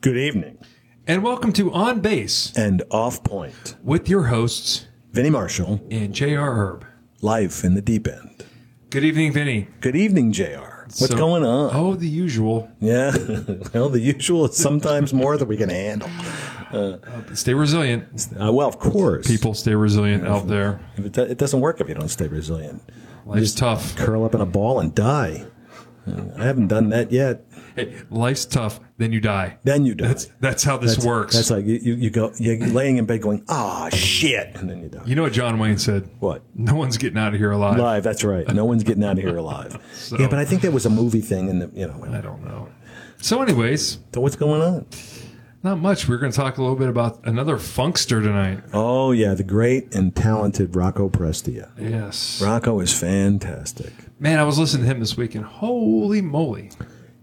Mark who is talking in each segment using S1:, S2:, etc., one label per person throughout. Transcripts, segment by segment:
S1: Good evening
S2: And welcome to On Base
S1: and off point.
S2: with your hosts
S1: Vinny Marshall,
S2: and J.R. Herb.
S1: life in the deep end.
S2: Good evening, Vinny.
S1: Good evening, JR. What's
S2: So-
S1: going on?
S2: Oh, the usual.
S1: Yeah. well, the usual is sometimes more than we can handle.
S2: Stay resilient.
S1: Uh, well, of course.
S2: People stay resilient out there.
S1: If It, do- it doesn't work if you don't stay resilient.
S2: Life's tough.
S1: Curl up in a ball and die. I haven't done that yet.
S2: Hey, life's tough, then you die.
S1: Then you die.
S2: That's that's how this
S1: That's-
S2: works.
S1: That's like you, you, you go, you're laying in bed going, ah, shit. And then you die.
S2: you know what John Wayne said?
S1: What?
S2: No one's getting out of here alive.
S1: Alive, that's right. No one's getting out of here alive.
S2: So-
S1: yeah, but I think that was a movie thing. And, the, you know,
S2: I don't know. So, anyways,
S1: so what's going on?
S2: not much. We're going to talk a little bit about another funkster tonight.
S1: Oh yeah, the great and talented Rocco Prestia.
S2: Yes.
S1: Rocco is fantastic.
S2: Man, I was listening to him this week, and holy moly.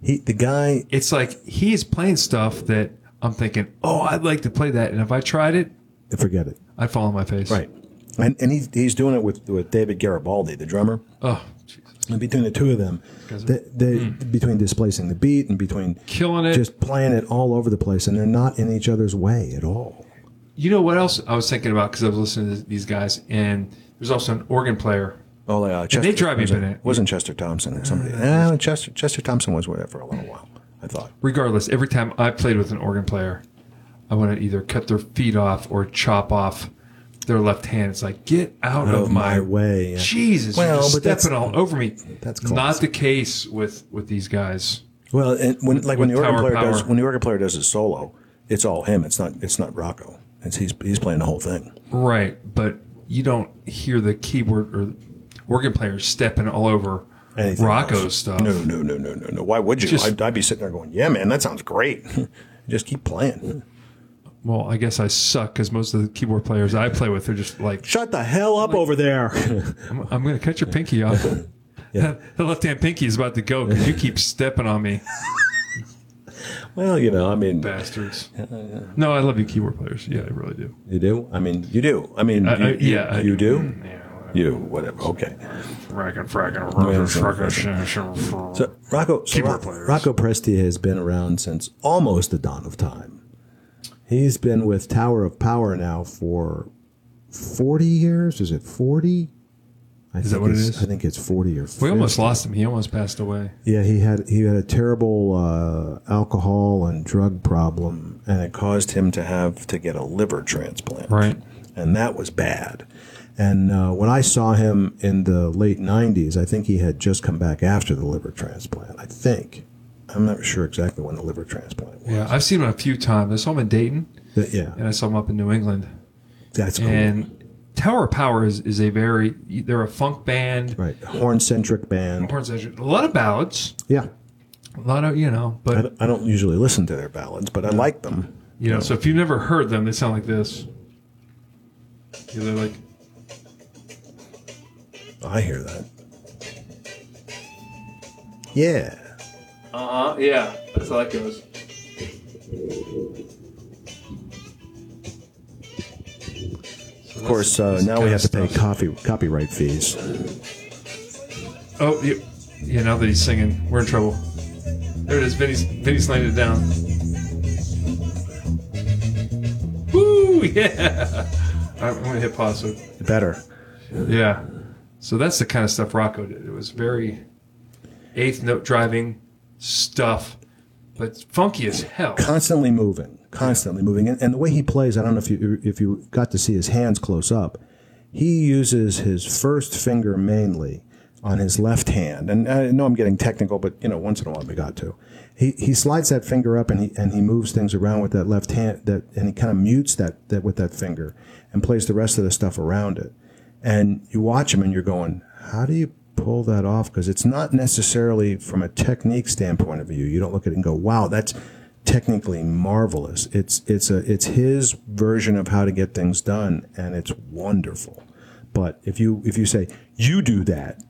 S1: He the guy
S2: It's like he's playing stuff that I'm thinking, oh, I'd like to play that. And if I tried it,
S1: forget it.
S2: I'd fall on my face.
S1: Right. And and he's he's doing it with, with David Garibaldi, the drummer.
S2: Oh, Jesus.
S1: And between the two of them, they, they, between displacing the beat and between
S2: Killing it.
S1: just playing Hmm. it all over the place, and they're not in each other's way at all.
S2: You know what else I was thinking about because I was listening to these guys, and there's also an organ player.
S1: Oh, yeah, Chester,
S2: drive you
S1: was it-
S2: bananas.
S1: Wasn't Chester Thompson or somebody? No, Chester Chester Thompson was with it for a little while. I thought.
S2: Regardless, every time I played with an organ player, I want to either cut their feet off or chop off their left hand. It's like, get out
S1: Out
S2: of my
S1: way.
S2: Jesus,
S1: Well,
S2: you're just
S1: but that's-
S2: stepping all over me.
S1: that's class.
S2: not the case with with these guys.
S1: Well, and when like when the
S2: With
S1: organ
S2: tower
S1: player does
S2: power.
S1: when the organ player does his solo, it's all him. It's not it's not Rocco. It's he's he's playing the whole thing.
S2: Right, but you don't hear the keyboard or organ players stepping all over
S1: Anything
S2: Rocco's
S1: else.
S2: stuff.
S1: No, no, no, no, no, no. Why would you?
S2: Just-
S1: I'd, I'd be sitting there going, "Yeah, man, that sounds great." Just keep playing.
S2: Well, I guess I suck because most of the keyboard players I play with are just like
S1: Shut the hell up over there.
S2: I'm, I'm going to cut your pinky off. the left hand pinky is about to go because you keep stepping on me,
S1: well, you know, I mean,
S2: bastards. No, I love you, keyboard players. Yeah, I really do.
S1: you do. I mean, you do. I mean, you,
S2: I- Uh, yeah, I- Mm,
S1: you, you do.
S2: Yeah,
S1: You whatever. Okay.
S2: fracking, fracking,
S1: So Rocco, so
S2: Keyboard
S1: Ro-
S2: players.
S1: Rocco Prestia has been around since almost the dawn of time. He's been with Tower of Power now for forty years. Is it forty? I is
S2: that what it is?
S1: I think it's forty or. 50.
S2: We almost lost him. He almost passed away.
S1: Yeah, he had he had a terrible uh, alcohol and drug problem, and it caused him to have to get a liver transplant
S2: Right.
S1: and that was bad. And uh, when I saw him in the late '90s, I think he had just come back after the liver transplant. I think I'm not sure exactly when the liver transplant. Was.
S2: Yeah, I've seen him a few times. I saw him in Dayton,
S1: But yeah,
S2: and I saw him up in New England.
S1: that's cool.
S2: And Tower of Power is, is a very they're a funk band.
S1: right, horn-centric band.
S2: horn section. A lot of ballads,
S1: Yeah,
S2: a lot of you know,
S1: I,
S2: but
S1: don't- I don't usually listen to their ballads, but I like them.
S2: You know, so if you've never heard them, they sound like this. Yeah, they're like,
S1: I hear that. Yeah,
S2: uh huh, yeah, that's how that goes.
S1: of course. Uh, now we have to pay coffee copyright fees.
S2: Oh, yeah, yeah. Now that he's singing, we're in trouble. There it is. Vinny's Vinny's laying it down. Woo! Yeah. All right, I'm gonna hit pause. So,
S1: Better.
S2: yeah. So that's the kind of stuff Rocco did. It was very eighth note driving stuff, but funky as hell.
S1: constantly moving, constantly moving. And, and the way he plays, I don't know if you if you got to see his hands close up. He uses his first finger mainly on his left hand, and I know I'm getting technical, but you know, once in a while we got to. He he slides that finger up, and he and he moves things around with that left hand. That and he kind of mutes that that with that finger, and plays the rest of the stuff around it. And you watch him, and you're going, how do you? pull that off because it's not necessarily from a technique standpoint of view you don't look at it and go wow that's technically marvelous. It's it's a it's his version of how to get things done, and it's wonderful. But if you if you say you do that,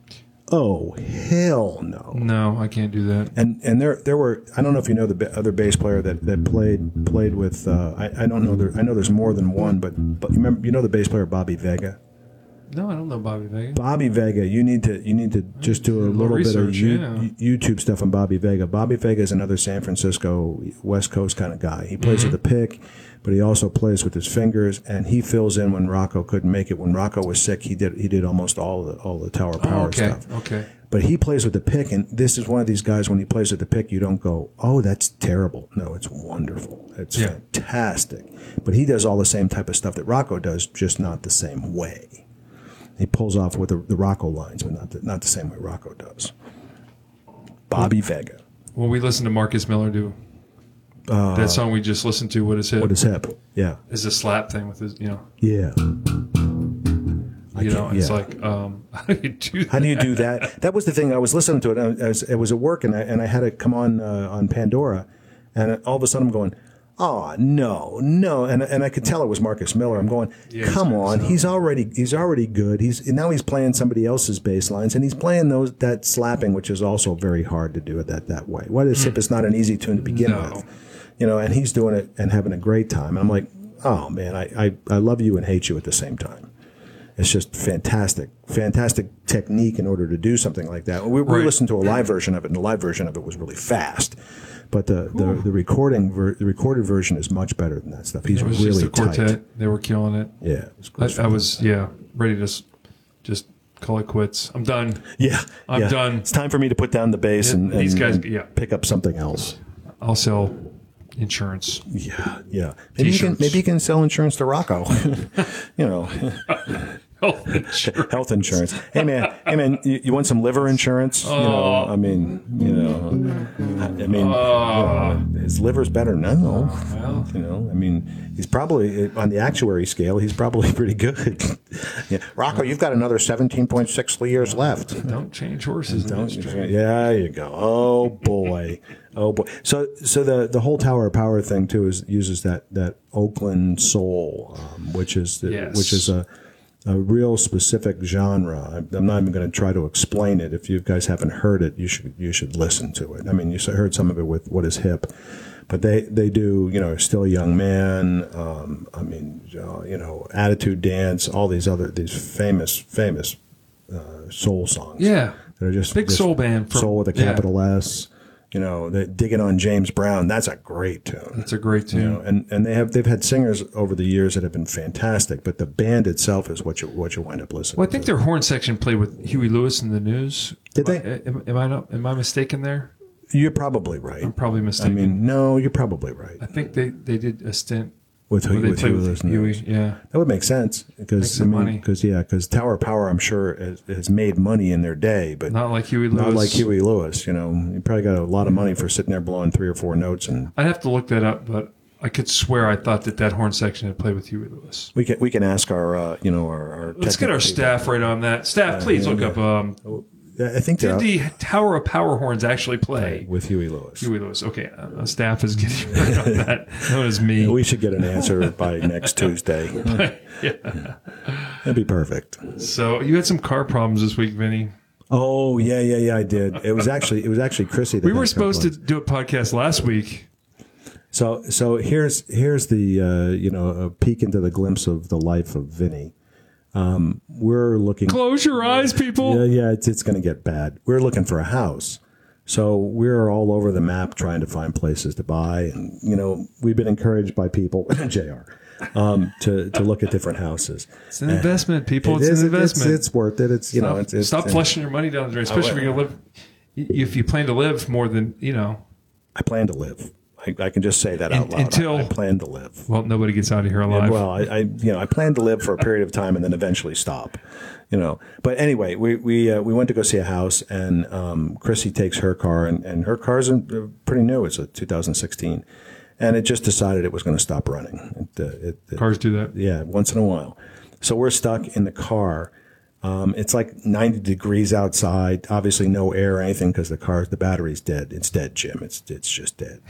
S1: Oh hell no!
S2: No, I can't do that.
S1: And and there there were I don't know if you know the ba- other bass player that, that played played with uh, I I don't know there I know there's more than one but but you remember you know the bass player Bobby Vega.
S2: No, I don't know Bobby Vega.
S1: Bobby Vega, you need to you need to just do a
S2: little
S1: little bit of
S2: research,
S1: you,
S2: yeah.
S1: YouTube stuff on Bobby Vega. Bobby Vega is another San Francisco West Coast kind of guy. He plays
S2: Mm-hmm.
S1: with the pick, but he also plays with his fingers, and he fills in when Rocco couldn't make it. When Rocco was sick, he did he did almost all the all the Tower Power
S2: Oh, okay,
S1: stuff.
S2: okay.
S1: But he plays with the pick, and this is one of these guys. When he plays with the pick, you don't go, "Oh, that's terrible." No, it's wonderful. It's
S2: Yeah.
S1: fantastic. But he does all the same type of stuff that Rocco does, just not the same way. He pulls off with the, the Rocco lines, but not the, not the same way Rocco does. Bobby Vega,
S2: Well, we listened to Marcus Miller do that song we just listened to. What is it?
S1: Uh, what is hip? Yeah,
S2: Is a slap thing with his, you know,
S1: yeah. I
S2: you know,
S1: can't-
S2: it's
S1: yeah.
S2: like, um, how do you do that?
S1: How do you do that? That was the thing. I was listening to it. And I was, it was at work, and I, and I had it come on uh, on Pandora, and all of a sudden I'm going, "Oh no, no!" And and I could tell it was Marcus Miller. I'm going,
S2: Yeah, he's
S1: "Come
S2: good
S1: on,
S2: stuff.
S1: he's already he's already good. He's and now he's playing somebody else's bass lines, and he's playing those that slapping, which is also very hard to do it that that way. What is if it's not an easy tune to begin
S2: Hmm. No.
S1: with, you know? And he's doing it and having a great time. I'm like, "Oh man, I I, I love you and hate you at the same time." It's just fantastic, fantastic technique in order to do something like that. We, we
S2: Right.
S1: listened to a live version of it, and the live version of it was really fast. But the, the, the recording, ver, the recorded version is much better than that stuff. He's
S2: It was
S1: really
S2: just a quartet.
S1: tight.
S2: They were killing it.
S1: Yeah, it was- it was
S2: I, I was, yeah, ready to s- just call it quits. I'm done.
S1: Yeah,
S2: I'm
S1: yeah.
S2: done.
S1: It's time for me to put down the bass and,
S2: These
S1: and-
S2: guys-
S1: and
S2: yeah.
S1: pick up something else.
S2: I'll sell insurance.
S1: Yeah, yeah. Maybe you can
S2: T-shirts.
S1: maybe you can sell insurance to Rocco. you know,
S2: Health insurance.
S1: health insurance. Hey man, hey man, you, you want some liver insurance? You know,
S2: Oh.
S1: I mean, you know, I I mean, you know, his liver's better now.
S2: Oh. Well.
S1: You know, I mean, he's probably on the actuary scale. He's probably pretty good. yeah, Rocco, you've got another seventeen point six years left.
S2: Don't change horses. Don't
S1: Yeah, you go. Oh boy, oh boy. So, so the the whole Tower of Power thing too is uses that that Oakland soul, um, which is the,
S2: Yes.
S1: which is a a real specific genre. I'm- I'm not even going to try to explain it. If you guys haven't heard it, you should you should listen to it. I mean, you s- heard some of it with what is hip, but they they do you know still a young man. Um, I mean, uh, you know, attitude dance, all these other these famous famous uh, soul songs.
S2: Yeah.
S1: That are just
S2: Big
S1: just
S2: soul band from-
S1: soul with a
S2: yeah.
S1: capital S. You know, that digging on James Brown. That's a great tune.
S2: It's a great tune.
S1: You know, and and they have they've had singers over the years that have been fantastic, but the band itself is what you what you wind up listening.
S2: Well, I think
S1: to.
S2: their horn section played with Huey Lewis in the news.
S1: Did
S2: Am I-
S1: they?
S2: Am, am I not? Am I mistaken there?
S1: you're probably right.
S2: I'm probably
S1: I
S2: mistaken. I,
S1: mean, no, you're probably right.
S2: think they, they did a stint
S1: With who
S2: where they
S1: with
S2: played
S1: who
S2: with
S1: listening?
S2: Huey. Yeah,
S1: That would make sense because
S2: Makes
S1: I
S2: it
S1: mean,
S2: money.
S1: because yeah, because Tower Power, I'm sure has, has made money in their day, but not,
S2: not like Huey Lewis.
S1: like Huey Lewis. You know, you probably got a lot of money for sitting there blowing three or four notes, and
S2: I'd have to look that up, but I could swear I thought that that horn section had played with Huey Lewis.
S1: we can we can ask our uh, you know our, our
S2: Let's get our
S1: technical
S2: staff right on that.
S1: Uh,
S2: Staff, please look up. Um,
S1: Oh, people. I think they're
S2: did
S1: out
S2: the Tower of Power horns actually play
S1: with Huey Lewis.
S2: Huey Lewis? Okay, uh, staff is getting right on that. That was me.
S1: We should get an answer by next Tuesday. That'd be perfect.
S2: So you had some car problems this week, Vinny.
S1: Oh yeah, yeah, yeah. I did. It was actually it was actually Chrissy. That
S2: We were supposed to do a podcast last week.
S1: So so here's here's the uh, you know a peek into the glimpse of the life of Vinny. Um, we're looking.
S2: Close your eyes,
S1: Yeah,
S2: people.
S1: yeah. It's it's going to get bad. We're looking for a house. So we're all over the map trying to find places to buy, and you know we've been encouraged by people, Jr. Um, to to look at different houses.
S2: It's an investment, people. It's,
S1: It is-
S2: an investment.
S1: It's, it's worth it. It's you know. It's, Oh, it's,
S2: Stop flushing your money down the drain, especially if you're going to live. If you plan to live more than you know,
S1: I plan to live. I, I can just say that out
S2: Un-
S1: loud.
S2: until-
S1: I, I plan to live.
S2: well, nobody gets out of here alive.
S1: Well, I, I you know I plan to live for a period of time and then eventually stop. You know, but anyway, we we uh, we went to go see a house, and um, Chrissy takes her car, and, and her car's in, uh, pretty new. It's a 2016, and it just decided it was going to stop running. It, uh, it, it,
S2: Cars do that.
S1: yeah, once in a while. So we're stuck in the car. Um, it's like 90 degrees outside. Obviously, no air or anything because the car, the battery's dead. It's dead, Jim. It's it's just dead.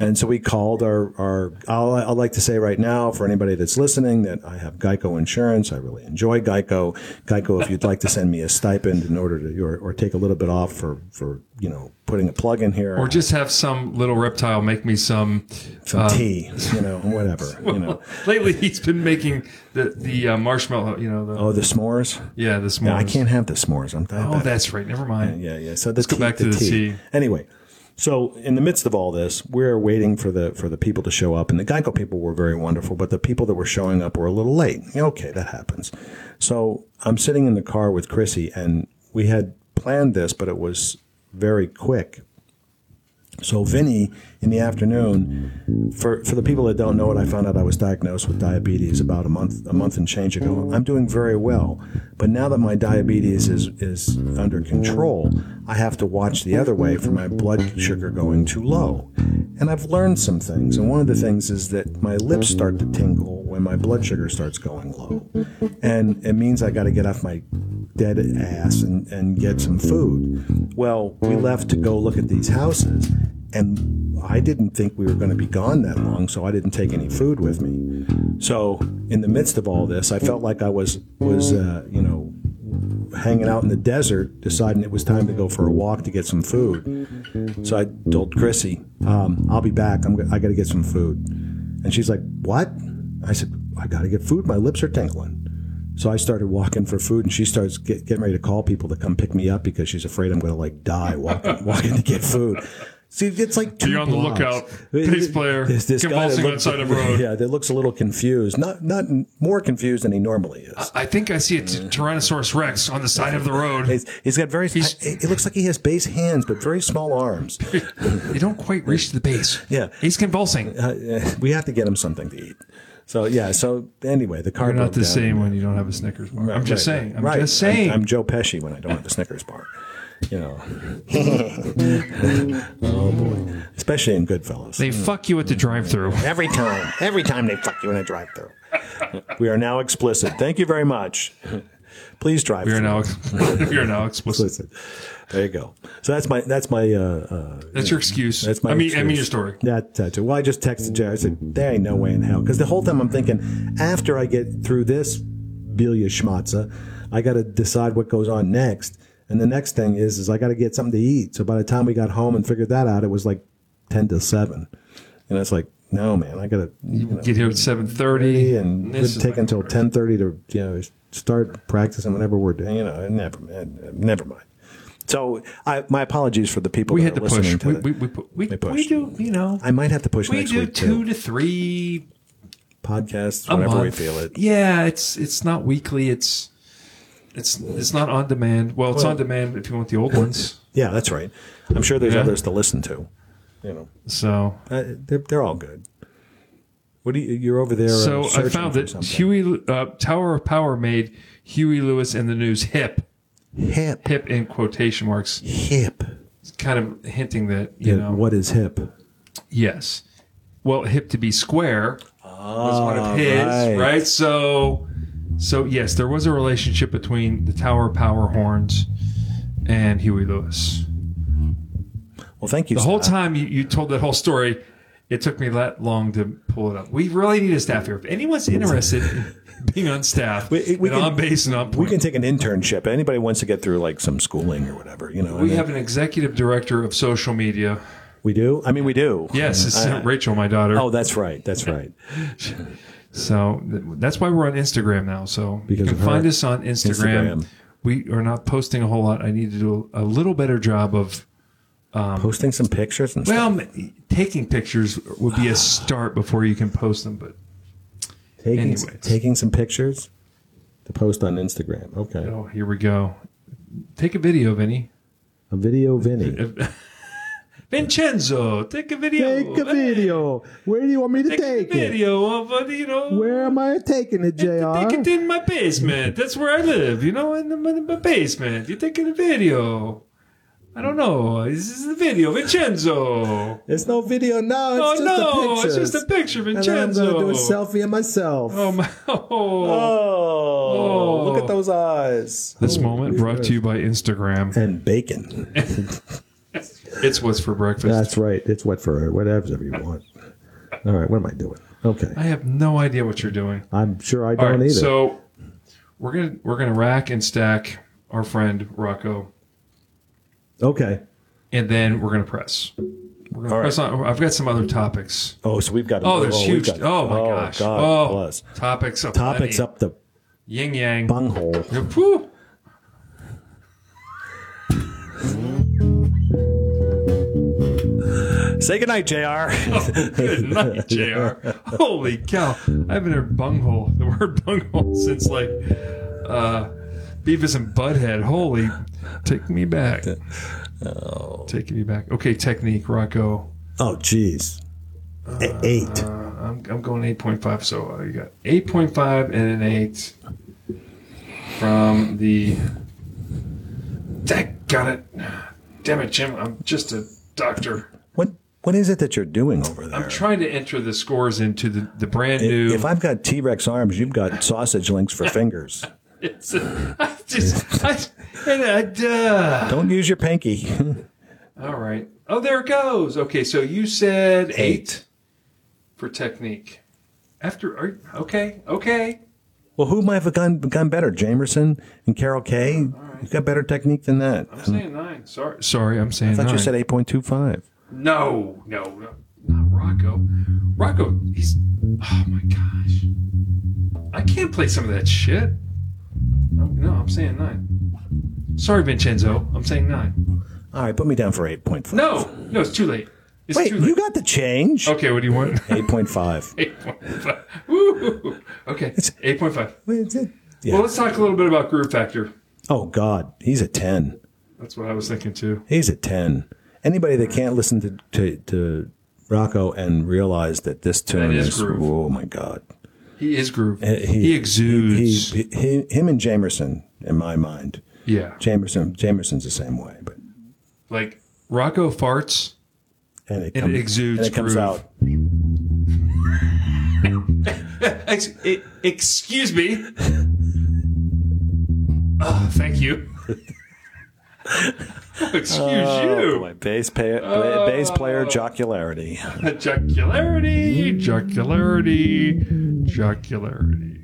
S1: And so we called our, our I'll, I'd like to say right now for anybody that's listening that I have Geico insurance. I really enjoy Geico. Geico, if you'd like to send me a stipend in order to, or, or take a little bit off for, for, you know, putting a plug in here.
S2: Or uh, just have some little reptile make me some.
S1: some tea, you know, whatever, you know.
S2: Lately, he's been making the the uh, marshmallow. You know, the,
S1: Oh, the s'mores?
S2: yeah, the small.
S1: I can't have the s'mores. I'm diabetic.
S2: Oh, that's right. Never mind.
S1: yeah, yeah. So let's
S2: go back to the tea.
S1: Anyway, so in the midst of all this, we're waiting for the for the people to show up, and the Geico people were very wonderful, but the people that were showing up were a little late. Yeah, Okay, that happens. So I'm sitting in the car with Chrissy, and we had planned this, but it was very quick. So Vinny in the afternoon, for for the people that don't know it, I found out I was diagnosed with diabetes about a month a month and change ago. I'm doing very well, but now that my diabetes is is under control, I have to watch the other way for my blood sugar going too low. And I've learned some things, and one of the things is that my lips start to tingle when my blood sugar starts going low, and it means I got to get off my dead ass and, and get some food. Well, we left to go look at these houses, and I didn't think we were going to be gone that long, so I didn't take any food with me. So, in the midst of all this, I felt like I was was uh, you know hanging out in the desert, deciding it was time to go for a walk to get some food. So I told Chrissy, um, "I'll be back. I'm go- I got to get some food," and she's like, "What?" I said, "I got to get food. My lips are tingling." So I started walking for food, and she starts get, getting ready to call people to come pick me up because she's afraid I'm going to like die walking walking to get food. See, it's like two
S2: Be on the
S1: blocks.
S2: lookout. Bass player
S1: guy that
S2: convulsing on
S1: looks-
S2: side of road.
S1: Yeah, that looks a little confused. Not not more confused than he normally is.
S2: I think I see a t- Tyrannosaurus Rex on the side of the road.
S1: He's, he's got very. it it looks like he has base hands, but very small arms.
S2: They don't quite reach the base.
S1: Yeah.
S2: He's convulsing.
S1: Uh, we have to get him something to eat. So yeah. So anyway, the car.
S2: You're
S1: broke
S2: not the
S1: down.
S2: same when you don't have a Snickers bar. I'm just
S1: Right,
S2: saying. I'm
S1: right.
S2: just saying.
S1: I'm, I'm Joe Pesci when I don't have the Snickers bar. You know. oh boy. Especially in Goodfellas.
S2: they fuck you at the drive-through.
S1: Every time, every time they fuck you in a drive-through. we are now explicit. Thank you very much. Please drive.
S2: We are now. we are now explicit.
S1: explicit. There you go. So that's my that's my uh, uh,
S2: That's your excuse.
S1: That's my
S2: I mean, I mean
S1: excuse.
S2: your story.
S1: That tattoo. Well, I just texted Jerry. I said, "There ain't no way in hell." Because the whole time I'm thinking, after I get through this Bilia schmatza, I got to decide what goes on next. And the next thing is, is I got to get something to eat. So by the time we got home and figured that out, it was like ten to seven, and it's like, no, man, I got to
S2: Get here at 7:30,
S1: and
S2: this
S1: would
S2: is
S1: take
S2: like-
S1: until ten thirty to you know start practicing whatever we're doing. You know, never, mind, never mind. So I, my apologies for the people
S2: We
S1: that
S2: had
S1: are
S2: to
S1: listening
S2: push.
S1: to
S2: We,
S1: the-
S2: we, we, pu- we,
S1: pushed.
S2: we do. You know,
S1: I might have to push
S2: we
S1: next
S2: do
S1: week
S2: two
S1: too.
S2: to three
S1: podcasts
S2: a
S1: whenever we
S2: month.
S1: feel it.
S2: Yeah, it's it's not weekly. It's it's it's not on demand. Well, it's on demand if you want the old ones.
S1: Yeah, that's right. I'm sure there's
S2: Yeah.
S1: others to listen to. You know,
S2: So
S1: uh, they're, they're all good. What do you? You're over there.
S2: so
S1: uh,
S2: I
S1: searching
S2: found
S1: for
S2: that
S1: something.
S2: Huey uh, Tower of Power made Huey Lewis and the News hip
S1: hip,
S2: hip in quotation marks,
S1: hip.
S2: It's kind of hinting that you
S1: Yeah,
S2: know
S1: what is hip?
S2: yes. Well, hip to be square was one of his,
S1: Ah, right.
S2: right. So, so yes, there was a relationship between the Tower of Power horns and Huey Lewis.
S1: Well, thank you.
S2: The whole
S1: Scott.
S2: time you, you told that whole story, it took me that long to pull it up. We really need a staff here. If anyone's interested in being on staff,
S1: We- we
S2: and
S1: can-
S2: on base and on
S1: we
S2: point,
S1: can take an internship. Anybody wants to get through like some schooling or whatever. You know, I
S2: we
S1: mean,
S2: have an executive director of social media.
S1: we do. I mean, we do.
S2: Yes, it's
S1: I-
S2: Rachel, my daughter.
S1: Uh, Oh, that's right. That's right.
S2: So th- that's why we're on Instagram now. So
S1: Because
S2: you
S1: of
S2: can
S1: her.
S2: find us on Instagram.
S1: Instagram.
S2: We are not posting a whole lot. I need to do a little better job of
S1: Posting some pictures and stuff.
S2: well, m- taking pictures would be a start before you can post them. But
S1: Taking,
S2: anyways.
S1: taking some pictures to post on Instagram. Okay,
S2: oh, here we go. Take a video of any.
S1: a video, Vinny.
S2: Vincenzo, take a video.
S1: Take a video. Where do you want me to
S2: Take a
S1: take it?
S2: video of, uh, you know,
S1: Where am I taking it,
S2: take it
S1: JR?
S2: in my basement. That's where I live, you know, in, the, in my basement. You're taking a video. I don't know. This is the video, Vincenzo.
S1: There's no video now.
S2: Oh,
S1: It's just a
S2: no,
S1: picture.
S2: it's just a picture,
S1: And then I'm
S2: Vincenzo.
S1: going to do a selfie of myself.
S2: Oh, my. Oh.
S1: Oh, look
S2: Oh.
S1: at those eyes.
S2: This moment brought to you by Instagram.
S1: And bacon.
S2: It's what's for breakfast.
S1: That's right. It's what for whatever you want. All right. What am I doing? Okay.
S2: I have no idea what you're doing.
S1: I'm sure I
S2: All
S1: don't
S2: right,
S1: either.
S2: So we're gonna we're gonna rack and stack our friend Rocco,
S1: okay.
S2: and then we're gonna press. We're gonna
S1: All right.
S2: press on. I've got some other topics.
S1: Oh, so we've got.
S2: Oh, there's
S1: we've
S2: huge.
S1: got-
S2: oh my gosh.
S1: God
S2: oh,
S1: bless.
S2: topics up.
S1: Topics up the
S2: Yin yang.
S1: bunghole.
S2: Whew.
S1: Say goodnight, Jr.
S2: Oh. Good night, Jr. Holy cow! I haven't heard bunghole. The word bunghole since like uh, Beavis and Butthead. Holy, take me back. Oh. Take me back. Okay, technique, Rocco.
S1: oh, jeez. A- eight.
S2: I'm, I'm going 8.5. So uh, you got 8.5 and an 8 from the. That got it. Damn it, Jim. I'm just a doctor.
S1: What What is it that you're doing over there?
S2: I'm trying to enter the scores into the, the brand new.
S1: if I've got T Rex arms, you've got sausage links for fingers.
S2: it's, I just. I, and I, duh.
S1: Don't use your pinky.
S2: All right. Oh, there it goes. Okay, so you said 8 for technique. After. are- Okay, okay.
S1: well, who might have gone, gone better? Jamerson and Carol Kay? You've got better technique than that. I
S2: I'm saying 9. Sorry. Hmm. Sorry, I'm saying 9.
S1: thought you said 8.25.
S2: No, no, no, not Rocco. Rocco, he's. Oh my gosh. I can't play some of that shit. No, no, I'm saying nine. Sorry, Vincenzo. I'm saying nine.
S1: All right, put me down for 8.5.
S2: No, no, it's too late. It's
S1: Wait,
S2: too late.
S1: you got the change?
S2: okay, what do you want?
S1: 8.5.
S2: 8.5. Woo! Okay, 8.5.
S1: Wait, is it- yeah.
S2: Well, let's talk a little bit about groove factor.
S1: oh, God. He's a 10.
S2: That's what I was thinking too.
S1: He's a 10. Anybody that can't listen to, to, to Rocco and realize that this tune
S2: is
S1: is,
S2: groove.
S1: oh, my God.
S2: He is groove.
S1: Uh,
S2: He,
S1: He,
S2: exudes.
S1: he, he- him and Jamerson, in my mind.
S2: yeah.
S1: Jamerson, Jamerson's the same way, but
S2: Like, Rocco farts.
S1: and it,
S2: And
S1: comes,
S2: it exudes
S1: and it comes
S2: groove.
S1: out.
S2: Ex- e- excuse me. Oh, thank you. excuse
S1: Oh,
S2: you.
S1: bass,
S2: Oh.
S1: bass player jocularity.
S2: Jocularity, jocularity, jocularity.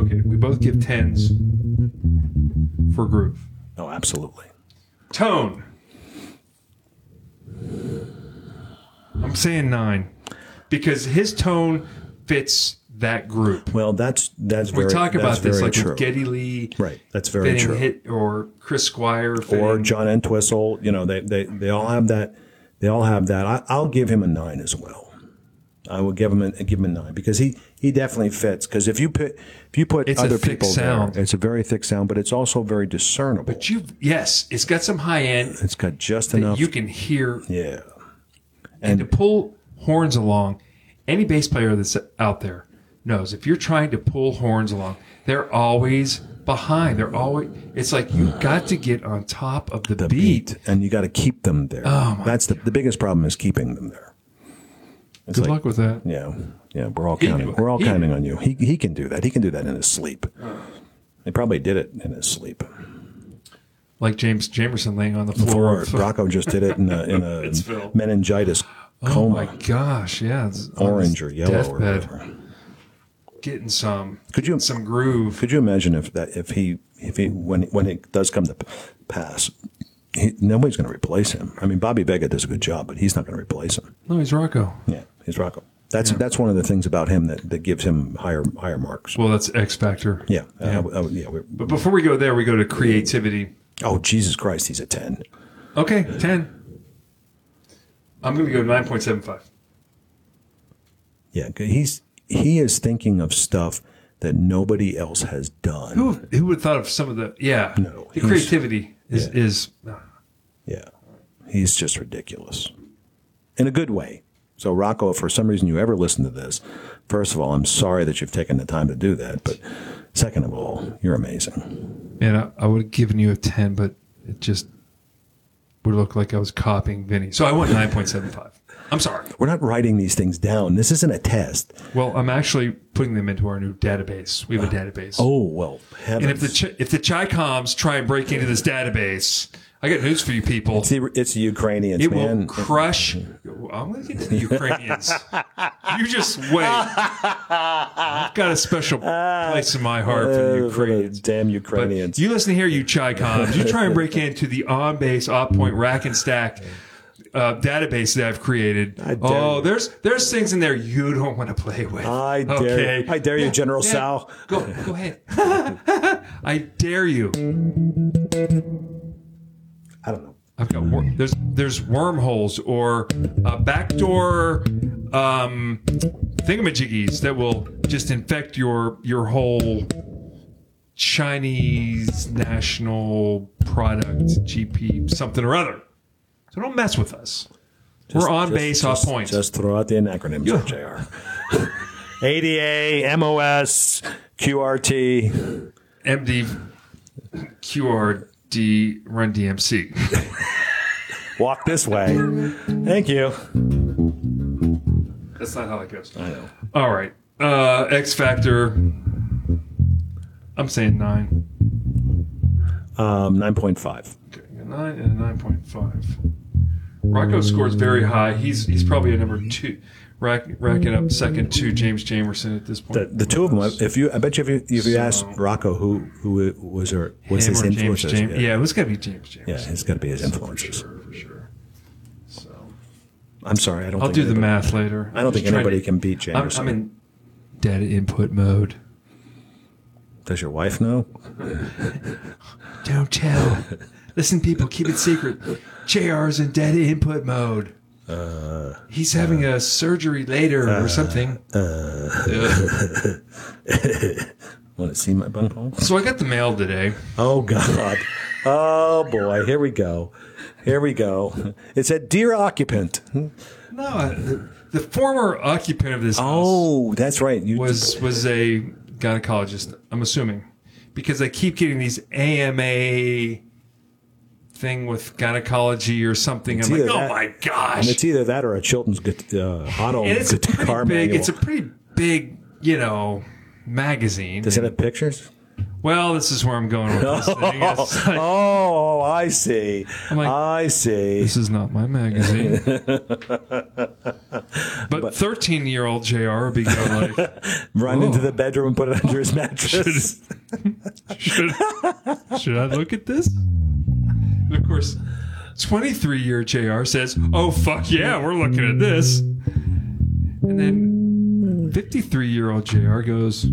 S2: Okay, we both give tens for groove.
S1: Oh, absolutely.
S2: Tone. I'm saying nine because his tone fits that group.
S1: Well, that's that's
S2: We
S1: very,
S2: talk
S1: that's
S2: about this
S1: very
S2: like
S1: true.
S2: with Geddy Lee,
S1: Right, that's very
S2: fitting
S1: true.
S2: Hit or Chris Squire fitting,
S1: or John Entwistle. You know, they, they, they all have that. They all have that. I, I'll give him a nine as well. I will give him a give him a nine because he, he definitely fits. Because if you put if you put
S2: It's a
S1: other
S2: thick
S1: people
S2: sound.
S1: there, it's a very thick sound, but it's also very discernible.
S2: But you, yes, it's got some high end.
S1: it's got just enough.
S2: You can hear
S1: yeah,
S2: and to pull horns along. Any bass player that's out there knows if you're trying to pull horns along, they're always behind. They're always. It's like you got to get on top of the, beat. Oh,
S1: and you got to keep them there. that's the, the biggest problem is keeping them there. It's
S2: Good
S1: like,
S2: luck with that.
S1: Yeah, yeah, we're all counting.
S2: knew it.
S1: we're all
S2: He
S1: counting on you. He he can do that. He can do that in his sleep. He probably did it in his sleep.
S2: Like James Jamerson laying on the floor.
S1: Or
S2: of-
S1: Rocco just did it in a, in a
S2: It's Phil.
S1: meningitis
S2: oh my
S1: coma,
S2: gosh! Yeah, it's on
S1: orange
S2: his
S1: or yellow or
S2: deathbed.
S1: whatever.
S2: Getting some.
S1: Could you-
S2: some groove?
S1: Could you imagine if that if he if he when when it does come to p- pass, he, nobody's going to replace him. I mean, Bobby Vega does a good job, but he's not going to replace him.
S2: No, he's Rocco.
S1: Yeah, he's Rocco. That's that's one of the things about him that, that gives him higher higher marks.
S2: Well, that's X Factor.
S1: Yeah, uh, I would- I would- yeah. we-
S2: But before we go there, we go to creativity.
S1: Oh Jesus Christ, he's a ten.
S2: Okay, 10. I'm going to go 9.75.
S1: Yeah, 'cause he's he is thinking of stuff that nobody else has done.
S2: Who, who would have thought of some of the, yeah.
S1: No,
S2: the
S1: he's-
S2: creativity is,
S1: yeah.
S2: is,
S1: Yeah, he's just ridiculous, in a good way. So Rocco, if for some reason you ever listen to this, first of all, I'm sorry that you've taken the time to do that. But second of all, you're amazing.
S2: man, I, I would have given you a 10, but it just would look like I was copying Vinny. So I went 9.75. I'm sorry.
S1: We're not writing these things down. This isn't a test.
S2: Well, I'm actually putting them into our new database. We have a database.
S1: Oh well, heavens.
S2: And if the, Ch- if the Chi Coms try and break into this database, I got news for you people.
S1: It's the, it's the Ukrainians,
S2: It
S1: man.
S2: will crush. I'm going to get to the Ukrainians. you just wait. I've got a special place in my heart for the
S1: Uh, for the
S2: Ukrainians.
S1: damn
S2: But
S1: Ukrainians.
S2: you listen here, you Chi Cons. You try and break into the on base, off point, rack and stack uh, database that I've created.
S1: dare
S2: Oh,
S1: you.
S2: there's there's things in there you don't want to play with.
S1: I dare you. I dare you, General Sal.
S2: Go go ahead. I dare you.
S1: I don't know.
S2: I've got wor- there's there's wormholes or uh, backdoor um, thingamajiggies that will just infect your your whole Chinese national product GP something or other. So don't mess with us. We're on
S1: Just-
S2: base, off
S1: just-
S2: point.
S1: Just throw out the acronyms,
S2: Yeah.
S1: JR. ADA, MOS, QRT.
S2: MD QRD Run DMC.
S1: Walk this way. Thank you.
S2: That's not how it goes. All right. Uh, X Factor. I'm saying nine.
S1: Um, 9.5.
S2: Okay, a nine and a nine point five. Rocco scores very high. He's he's probably a number two, rack, racking up second to James Jamerson at this point.
S1: The, the two of them. If you, I bet you, if you, if you asked Rocco who who was her, was
S2: Him
S1: his
S2: or James,
S1: influences,
S2: James, yeah.
S1: yeah,
S2: it's got to be James Jamerson.
S1: yeah, it's got to be his
S2: for
S1: influences.
S2: sure, for sure. So
S1: I'm sorry, I don't.
S2: I'll
S1: think
S2: do the
S1: anybody-
S2: math later.
S1: I don't
S2: Just
S1: think
S2: trying
S1: anybody
S2: to-
S1: can beat
S2: I'm,
S1: Jamerson.
S2: I'm in data input mode.
S1: Does your wife know?
S2: Don't tell. Listen, people, keep it secret. JR's in data input mode.
S1: Uh,
S2: He's having a surgery later or something.
S1: Want to see my bunghole?
S2: So I got the mail today.
S1: Oh God! Oh boy! Here we go! Here we go! It said, "Dear occupant."
S2: No, I- the, the former occupant of this house
S1: Oh, that's right. You
S2: was was a gynecologist. I'm assuming because I keep getting these AMA thing with gynecology or something. I'm like,
S1: either
S2: oh
S1: that-
S2: my
S1: And
S2: gosh!
S1: it's either that or a Chilton's gu- uh, auto
S2: And it's a
S1: gu- car
S2: pretty big.
S1: manual.
S2: It's a pretty big, you know, magazine.
S1: Does it have pictures?
S2: well, this is where I'm going with this thing. It's like,
S1: Oh, I see.
S2: like-
S1: I see.
S2: This is not my magazine. but 13 year old JR would be going like,
S1: Run into
S2: Oh.
S1: the bedroom and put it under his mattress.
S2: should, should I look at this? And of course, 23 year JR says, Oh, fuck yeah, we're looking at this. And then 53 year old JR goes,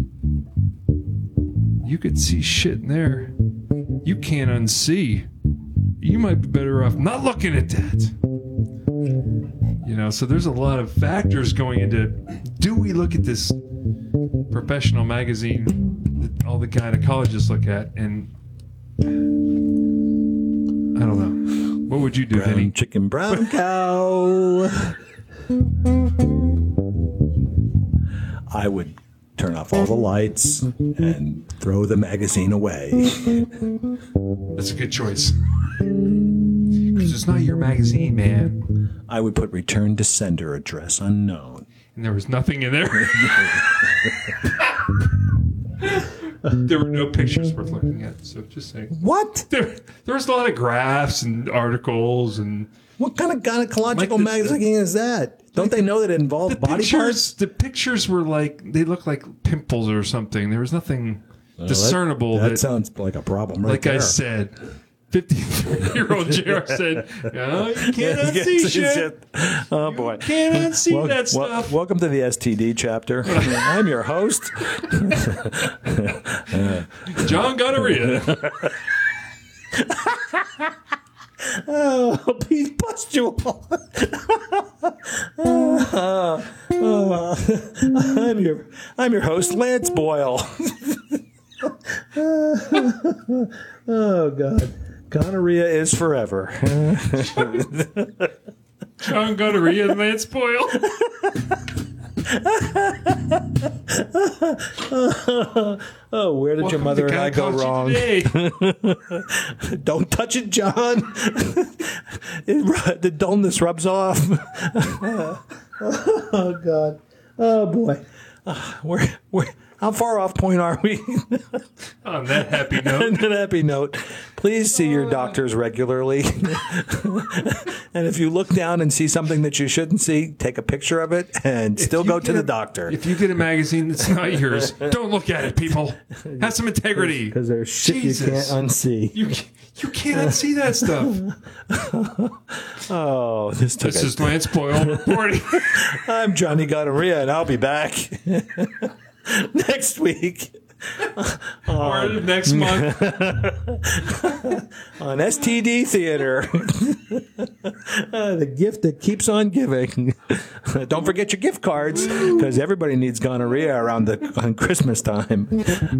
S2: You could see shit in there. You can't unsee. You might be better off not looking at that. You know, so there's a lot of factors going into do we look at this professional magazine that all the gynecologists look at, and I don't know. What would you do, Vinny?
S1: Brown chicken, brown cow. I would turn off all the lights and throw the magazine away.
S2: That's a good choice. Because it's not your magazine, man.
S1: I would put return to sender address unknown.
S2: And there was nothing in there. there were no pictures worth looking at, so just saying.
S1: What?
S2: There, there was a lot of graphs and articles and
S1: What kind of gynecological
S2: Like the-
S1: magazine is that? Don't they know that it involves body
S2: pictures,
S1: parts?
S2: The pictures were like they looked like pimples or something. There was nothing discernible.
S1: That,
S2: that-
S1: sounds like a problem, right
S2: like I
S1: there.
S2: said, 53 year old JR said, oh, you cannot see shit.
S1: Oh boy.
S2: Cannot see
S1: Wel-
S2: that
S1: wel-
S2: stuff.
S1: welcome to the STD chapter. I'm your host.
S2: John gonorrhea.
S1: Oh, he's pustule. Uh, uh, I'm your I'm your host, Lance Boyle. oh God, gonorrhea is forever.
S2: John gonorrhea and Lance Boyle.
S1: Oh, where did your mother and I go wrong? Don't touch it, John. it, ru- the dullness rubs off. oh God. Oh boy. Uh, where where How far off point are we?
S2: On that happy note,
S1: On a happy note, please see
S3: Oh.
S1: your doctors regularly. and if you look down and see something that you shouldn't see, take a picture of it and still
S2: you
S1: go to
S2: get
S1: the
S2: a-
S1: doctor.
S2: if you get a magazine that's not yours, don't look at it, people. Have some integrity.
S3: because there's shit you can't
S2: Jesus.
S3: unsee.
S2: You you can't see that stuff.
S1: oh, this took
S2: This
S1: a-
S2: is Lance Boyle reporting.
S1: I'm Johnny Gonorrhea, and I'll be back next week Oh.
S2: Or next month,
S1: on STD Theater. Uh, the gift that keeps on giving. Don't forget your gift cards because everybody needs gonorrhea around the on Christmas time.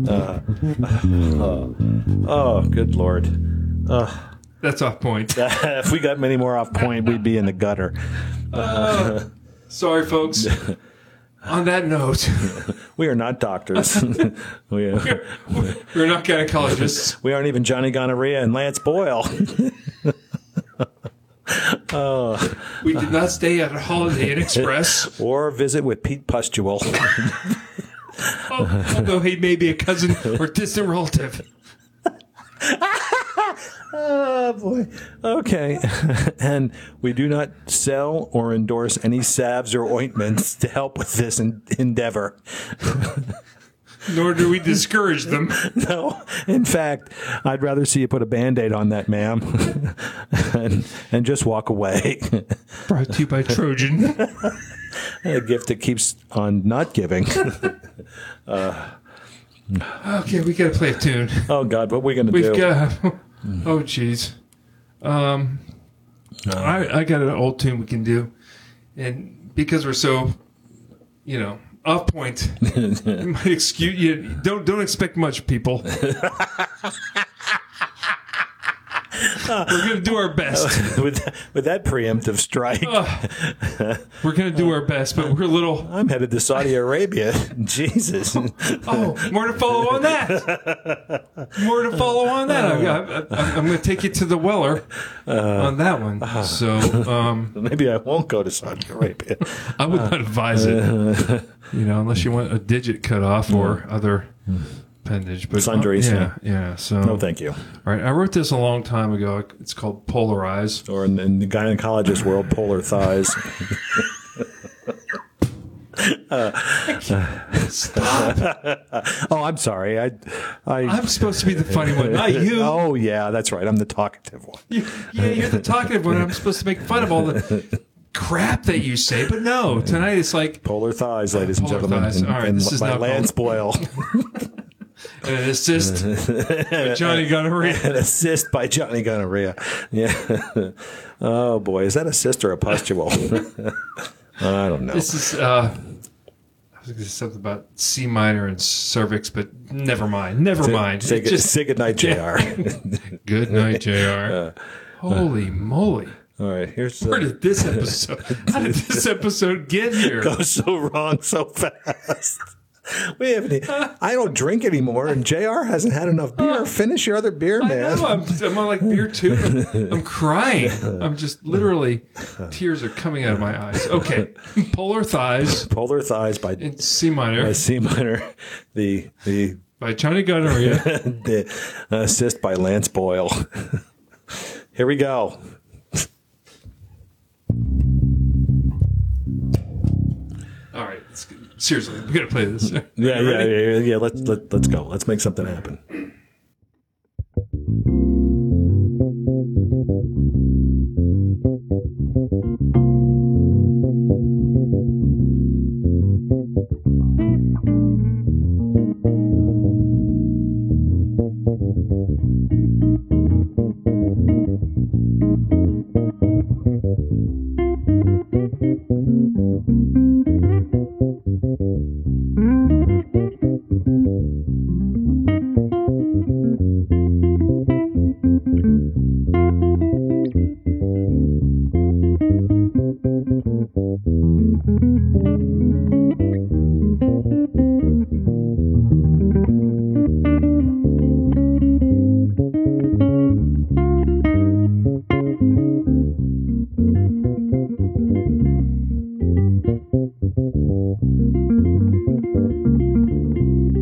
S1: Uh, uh, oh, good lord!
S2: that's off point.
S1: if we got many more off point, we'd be in the gutter.
S2: Sorry, folks. On that note,
S1: We are not doctors. we, are,
S2: we're not gynecologists.
S1: we aren't even Johnny Gonorrhea and Lance Boyle.
S2: We did not stay at a Holiday Inn Express,
S1: or visit with Pete Pustule.
S2: although he may be a cousin or distant relative.
S1: Oh boy. Okay. and we do not sell or endorse any salves or ointments to help with this en- endeavor.
S2: Nor do we discourage them.
S1: No. In fact, I'd rather see you put a band aid on that, ma'am, and, and just walk away.
S2: Brought to you by Trojan.
S1: a gift that keeps on not giving.
S2: Okay, we gotta play a tune.
S1: oh, God. What are we going to
S2: We've
S1: do?
S2: got. Oh, jeez. Um, I I got an old tune we can do, and because we're so, you know, off point, you might excuse you. Don't don't expect much, people. we're gonna do our best.
S1: with, with that preemptive strike,
S2: We're gonna do our best, but we're a little.
S1: I'm headed to Saudi Arabia. Jesus.
S2: Oh, more to follow on that. More to follow on that. I, I, I, I'm gonna take you to the Weller on that one. So. um
S1: Maybe I won't go to Saudi Arabia.
S2: I would not advise it. you know, unless you want a digit cut off or other appendage. But uh,
S1: Sundries,
S2: yeah, yeah. So
S1: No, thank you.
S2: All right, I wrote this a long time ago. It's called Polarize.
S1: or in, in the gynecologist world, polar thighs. oh, I'm sorry. I, I.
S2: I'm supposed to be the funny one, not you.
S1: Oh yeah, that's right. I'm the talkative one.
S2: You- Yeah, you're the talkative one. I'm supposed to make fun of all the crap that you say, but no. Tonight it's like
S1: Polar thighs, ladies
S2: Oh, Polar
S1: and gentlemen,
S2: thighs.
S1: and,
S2: All right,
S1: and
S2: this is
S1: by
S2: not
S1: Lance Boyle,
S2: an Uh, assist. with Johnny Gonorrhea.
S1: an assist by Johnny Gonorrhea. Yeah. oh boy, is that a sister or a pustule? I don't know.
S2: This is. uh I was going to say something about C minor and cervix, but never mind. Never mind.
S1: Say,
S2: It
S1: good-
S2: just-
S1: say good night, Jr.
S2: Good night, JR. Holy moly.
S1: All right, here's uh,
S2: Where
S1: the,
S2: did this episode how did this episode get here?
S1: go so wrong so fast. We haven't. I don't drink anymore, and Jr. hasn't had enough beer. Finish your other beer,
S2: I
S1: man.
S2: know, I'm, I'm on like beer too. I'm, I'm crying. I'm just literally tears are coming out of my eyes. Okay, polar thighs
S1: Polar thighs by
S2: in C minor
S1: by C minor, the the
S2: by Johnny Gonorrhea.
S1: the assist by Lance Boyle. Here we go.
S2: All right, it's good. seriously, we gotta play this.
S1: Yeah,
S2: You
S1: yeah,
S2: ready?
S1: yeah, yeah. Let's let, let's go. Let's make something happen.
S4: Thank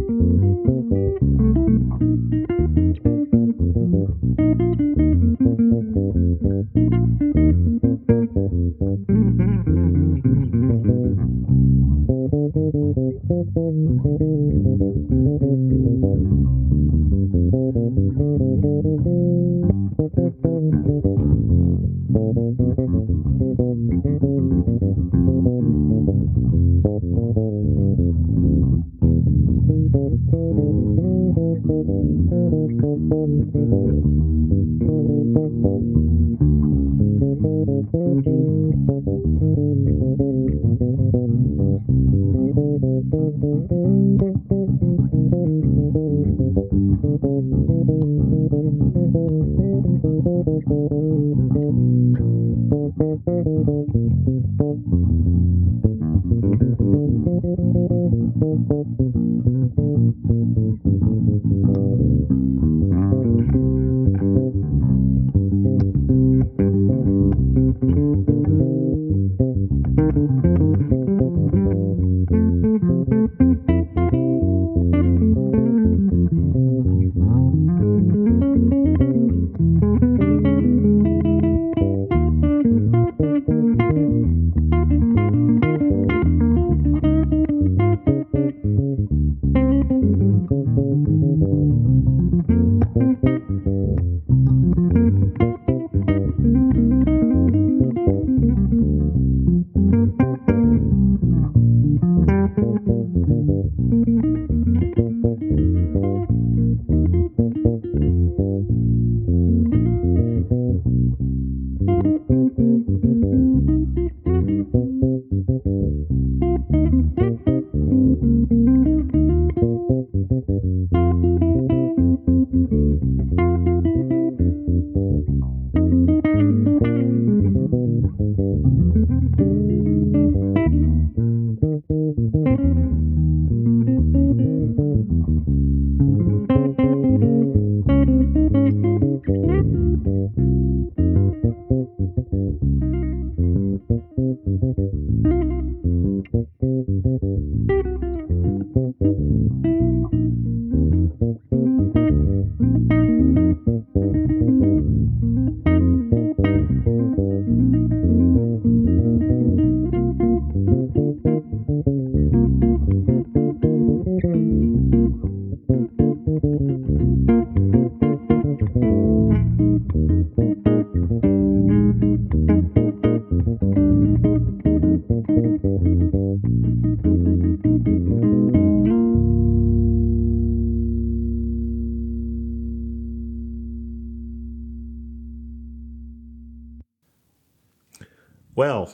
S1: Well,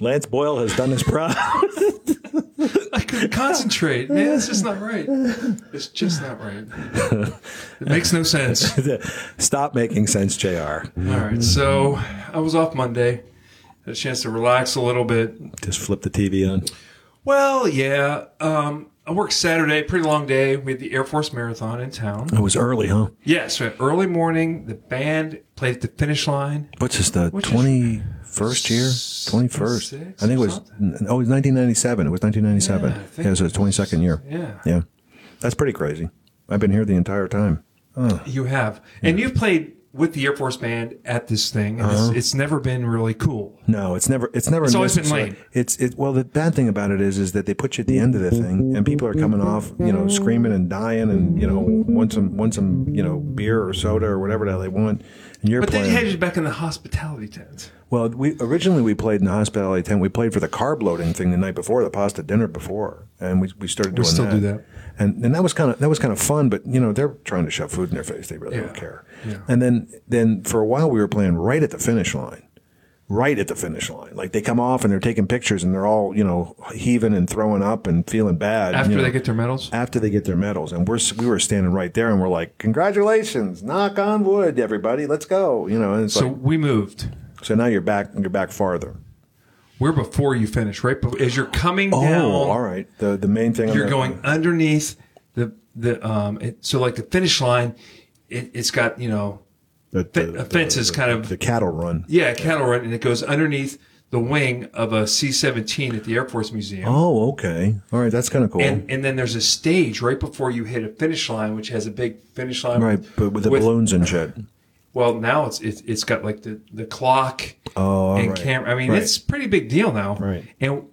S1: Lance Boyle has done his proud.
S2: I couldn't concentrate, man. It's just not right. It's just not right. It makes no sense.
S1: Stop making sense, JR.
S2: All right, so I was off Monday. Had a chance to relax a little bit.
S1: Just flip the TV on.
S2: Well, yeah. Um, I worked Saturday, pretty long day. We had the Air Force Marathon in town.
S1: It was early, huh?
S2: Yes, so early morning. The band played at the finish line.
S1: What's this, the
S2: Which is-
S1: 21st year? 21st.
S2: Six
S1: I think it
S2: or
S1: was, oh, it was 1997. It was 1997.
S2: Yeah, I
S1: Yeah,
S2: think
S1: it was
S2: it
S1: his 22nd year.
S2: Yeah.
S1: Yeah. That's pretty crazy. I've been here the entire time.
S2: You have, and you've played with the Air Force Band at this thing. And
S1: Uh-huh.
S2: it's, it's never been really cool.
S1: No, it's never. It's never.
S2: It's always been
S1: necessary.
S2: late.
S1: It's it. Well, the bad thing about it is, is that they put you at the end of the thing, and people are coming off, you know, screaming and dying, and you know, want some, want some, you know, beer or soda or whatever the hell they want, and you're
S2: But
S1: playing.
S2: then you had you back in the hospitality tent.
S1: well, we originally we played in the hospitality tent. We played for the carb loading thing the night before, the pasta dinner before, and we, we started doing
S2: still
S1: that.
S2: do that.
S1: And and that was kind of that was kind of fun, but you know, they're trying to shove food in their face. They really don't
S2: Yeah.
S1: care.
S2: Yeah.
S1: And then then for a while we were playing right at the finish line. right at the finish line. Like they come off and they're taking pictures and they're all, you know, heaving and throwing up and feeling bad.
S2: After
S1: you know,
S2: they get their medals,
S1: after they get their medals. And we're we were standing right there and we're like, "Congratulations. Knock on wood, everybody. Let's go." You know, and it's
S2: so
S1: like
S2: we moved.
S1: so now you're back you're back farther.
S2: We're before you finish, right? But as you're coming
S1: Oh,
S2: down,
S1: all right. The the main thing on
S2: you're
S1: the-
S2: going underneath the the um. It, so like the finish line, it, it's got you know
S1: the,
S2: fe- a fence is kind of-
S1: the cattle run.
S2: yeah cattle run, and it goes underneath the wing of a C-17 at the Air Force Museum.
S1: Oh, okay. All right, that's kind of cool.
S2: And and then there's a stage right before you hit a finish line, which has a big finish line.
S1: right, but with the balloons and shit.
S2: Well, now it's it's it's got like the the clock
S1: Oh, all
S2: and
S1: right.
S2: camera. I mean,
S1: Right.
S2: it's a pretty big deal now.
S1: Right.
S2: And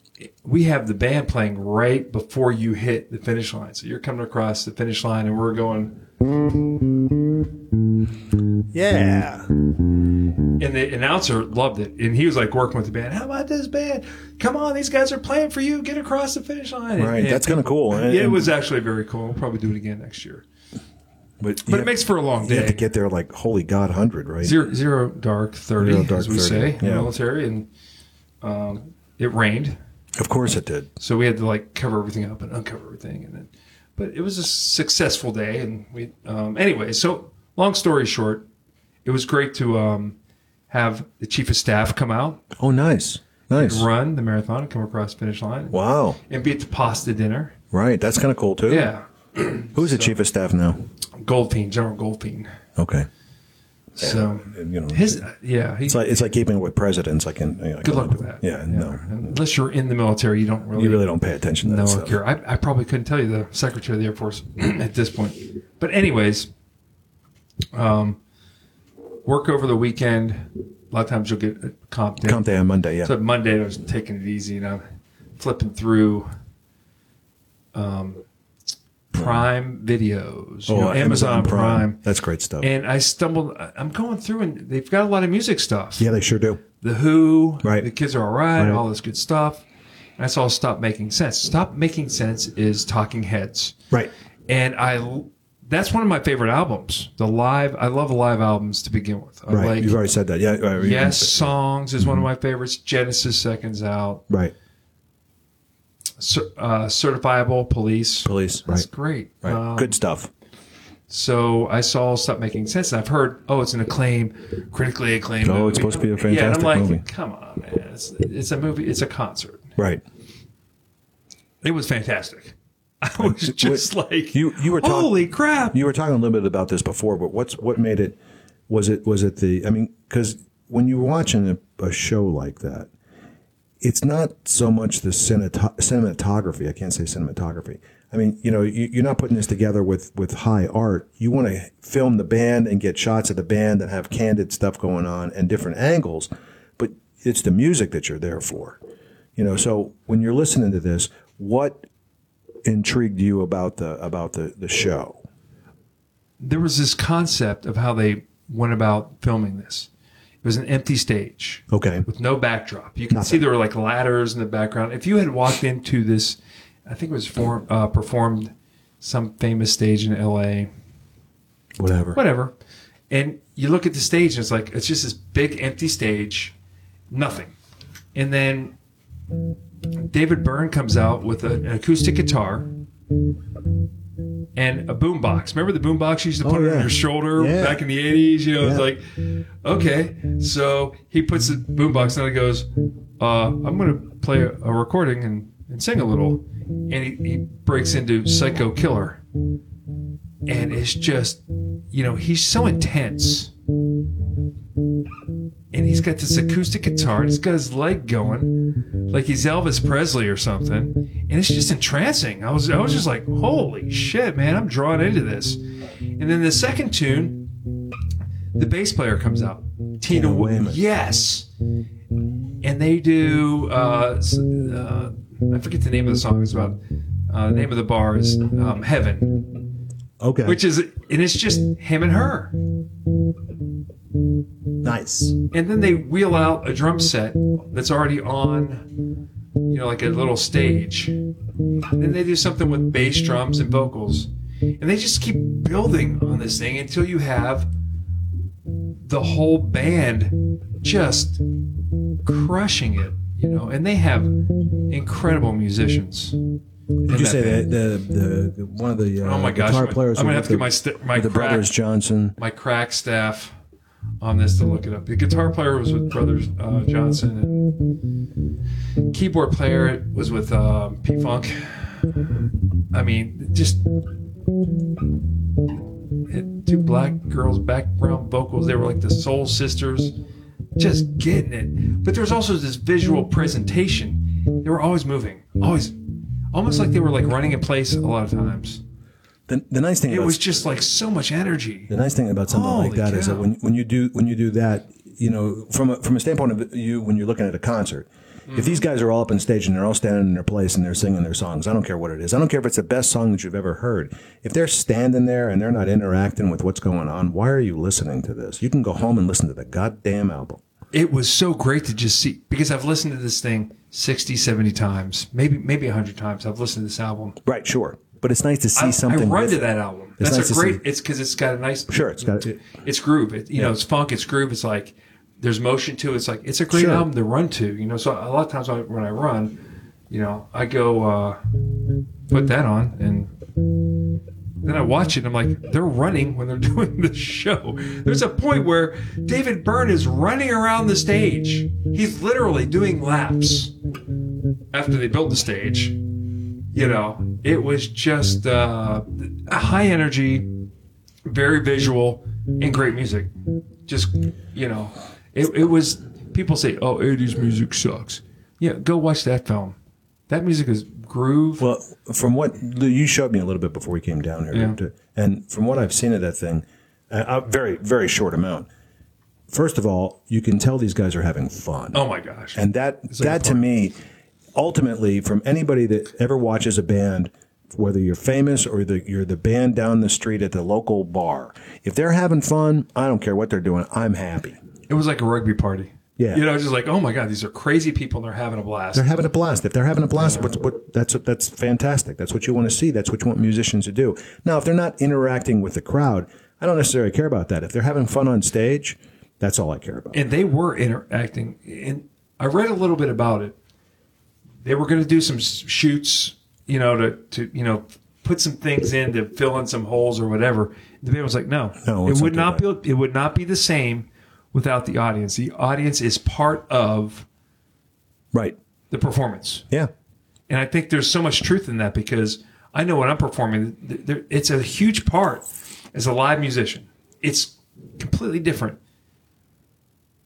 S2: we have the band playing right before you hit the finish line. So you're coming across the finish line, and we're going.
S1: Yeah.
S2: And the announcer loved it, and he was like working with the band. How about this band? Come on, these guys are playing for you. Get across the finish line. And-
S1: Right,
S2: and
S1: that's kind of cool. And-
S2: Yeah, it was actually very cool. We'll probably do it again next year.
S1: but,
S2: But it makes for a long
S1: you
S2: day.
S1: have to get there like holy god 100, right?
S2: zero, zero dark 30,
S1: Zero dark
S2: as we
S1: 30,
S2: say in the
S1: yeah.
S2: military. And um, it rained.
S1: Of course it did.
S2: So we had to like cover everything up and uncover everything. And then, but it was a successful day. And we, um, anyway, so long story short, it was great to um, have the chief of staff come out
S1: Oh, nice,
S2: and
S1: nice.
S2: run the marathon and come across the finish line
S1: Wow,
S2: and be at the pasta dinner.
S1: right? That's kind of cool too.
S2: Yeah.
S1: Who's the chief of staff now?
S2: Goldfein, General Goldfein.
S1: Okay.
S2: So
S1: you know,
S2: his yeah,
S1: uh,
S2: he,
S1: it's like it's like keeping with presidents. I can. You know,
S2: good luck with that.
S1: Yeah, no,
S2: unless you're in the military, you don't really
S1: you really don't pay attention to that
S2: No,
S1: stuff.
S2: Akira. I, I probably couldn't tell you the Secretary of the Air Force at this point. But anyways, um, work over the weekend. A lot of times you'll get a comp day.
S1: Comp day on Monday. Yeah,
S2: So Monday I was taking it easy and I'm flipping through um, Prime videos,
S1: Oh,
S2: you know, Amazon, Prime.
S1: That's great stuff.
S2: And I stumbled. I- I'm going through, and they've got a lot of music stuff.
S1: yeah, they sure do.
S2: The Who,
S1: Right.
S2: The Kids Are All Right,
S1: Right.
S2: all this good stuff. And I saw Stop Making Sense. Stop Making Sense is Talking Heads,
S1: Right.
S2: and I. That's one of my favorite albums. The live, I love live albums to begin with. I
S1: Right.
S2: like
S1: You've already Mm-hmm. said that. Yeah. uh, you-
S2: Yes Songs is one of my favorites. Genesis Seconds Out,
S1: Right.
S2: Cer- uh, Certifiable Police.
S1: Police.
S2: That's
S1: Right.
S2: great.
S1: Right.
S2: Um,
S1: Good stuff.
S2: So I saw Stop Making Sense, and I've heard, oh, it's an acclaim, critically acclaimed.
S1: Oh, it's
S2: movie.
S1: supposed to be a
S2: yeah, and I'm
S1: fantastic
S2: like,
S1: movie.
S2: Come on, man. It's, it's a movie. It's a concert.
S1: Right.
S2: It was fantastic. I was just like,
S1: You you were talking.
S2: holy crap.
S1: You were talking a little bit about this before, but what's what made it? Was it was it the? I mean, because when you're watching a, a show like that, it's not so much the cineto- cinematography. I can't say cinematography. I mean, you know, you, you're not putting this together with with high art. You want to film the band and get shots of the band and have candid stuff going on and different angles, but it's the music that you're there for. You know, so when you're listening to this, what intrigued you about the about the the show?
S2: there was this concept of how they went about filming this. It was an empty stage
S1: Okay.
S2: with no backdrop. You can see there were like ladders in the background. If you had walked into this, I think it was form, uh, performed some famous stage in L.A.
S1: Whatever.
S2: whatever. And you look at the stage, and it's like it's just this big empty stage, nothing. And then David Byrne comes out with a- an acoustic guitar and a boombox. Remember the boombox you used to put
S1: Oh, yeah.
S2: on your shoulder
S1: Yeah.
S2: back in the eighties? You know, it's
S1: Yeah.
S2: like okay. So he puts the boombox, and he goes, uh, "I'm going to play a a recording and, and sing a little." And he, he breaks into "Psycho Killer." and it's just you know he's so intense and he's got this acoustic guitar and he's got his leg going like he's elvis presley or something and it's just entrancing i was i was just like holy shit man i'm drawn into this and then the second tune the bass player comes out tina
S1: Tina
S2: Wa-
S1: Weymouth.
S2: yes and they do uh, s- uh, i forget the name of the song it's about uh, the name of the bar is um, heaven
S1: Okay.
S2: which is and it's just him and her
S1: nice.
S2: and then they wheel out a drum set that's already on you know like a little stage and then they do something with bass drums and vocals and they just keep building on this thing until you have the whole band just crushing it you know and they have incredible musicians
S1: Did you
S2: that
S1: say
S2: band.
S1: that the, the, the one of the uh,
S2: oh my
S1: guitar
S2: gosh I'm gonna-
S1: players?
S2: i'm
S1: were
S2: gonna have to
S1: the,
S2: get my st- my
S1: the
S2: crack-
S1: brothers Johnson.
S2: my crack staff on this to look it up. The guitar player was with Brothers uh, Johnson, and keyboard player was with um, P Funk. I mean, just it- two black girls, background vocals. They were like the Soul Sisters, just getting it. But there was also this visual presentation. They were always moving, always, almost like they were like running in place a lot of times.
S1: The, the nice thing
S2: It
S1: about
S2: was just like so much energy.
S1: the nice thing about something like
S2: Holy
S1: that is that
S2: cow.
S1: when when you do when you do that, you know, from a, from a standpoint of you when you're looking at a concert. If
S2: Mm-hmm.
S1: these guys are all up on stage and they're all standing in their place and they're singing their songs, I don't care what it is. I don't care if it's the best song that you've ever heard. If they're standing there and they're not interacting with what's going on, why are you listening to this? You can go home and listen to the goddamn album.
S2: it was so great to just see because I've listened to this thing 60, 70 times, maybe maybe 100 times. I've listened to this album.
S1: Right, sure. But it's nice to see
S2: I,
S1: something.
S2: I run to
S1: different.
S2: that album.
S1: It's
S2: That's
S1: nice
S2: a
S1: to
S2: great.
S1: see.
S2: It's because it's got a nice.
S1: Sure, it's got it.
S2: It's groove. It, you know, it's funk. It's groove. It's like there's motion to. it. It's like it's a great
S1: Sure.
S2: album to run to. You know, so a lot of times I, when I run, you know, I go uh, put that on and. Then I watch it. and I'm like, they're running when they're doing the show. There's a point where David Byrne is running around the stage. He's literally doing laps after they built the stage you know, it was just uh, high energy, very visual, and great music. just you know, it, it was. People say, "Oh, '80s music sucks." Yeah, go watch that film. That music is groove.
S1: Well, from what you showed me a little bit before we came down here,
S2: Yeah.
S1: to- and from what I've seen of that thing, uh, a very very short amount. First of all, you can tell these guys are having fun,
S2: oh my gosh!
S1: and that
S2: like a
S1: that to me, ultimately, from anybody that ever watches a band. Whether you're famous or the, you're the band down the street at the local bar, if they're having fun, I don't care what they're doing. I'm happy.
S2: it was like a rugby party.
S1: Yeah.
S2: you know, just like, oh my god, these are crazy people, and they're having a blast.
S1: They're having a blast. If they're having a blast, what's what, that's that's fantastic. That's what you want to see. That's what you want musicians to do. Now, if they're not interacting with the crowd, I don't necessarily care about that. If they're having fun on stage, that's all I care about.
S2: and they were interacting. And I read a little bit about it. They were going to do some s- shoots, you know, to, to you know put some things in to fill in some holes or whatever. The band was like, no,
S1: No, let's
S2: it would
S1: not
S2: not
S1: do
S2: be it would not be the same without the audience. The audience is part of
S1: Right?
S2: the performance,
S1: Yeah.
S2: and I think there's so much truth in that because I know when I'm performing, th- there- it's a huge part as a live musician. It's completely different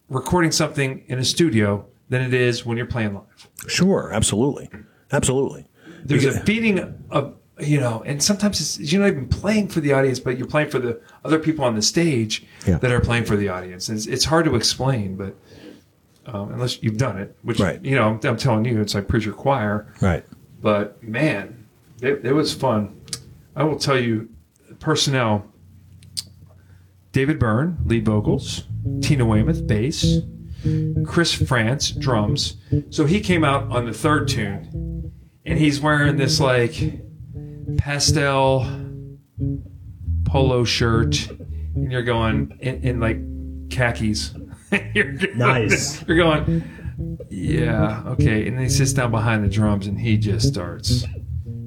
S2: recording something in a studio than it is when you're playing live.
S1: Sure. Absolutely. Absolutely.
S2: There's a feeding of you know, and sometimes it's, you're not even playing for the audience, but you're playing for the other people on the stage
S1: Yeah.
S2: that are playing for the audience. And it's, it's hard to explain, but um, unless you've done it, which
S1: Right.
S2: you know, I'm, I'm telling you, it's like preacher choir.
S1: Right.
S2: But man, it, it was fun. I will tell you, personnel: David Byrne, lead vocals; Tina Weymouth, bass; Chris France, drums. So he came out on the third tune, and he's wearing this like pastel polo shirt, and you're going in, in like khakis. You're going-
S5: Nice.
S2: You're going. Yeah, okay. And then he sits down behind the drums and he just starts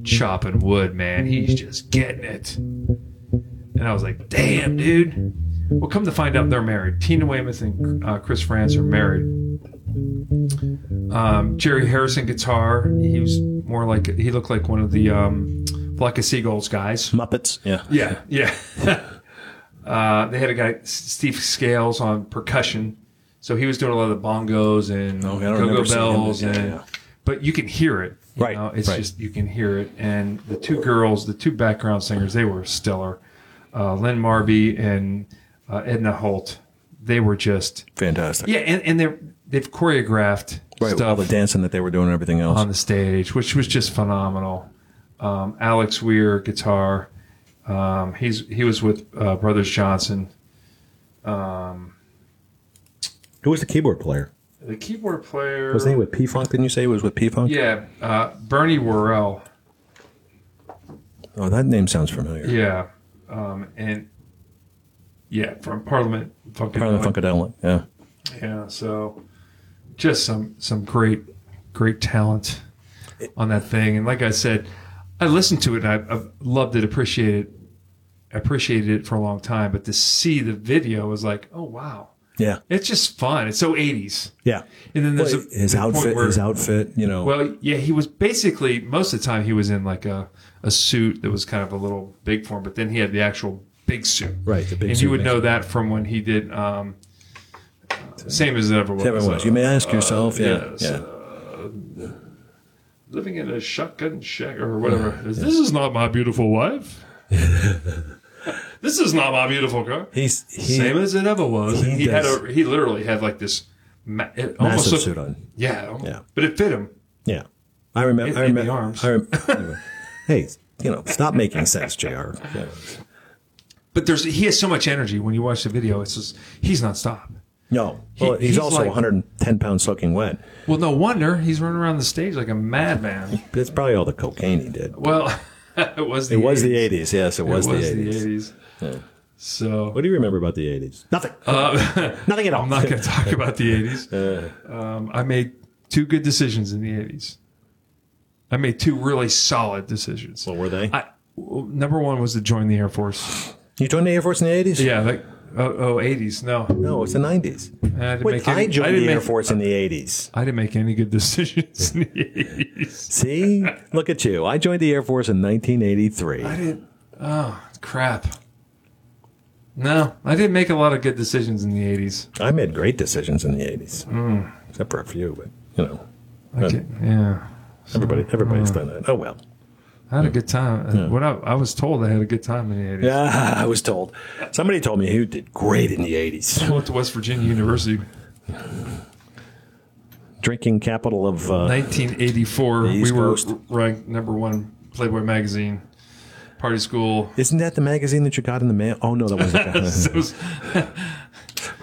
S2: chopping wood, man. He's just getting it. And I was like, damn, dude. Well, come to find out they're married. Tina Weymouth and uh, Chris France are married. Um, Jerry Harrison guitar. He was more like, he looked like one of the um, Flock of Seagulls guys.
S1: Muppets. Yeah.
S2: Yeah, yeah. uh, they had a guy, S- Steve Scales, on percussion, so he was doing a lot of the bongos and
S1: Oh, I don't
S2: go-go
S1: remember seeing him,
S2: bells,
S1: but yeah,
S2: and
S1: yeah.
S2: but you can hear it. you
S1: Right,
S2: know? it's
S1: right.
S2: just you can hear it. And the two girls, the two background singers, they were stellar. Uh, Lynn Marby and uh, Edna Holt, they were just
S1: Fantastic.
S2: yeah, and, and they're they've choreographed
S1: Right. Um, With all
S2: stuff
S1: the dancing that they were doing and everything else.
S2: on the stage, which was just phenomenal. Um, Alex Weir guitar. Um, he's he was with uh, Brothers Johnson.
S1: Who was the keyboard player?
S2: The keyboard player
S1: Was he with P Funk? Didn't you say he was with P Funk?
S2: Yeah, uh, Bernie Worrell.
S1: Oh, that name sounds familiar.
S2: Yeah, um, and yeah, from Parliament. Fucking
S1: Probably
S2: Parliament.
S1: Funkadelic. Yeah.
S2: Yeah, so just some some great great talent on that thing. And like I said, I listened to it and I, I've loved it, appreciated it, appreciated it for a long time. But to see the video was like, oh wow,
S1: Yeah.
S2: it's just fun. It's so eighties.
S1: Yeah.
S2: And then there's
S1: Well,
S2: a,
S1: his
S2: the point
S1: outfit.
S2: where-
S1: His outfit. You know.
S2: Well, yeah, he was basically most of the time he was in like a a suit that was kind of a little big for him, but then he had the actual big suit.
S1: Right, the big
S2: and
S1: suit
S2: you would
S1: makes
S2: know that from when he did. Um, same as it ever was.
S1: Kevin was. You may ask yourself. yeah.
S2: Uh, yes,
S1: Yeah.
S2: living in a shotgun shack or whatever. This is not my beautiful wife. this is not my beautiful car.
S1: He's he,
S2: Same as it ever was.
S1: he
S2: He, had
S1: does.
S2: a he literally had like this ma- it almost
S1: massive
S2: looked,
S1: suit on.
S2: Yeah,
S1: Yeah.
S2: but it fit him.
S1: Yeah, I remember.
S2: In-
S1: I
S2: in
S1: remember.
S2: the arms.
S1: I rem- anyway. hey, you know, stop making sense, Jr. Yeah.
S2: But there's he has so much energy when you watch the video. It's just he's nonstop.
S1: No, well, he's,
S2: he's
S1: also
S2: like-
S1: 110 pounds soaking wet.
S2: Well, no wonder he's running around the stage like a madman.
S1: That's probably all the cocaine he did.
S2: Well, it was the
S1: It was the 80s. Yes, it was,
S2: It was
S1: the 80s.
S2: the 80s. So
S1: What do you remember about the 80s? Nothing. Nothing at all.
S2: Uh, I'm not going to talk about the 80s. Um, I made two good decisions in the 80s. I made two really solid decisions.
S1: what were they?
S2: I, w- number one was to join the Air Force.
S1: you joined the Air Force in the 80s?
S2: Yeah, like, oh, oh 80s. No.
S1: No, it's the 90s.
S2: I, didn't
S1: Wait,
S2: make
S1: I
S2: any,
S1: joined
S2: didn't
S1: the Air
S2: make-
S1: Force in the 80s.
S2: I didn't make any good decisions in the 80s.
S1: See? Look at you. I joined the Air Force in 1983.
S2: I didn't. Oh, crap. No, I didn't make a lot of good decisions in the 80s.
S1: I made great decisions in the 80s, except for a few, but you know,
S2: I did- yeah.
S1: everybody everybody's done that. Oh well.
S2: I had a good time. What I, I was told I had a good time in the 80s.
S1: Yeah, Ah, I was told. Somebody told me you did great in the 80s.
S2: I went to West Virginia University,
S1: Drinking capital of uh,
S2: 1984.
S1: East
S2: We were
S1: Coast.
S2: ranked number one Playboy magazine, party school.
S1: Isn't that the magazine that you got in the mail? Oh no, that wasn't.
S2: So it was-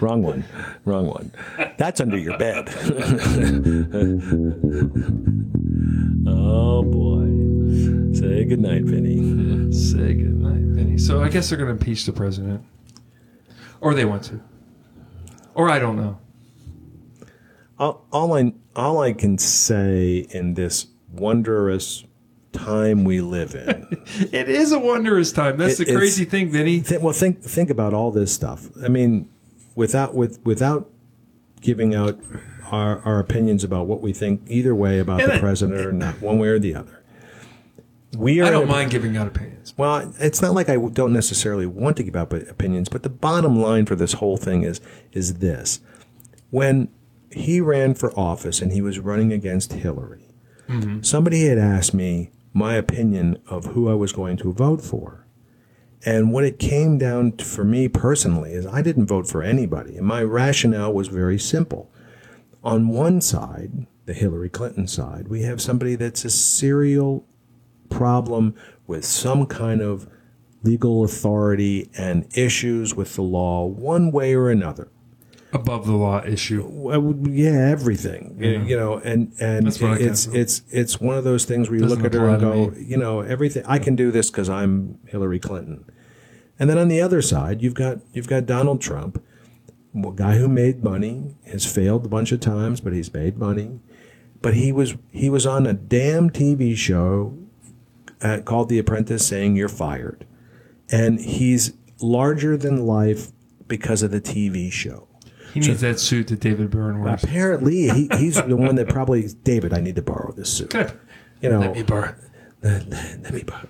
S1: Wrong one. Wrong one. That's under your bed. oh boy. Say goodnight, Vinny.
S2: Say goodnight, Vinny. So I guess they're going to impeach the president. Or they want to. Or I don't know.
S1: All, all I all I can say in this wondrous time we live in.
S2: It is a wondrous time. That's
S1: It-
S2: the crazy
S1: it's-
S2: thing, Vinny.
S1: Thi- well, think think about all this stuff. I mean, without with without giving out our, our opinions about what we think either way about
S2: And
S1: the
S2: I-
S1: president or not, one way or the other. We are
S2: I
S1: in a-
S2: don't mind giving out opinions.
S1: Well, it's not like I don't necessarily want to give out opinions, but the bottom line for this whole thing is is this: when he ran for office and he was running against Hillary, somebody had asked me my opinion of who I was going to vote for, and what it came down to for me personally is I didn't vote for anybody, and my rationale was very simple. On one side, the Hillary Clinton side, we have somebody that's a serial problem with some kind of legal authority and issues with the law one way or another.
S2: Above the law issue.
S1: Well, I would- yeah, everything. You know, and and
S2: That's what I came
S1: it's
S2: from.
S1: it's it's one of those things where you
S2: Doesn't
S1: look at her and
S2: apply to
S1: go, you know, everything I can do this cuz I'm Hillary Clinton. And then on the other side, you've got you've got Donald Trump, a guy who made money, has failed a bunch of times, but he's made money. But he was he was on a damn TV show uh, called The Apprentice saying you're fired. And he's larger than life because of the TV show.
S2: He needs that suit that David Byrne wears.
S1: Apparently, he, he's the one that probably David. I need to borrow this suit.
S2: Good.
S1: You know,
S2: Let me borrow.
S1: let me borrow-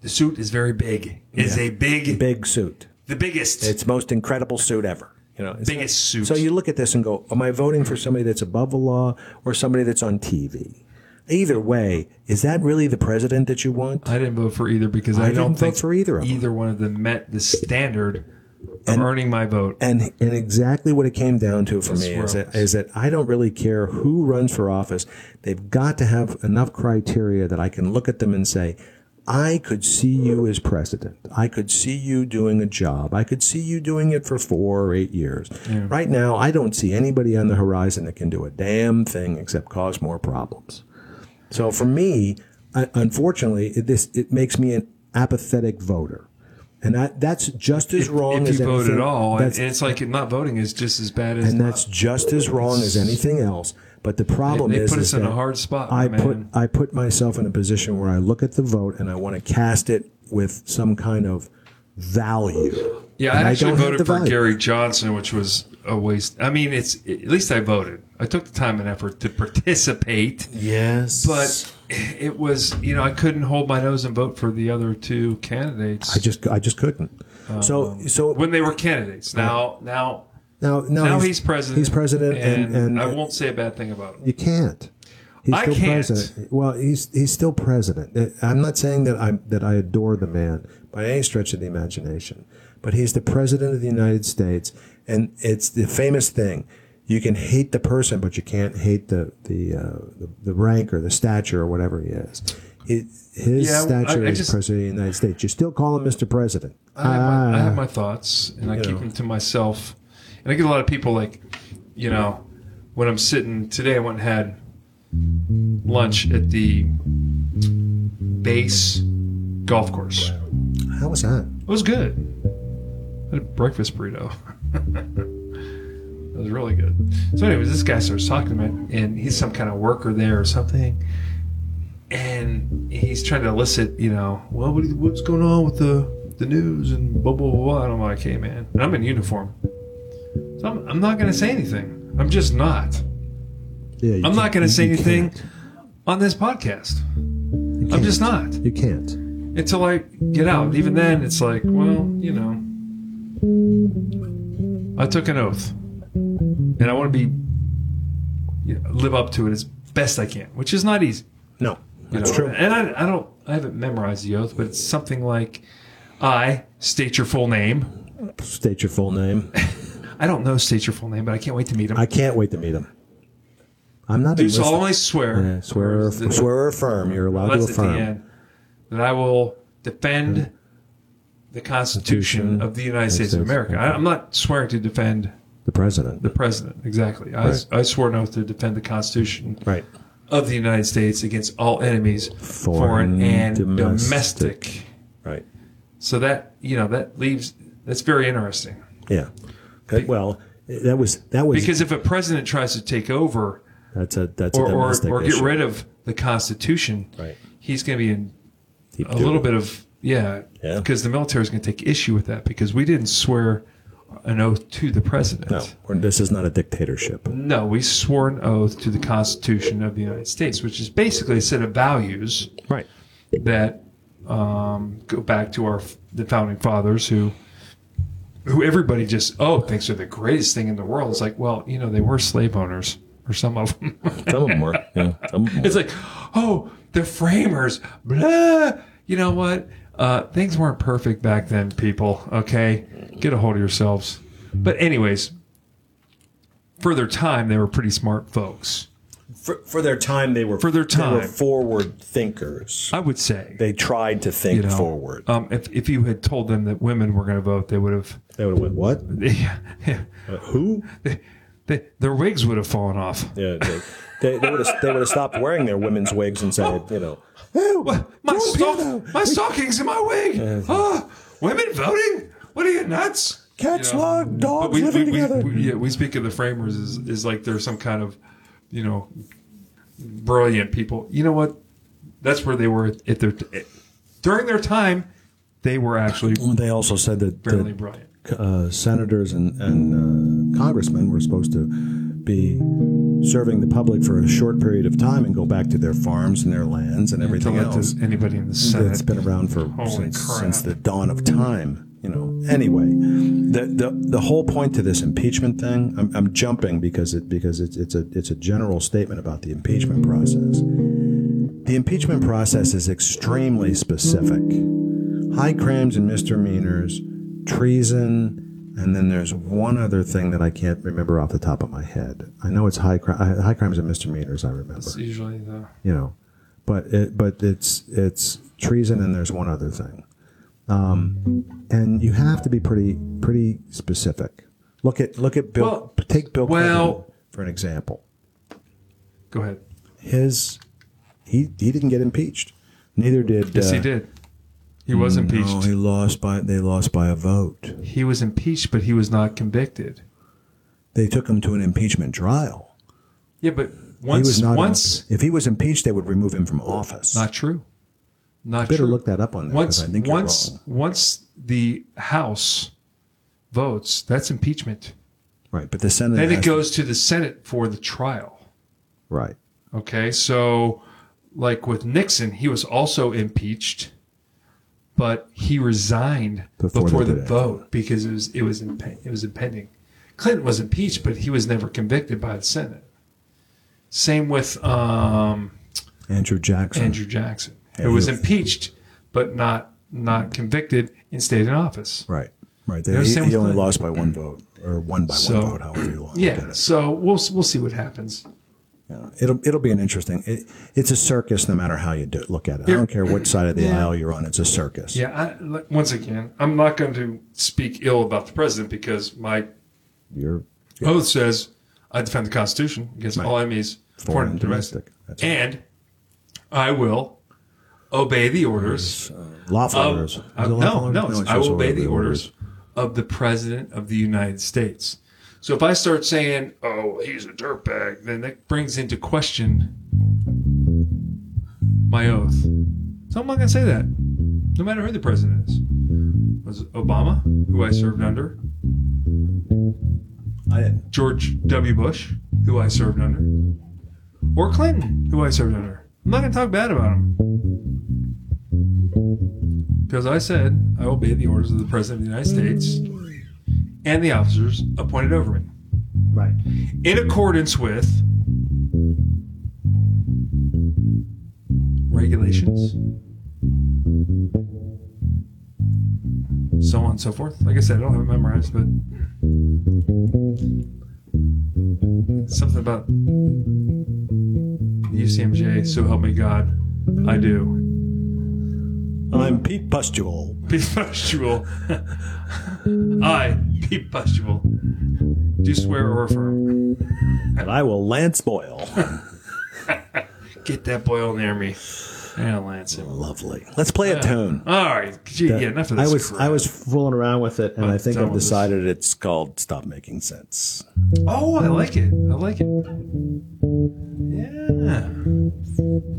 S2: The suit is very big. It's a big,
S1: big suit.
S2: the biggest,
S1: It's most incredible suit ever. You know, it's-
S2: biggest suit.
S1: so you look at this and go, "Am I voting for somebody that's above the law or somebody that's on TV?" Either way, is that really the president that you want?
S2: I didn't vote for either because I,
S1: didn't
S2: don't
S1: vote
S2: think
S1: for either of them.
S2: either one of them met the standard of earning my vote.
S1: And and exactly what it came down to for me is
S2: where I
S1: that is that I don't really care who runs for office. They've got to have enough criteria that I can look at them and say, I could see you as president. I could see you doing a job. I could see you doing it for four or eight years. Right now, I don't see anybody on the horizon that can do a damn thing except cause more problems. So for me, I, unfortunately, it, this it makes me an apathetic voter, and I, that's just as wrong
S2: if
S1: as
S2: you vote
S1: anything-
S2: at all, and
S1: That's,
S2: it's like not voting is just as bad as
S1: and that's just as wrong as anything else. But the problem
S2: they
S1: is,
S2: put
S1: is
S2: us in a
S1: that
S2: hard spot.
S1: I
S2: man.
S1: put I put myself in a position where I look at the vote and I want to cast it with some kind of value.
S2: Yeah,
S1: And
S2: I
S1: I
S2: actually
S1: don't have
S2: voted
S1: the
S2: for
S1: vote.
S2: Gary Johnson, which was a waste. I mean, it's at least I voted. I took the time and effort to participate,
S1: Yes,
S2: but it was you know I couldn't hold my nose and vote for the other two candidates
S1: I just I just couldn't. so so
S2: when they were candidates. Now, now,
S1: now now,
S2: now he's, president.
S1: He's president, and, and,
S2: I won't say a bad thing about him.
S1: You can't. He's
S2: I can't.
S1: president. Well, he's he's still president. Uh, I'm not saying that I that I adore the man by any stretch of the imagination, but he's the president of the United States, and it's the famous thing: you can hate the person, but you can't hate the the uh, the, the rank or the stature or whatever he is. He- his
S2: Yeah, I-
S1: stature
S2: I
S1: is
S2: just-
S1: president of the United States. You still call him Mr. President.
S2: I have, my, I
S1: Ah.
S2: have my thoughts and I keep
S1: know.
S2: them to myself. And I get a lot of people like, you know, when I'm sitting today, I went and had lunch at the base golf course.
S1: How was that?
S2: It was good. I had a breakfast burrito. it was really good. So, anyways, this guy starts talking to me, and he's some kind of worker there or something. And he's trying to elicit, you know, well, what, what's going on with the, the news and blah, blah, blah, blah. And I'm like, hey, man. And I'm in uniform. So, I'm, I'm not going to say anything. I'm just not.
S1: Yeah, you
S2: I'm
S1: can't-
S2: not going to
S1: you-
S2: say
S1: you
S2: anything
S1: can't.
S2: on this podcast.
S1: You
S2: I'm
S1: can't.
S2: just not
S1: You can't.
S2: until I get out. Even then, it's like, well, you know, I took an oath, and I want to be you know, live up to it as best I can, which is not easy.
S1: No,
S2: you
S1: that's
S2: know?
S1: true.
S2: And I, I don't, I haven't memorized the oath, but it's something like, "I state your full name."
S1: State your full name.
S2: I don't know state your full name, but I can't wait to meet him.
S1: I can't wait to meet him. I'm not.
S2: do
S1: enlisted.
S2: solemnly swear,
S1: Yeah, swear, or,
S2: That's-
S1: swear or affirm. You're allowed
S2: that's
S1: to
S2: at the
S1: affirm.
S2: end, that I will defend the Constitution
S1: Constitution
S2: of the United States of America. I, I'm not swearing to defend
S1: The president.
S2: the president exactly. I,
S1: Right.
S2: I swore an oath to defend the Constitution
S1: right.
S2: of the United States against all enemies, foreign,
S1: Foreign,
S2: and domestic.
S1: domestic. Right.
S2: So that you know that leaves that's very interesting
S1: Yeah. Okay, well, that was that was
S2: because if a president tries to take over
S1: that's a that's
S2: or
S1: a
S2: or,
S1: domestic
S2: or get
S1: issue.
S2: rid of the Constitution,
S1: Right.
S2: he's going to be in
S1: Keep
S2: a
S1: doing
S2: little
S1: it.
S2: bit of yeah
S1: Yeah.
S2: because the military is going to take issue with that because we didn't swear an oath to the president.
S1: No, we're- this is not a dictatorship.
S2: No, we swore an oath to the Constitution of the United States, which is basically a set of values
S1: Right.
S2: that um, go back to our the founding fathers who who everybody just oh thinks are the greatest thing in the world. It's like well you know they were slave owners or some of them.
S1: Some of them were. Yeah. Some of them
S2: it's like oh the framers blah. You know what? Uh, things weren't perfect back then, people. Okay, get a hold of yourselves. But anyways, for their time they were pretty smart folks.
S1: for, for their time, they were
S2: For their
S1: they were
S2: time.
S1: forward thinkers.
S2: I would say.
S1: They tried to think
S2: you know,
S1: forward.
S2: Um, if, if you had told them that women were going to vote, they would have
S1: They would have went what?
S2: yeah,
S1: Who?
S2: they, their wigs would have fallen off.
S1: Yeah, they, they, they would have they would have stopped wearing their women's wigs and said, you know, "Oh,
S2: My,
S1: Joe
S2: stock,
S1: Piano,
S2: my stockings and my wig. Oh, women voting? What are you nuts?
S1: cats,
S2: You know,
S1: log,
S2: But
S1: dogs
S2: we,
S1: living
S2: we, we,
S1: together."
S2: we- yeah, we speak of the framers as, as like they're some kind of, you know, brilliant people. You know what? That's where they were at, at their during their time. They were actually
S1: they also said that,
S2: fairly
S1: that
S2: brilliant.
S1: uh, senators and, and uh, congressmen were supposed to be serving the public for a short period of time and go back to their farms and their lands and
S2: To
S1: everything
S2: let
S1: else.
S2: this, anybody in the
S1: that's
S2: Senate
S1: been around for
S2: Holy
S1: since,
S2: crap.
S1: since the dawn of time. You know. Anyway, the, the the whole point to this impeachment thing, I'm, I'm jumping because it because it's it's a it's a general statement about the impeachment process. The impeachment process is extremely specific. High crimes and misdemeanors, treason, and then there's one other thing that I can't remember off the top of my head. I know it's high crime, high crimes and misdemeanors. I remember
S2: It's usually uh, the
S1: you know but it, but it's it's treason and there's one other thing um, and you have to be pretty pretty specific look at look at bill
S2: Well,
S1: take bill
S2: well-
S1: Clinton for an example
S2: go ahead.
S1: his he he didn't get impeached neither did
S2: Yes, he
S1: uh,
S2: did. He was impeached.
S1: Mm, no, he lost by they lost by a vote
S2: He was impeached, but he was not convicted.
S1: they took him to an impeachment trial
S2: Yeah, but
S1: he
S2: once,
S1: was not
S2: once,
S1: if he was impeached they would remove him from office
S2: not true. Not
S1: better
S2: true.
S1: look that up on there 'cause
S2: once,
S1: I think you're
S2: once,
S1: wrong.
S2: once the House votes, that's impeachment.
S1: right but the senate
S2: Then
S1: has
S2: it
S1: to-
S2: goes to the Senate for the trial.
S1: right
S2: Okay, so like with Nixon, he was also impeached, but he resigned
S1: Before
S2: before,
S1: they
S2: the
S1: did it.
S2: vote because it was it was impe- it was impending. Clinton was impeached, but he was never convicted by the Senate. Same with um,
S1: Andrew Jackson
S2: Andrew Jackson,
S1: Yeah,
S2: who was
S1: he was-
S2: impeached but not not convicted and stayed in office.
S1: Right. Right.
S2: They're the
S1: he,
S2: same
S1: he only
S2: thing.
S1: lost by one vote or one by
S2: So-
S1: one vote, however you want to look
S2: Yeah,
S1: at it.
S2: so we'll we'll see what happens.
S1: Yeah. It'll it'll be an interesting. It, it's a circus, no matter how you do, look at it. I don't care what side of the aisle you're on. It's a circus.
S2: Yeah, I, like, once again, I'm not going to speak ill about the president because my
S1: You're
S2: oath says I defend the Constitution against all enemies,
S1: foreign
S2: foreign
S1: and
S2: and domestic,
S1: domestic. That's
S2: and I will obey the orders.
S1: lawful
S2: of,
S1: orders. Is
S2: uh,
S1: it lawful
S2: no,
S1: orders?
S2: no, it's-
S1: it's
S2: I
S1: just
S2: will obey
S1: order-
S2: the orders of the president of the United States. So if I start saying, "Oh, he's a dirtbag," then that brings into question my oath. So I'm not going to say that, no matter who the president is. Was it Obama, who I served under,
S1: I didn't.
S2: George W. Bush, who I served under, or Clinton, who I served under. I'm not going to talk bad about him. Because I said I obeyed the orders of the President of the United States and the officers appointed over me
S1: Right.
S2: in accordance with regulations, so on and so forth. Like I said, I don't have it memorized, but something about UCMJ, so help me God, I do.
S1: I'm Pete Pustule.
S2: Be pustual. I, be pustual. Do swear or affirm.
S1: And I will Lance Boyle.
S2: Get that boil near me. Yeah, Lance him.
S1: Lovely. Let's play a tune.
S2: All right. Gee, Uh, yeah, enough of
S1: I
S2: this.
S1: was
S2: crap.
S1: I was fooling around with it, and I think
S2: done
S1: I've
S2: with this.
S1: decided it's called "Stop Making Sense."
S2: Oh, I like it. I like it. Yeah.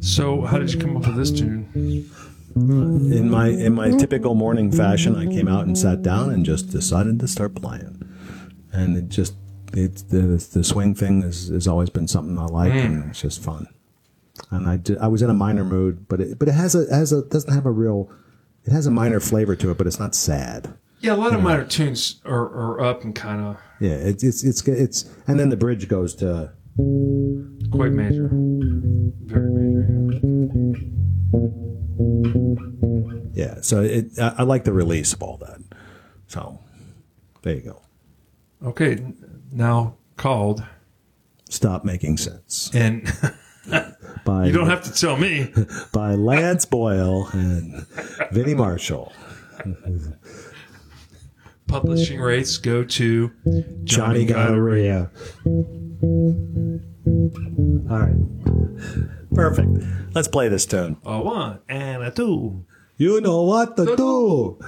S2: So, how did you come up with this tune?
S1: In my in my
S2: Mm-hmm.
S1: typical morning fashion, I came out and sat down and just decided to start playing, and it just it's the the swing thing has, has always been something I like,
S2: Mm.
S1: and it's just fun. And I, did, I was in a minor mood, but it, but it has a has a doesn't have a real it has a minor flavor to it, but it's not sad.
S2: Yeah, a lot of minor tunes are, are up and kind of
S1: Yeah, it's it's it's it's and then the bridge goes to
S2: quite major. Very major. yeah.
S1: yeah. So it I, I like the release of all that. So there you go.
S2: Okay, n- now called.
S1: Stop making sense.
S2: And
S1: By
S2: you don't have to tell me.
S1: by Lance Boyle and Vinnie Marshall.
S2: publishing rates go to
S1: Johnny Gonorrhea. All right. Perfect. Let's play this tune.
S2: a one and a two.
S1: You know what to do.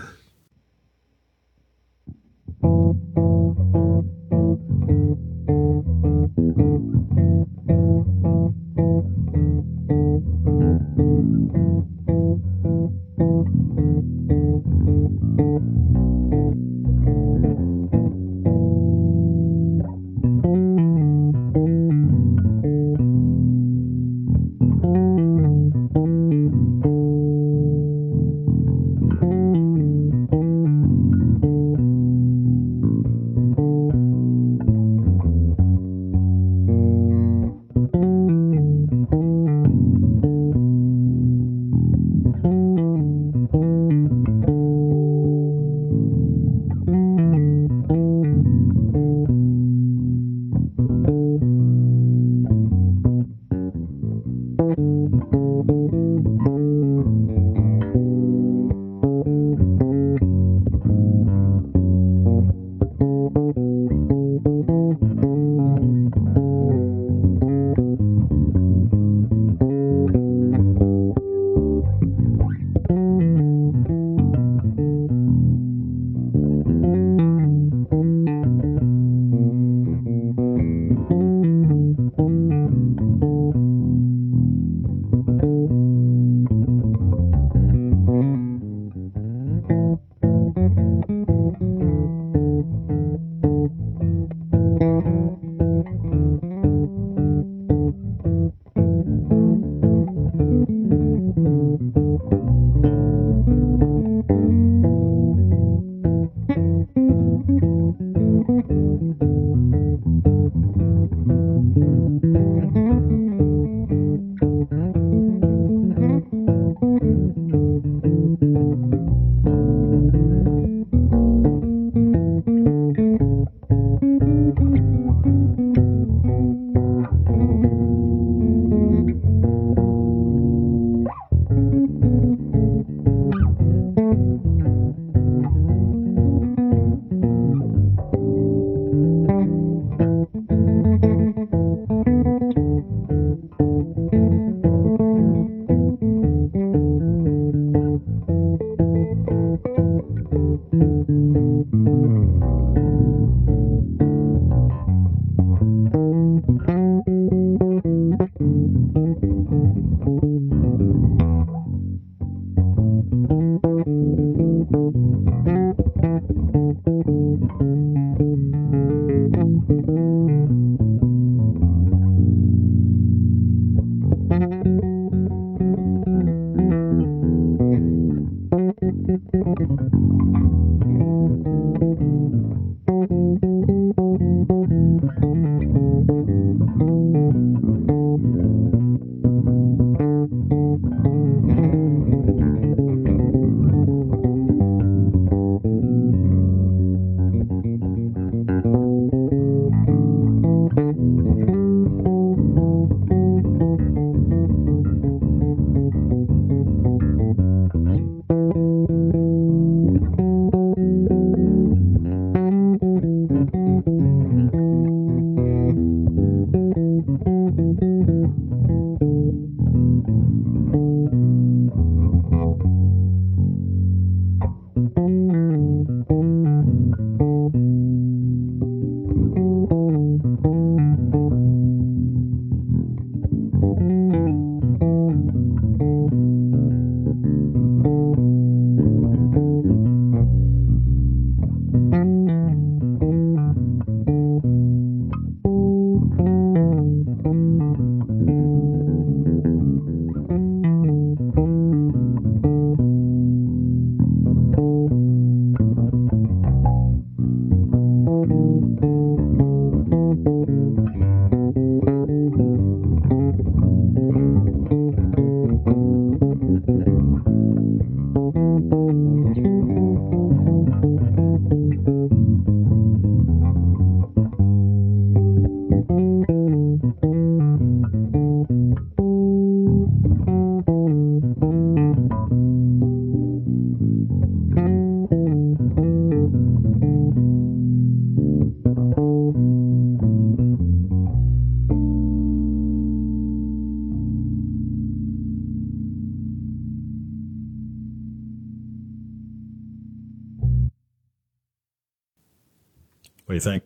S1: What do you think?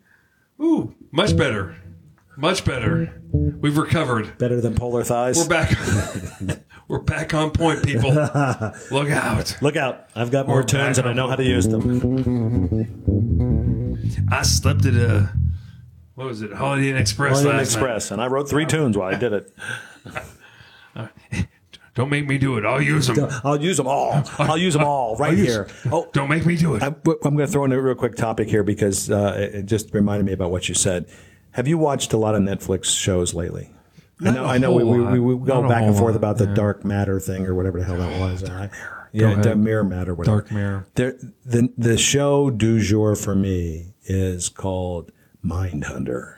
S2: Ooh, much better. Much better. We've recovered.
S1: Better than polar thighs?
S2: We're back. We're back on point, people. Look out.
S1: Look out. I've got more
S2: We're
S1: tunes
S2: back
S1: and I know
S2: on-
S1: how to use them.
S2: I slept at a, what was it, Holiday Inn Express
S1: Holiday Inn
S2: last night.
S1: Express. And I wrote three tunes while I did it.
S2: Don't make me do it. I'll use them.
S1: I'll use them all. I'll use them all right here. Oh,
S2: Don't make me do it.
S1: I, am going to throw in a real quick topic here because uh, it it just reminded me about what you said. Have you watched a lot of Netflix shows lately? I
S2: Not
S1: know,
S2: a
S1: I know we,
S2: whole
S1: we, we,
S2: lot.
S1: we go
S2: Not a
S1: back and
S2: whole
S1: forth
S2: lot,
S1: about the dark matter thing or whatever the hell that was. I- yeah,
S2: ahead.
S1: dark mirror matter. Whatever.
S2: Dark mirror.
S1: There, the, the show du jour for me is called Mindhunter.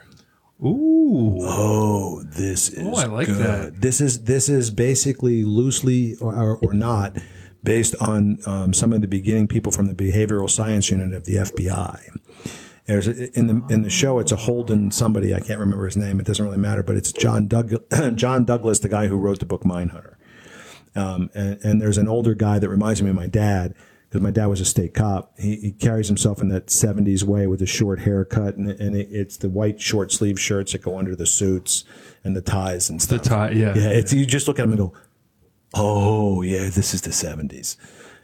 S2: Ooh.
S1: Oh, this is
S2: I like
S1: good.
S2: that.
S1: This is this is basically loosely or, or, or not based on um, some of the beginning people from the behavioral science unit of the FBI. There's a, in the in the show it's a Holden somebody I can't remember his name. It doesn't really matter, but it's John Doug, John Douglas, the guy who wrote the book Mindhunter. Um, and, and there's an older guy that reminds me of my dad because my dad was a state cop. He, he carries himself in that 70s way with a short haircut, and, and it, it's the white short sleeve shirts that go under the suits and the ties and
S2: The
S1: stuff.
S2: tie, yeah.
S1: Yeah, it's, you just look at him and go, oh, yeah, this is the 70s.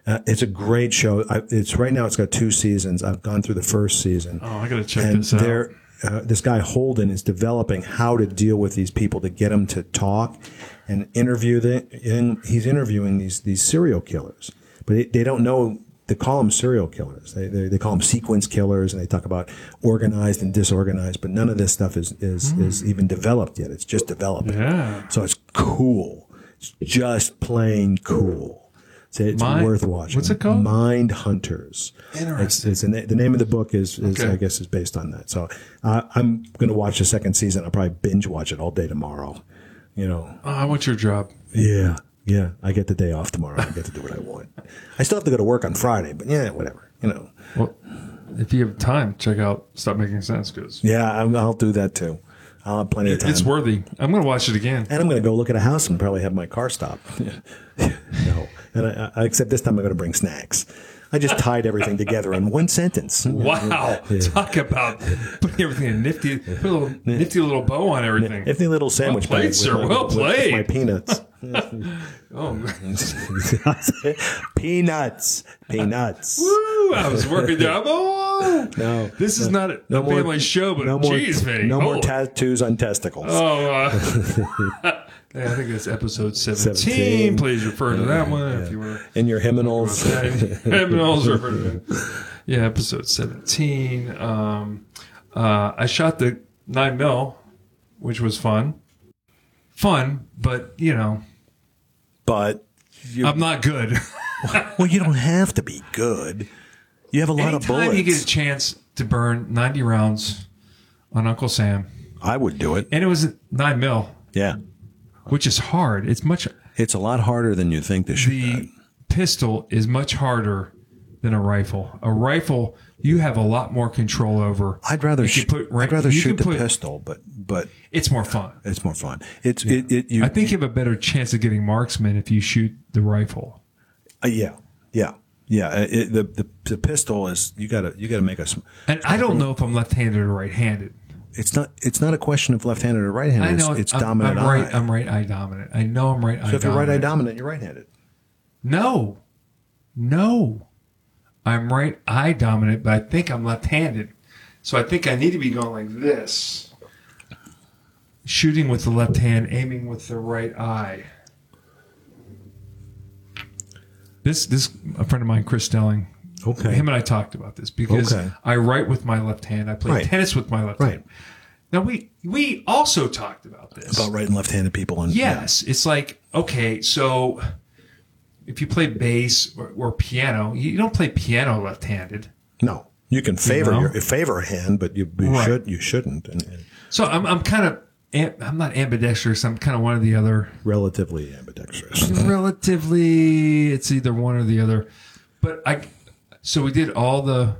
S1: Uh, it's a great show. I, it's right now. It's got two seasons. I've gone through the first season
S2: Oh, I gotta check
S1: and
S2: this out.
S1: they're- Uh, this guy Holden is developing how to deal with these people to get them to talk and interview them. And he's interviewing these these serial killers, but it, they don't know. They call them serial killers. They, they, they call them sequence killers, and they talk about organized and disorganized. But none of this stuff is is, is even developed yet. It's just developing.
S2: Hmm. Yeah.
S1: So it's cool. It's just plain cool. So it's
S2: Mind-
S1: worth watching.
S2: what's it called?
S1: Mind Hunters. It's,
S2: Interesting.
S1: it's the, na- the name of the book is, is
S2: Okay.
S1: I guess, is based on that. So uh, I'm going to watch the second season. I'll probably binge watch it all day tomorrow. You know,
S2: Oh, I want your job.
S1: yeah, yeah. I get the day off tomorrow. I get to do what I want. I still have to go to work on Friday, but yeah, whatever. You know,
S2: Well, if you have time, check out Stop Making Sense because
S1: yeah, I'm, I'll do that too. I'll have plenty of time.
S2: it's worthy. I'm gonna watch it again.
S1: and I'm going to go look at a house and probably have my car stop. no, and I, I, except this time I'm going to bring snacks. I just tied everything together in one sentence.
S2: Wow, talk about putting everything in nifty, put a little nifty little bow on everything.
S1: If the little sandwich
S2: Well played,
S1: bag with
S2: sir.
S1: my-
S2: Well
S1: with- with
S2: played.
S1: my peanuts.
S2: oh,
S1: peanuts, peanuts.
S2: woo, I was worried there. I'm, oh,
S1: No,
S2: this is not a, a family show, but
S1: no more,
S2: geez, Vinny, Oh.
S1: no more
S2: holy-
S1: tattoos on testicles.
S2: Oh, uh, I think that's episode 17.
S6: 17.
S2: Please refer to that one if you were.
S6: in your hymnals.
S2: Criminals refer to that. Yeah, episode 17. Um, uh, I shot the 9 mil, which was fun. Fun, but, you know,
S1: But
S2: I'm not good.
S1: well, you don't have to be good. You have a lot of
S2: Anytime
S1: bullets.
S2: you get a chance to burn 90 rounds on Uncle Sam,
S1: I would do it.
S2: and it was 9 mil,
S1: Yeah,
S2: which is hard. It's much.
S1: it's a lot harder than you think to shoot. that.
S2: the pistol is much harder than a rifle. A rifle, you have a lot more control over.
S1: I'd rather
S2: You
S1: shoot.
S2: could put-
S1: I'd rather
S2: you
S1: shoot
S2: could
S1: the
S2: put-
S1: pistol, but but
S2: It's more fun.
S1: it's more fun. It's it, it you
S2: I think you have a better chance of getting marksman if you shoot the rifle.
S1: uh, yeah yeah yeah. uh, It, the, the the pistol is you gotta you gotta make a. sm-
S2: And I don't know if I'm left-handed or right-handed.
S1: It's not it's not a question of left handed or right handed.
S2: I
S1: It's,
S2: know
S1: it's
S2: I'm,
S1: dominant
S2: I'm right.
S1: eye.
S2: I'm right eye dominant. I know I'm right eye.
S1: so if you're right
S2: dominant.
S1: eye dominant, you're right handed.
S2: No, no, I'm right eye dominant, but I think I'm left-handed, so I think I need to be going like this, shooting with the left hand, aiming with the right eye. This this a friend of mine, Chris Stelling.
S1: Okay.
S2: Him and I talked about this because
S1: Okay.
S2: I write with my left hand. I play
S1: Right.
S2: tennis with my left
S1: Right.
S2: hand. Now we we also talked about this.
S1: About right and left handed people and
S2: Yes, it's like okay, so if you play bass or, or piano, you don't play piano left-handed.
S1: No, you can favor
S2: know?
S1: your favor a hand, but you, you
S2: Right.
S1: should you shouldn't. And, and
S2: So I'm I'm kind of am- I'm not ambidextrous. I'm kind of one or the other.
S1: relatively ambidextrous.
S2: Relatively, it's either one or the other. But I, so we did all the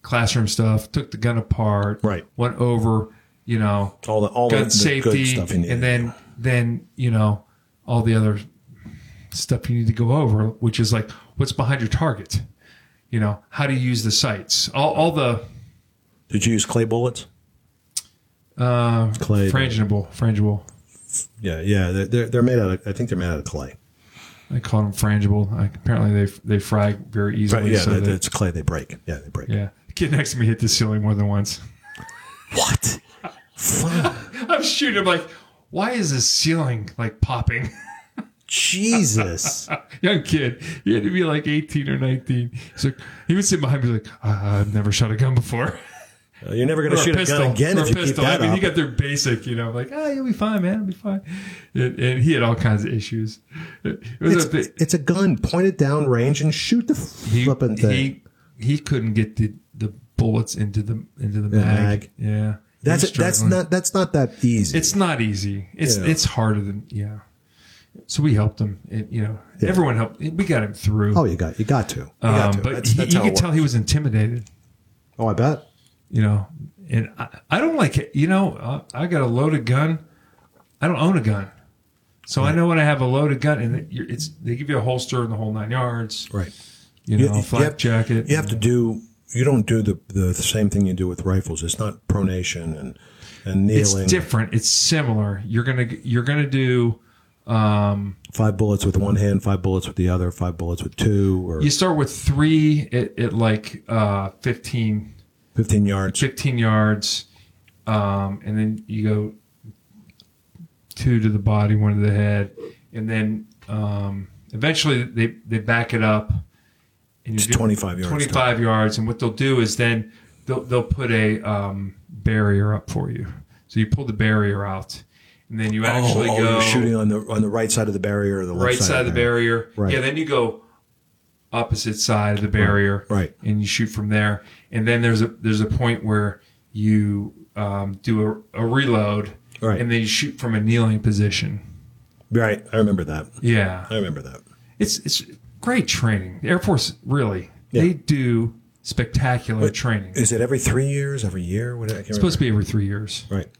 S2: classroom stuff. Took the gun apart.
S1: Right.
S2: Went over. You know,
S1: All the all the,
S2: gun
S1: the good
S2: safety,
S1: stuff you need.
S2: and then then you know all the other stuff you need to go over, which is like what's behind your target, you know, how to use the sights, all, all the
S1: Did you use clay bullets?
S2: uh,
S6: Clay.
S2: frangible, frangible.
S1: Yeah, yeah. They're- They're they're made out of I think they're made out of clay.
S2: I call them frangible. I, apparently, they they fry very easily.
S1: yeah,
S2: so
S1: that-
S2: that-
S1: it's clay. They break. Yeah, they break.
S2: yeah. The Kid next to me hit the ceiling more than once.
S1: What? Fuck.
S2: I'm shooting. I'm like, why is this ceiling like popping?
S1: Jesus.
S2: young kid. He had to be like 18 or 19. He's like, he would sit behind me like, uh, I've never shot a gun before.
S1: Uh, You're never going
S2: Or
S1: to shoot a gun again
S2: or
S1: if you keep that
S2: I mean,
S1: up.
S2: he got their basic, you know, like, ah, you'll be fine, man. I'll be fine. And, and he had all kinds of issues. It was a
S1: it's,
S2: bit,
S1: it's a gun. Point it down range and shoot the
S2: he,
S1: flipping thing.
S2: he, he couldn't get the, the bullets into the, into the mag.
S1: mag.
S2: Yeah. He
S1: that's
S2: was
S1: that's
S2: struggling.
S1: not that's not that easy.
S2: it's not easy. It's,
S1: Yeah.
S2: it's harder than, yeah. So we helped him, and you know, everyone helped. We got him through.
S6: Oh,
S1: oh, you got you got to. You got to.
S2: um, but
S1: that's,
S2: he-
S1: that's
S2: you
S1: how it
S2: could tell
S1: works.
S2: he was intimidated.
S6: Oh, I bet.
S2: you know and i, I don't like it you know I, I got a loaded gun i don't own a gun so i know when i have a loaded gun and it- you're, it's they give you a holster and the whole nine yards
S1: Right.
S2: you
S1: You-
S2: know
S1: you
S2: flak
S1: have-
S2: jacket
S1: You have to do. You don't do the, the same thing you do with rifles. It's not pronation and and
S2: it's
S1: kneeling.
S2: different it's similar you're gonna you're gonna do
S1: five bullets with one hand, five bullets with the other, five bullets with two or
S2: you start with three at, at like uh 15
S1: fifteen yards.
S2: 15 yards um, and then you go two to the body one to the head and then um, eventually they, they back it up and you
S1: It's 25 yards
S2: 25 yards and what they'll do is then they'll, they'll put a um, barrier up for you so you pull the barrier out and then you actually
S1: oh,
S2: go
S1: you're shooting on the on the right side of the barrier or the left
S2: right side of the barrier.
S1: Right.
S2: Yeah, then you go opposite side of the barrier.
S1: Right.
S2: And you shoot from there. And then there's a there's a point where you um, do a, a reload.
S1: Right.
S2: And then you shoot from a kneeling position.
S1: Right, I remember that.
S2: Yeah.
S1: I remember that.
S2: It's it's great training. The Air Force really they do spectacular training. It's
S1: Is it every three years? Every year? What, I can't
S2: supposed to be every three years.
S1: remember. right.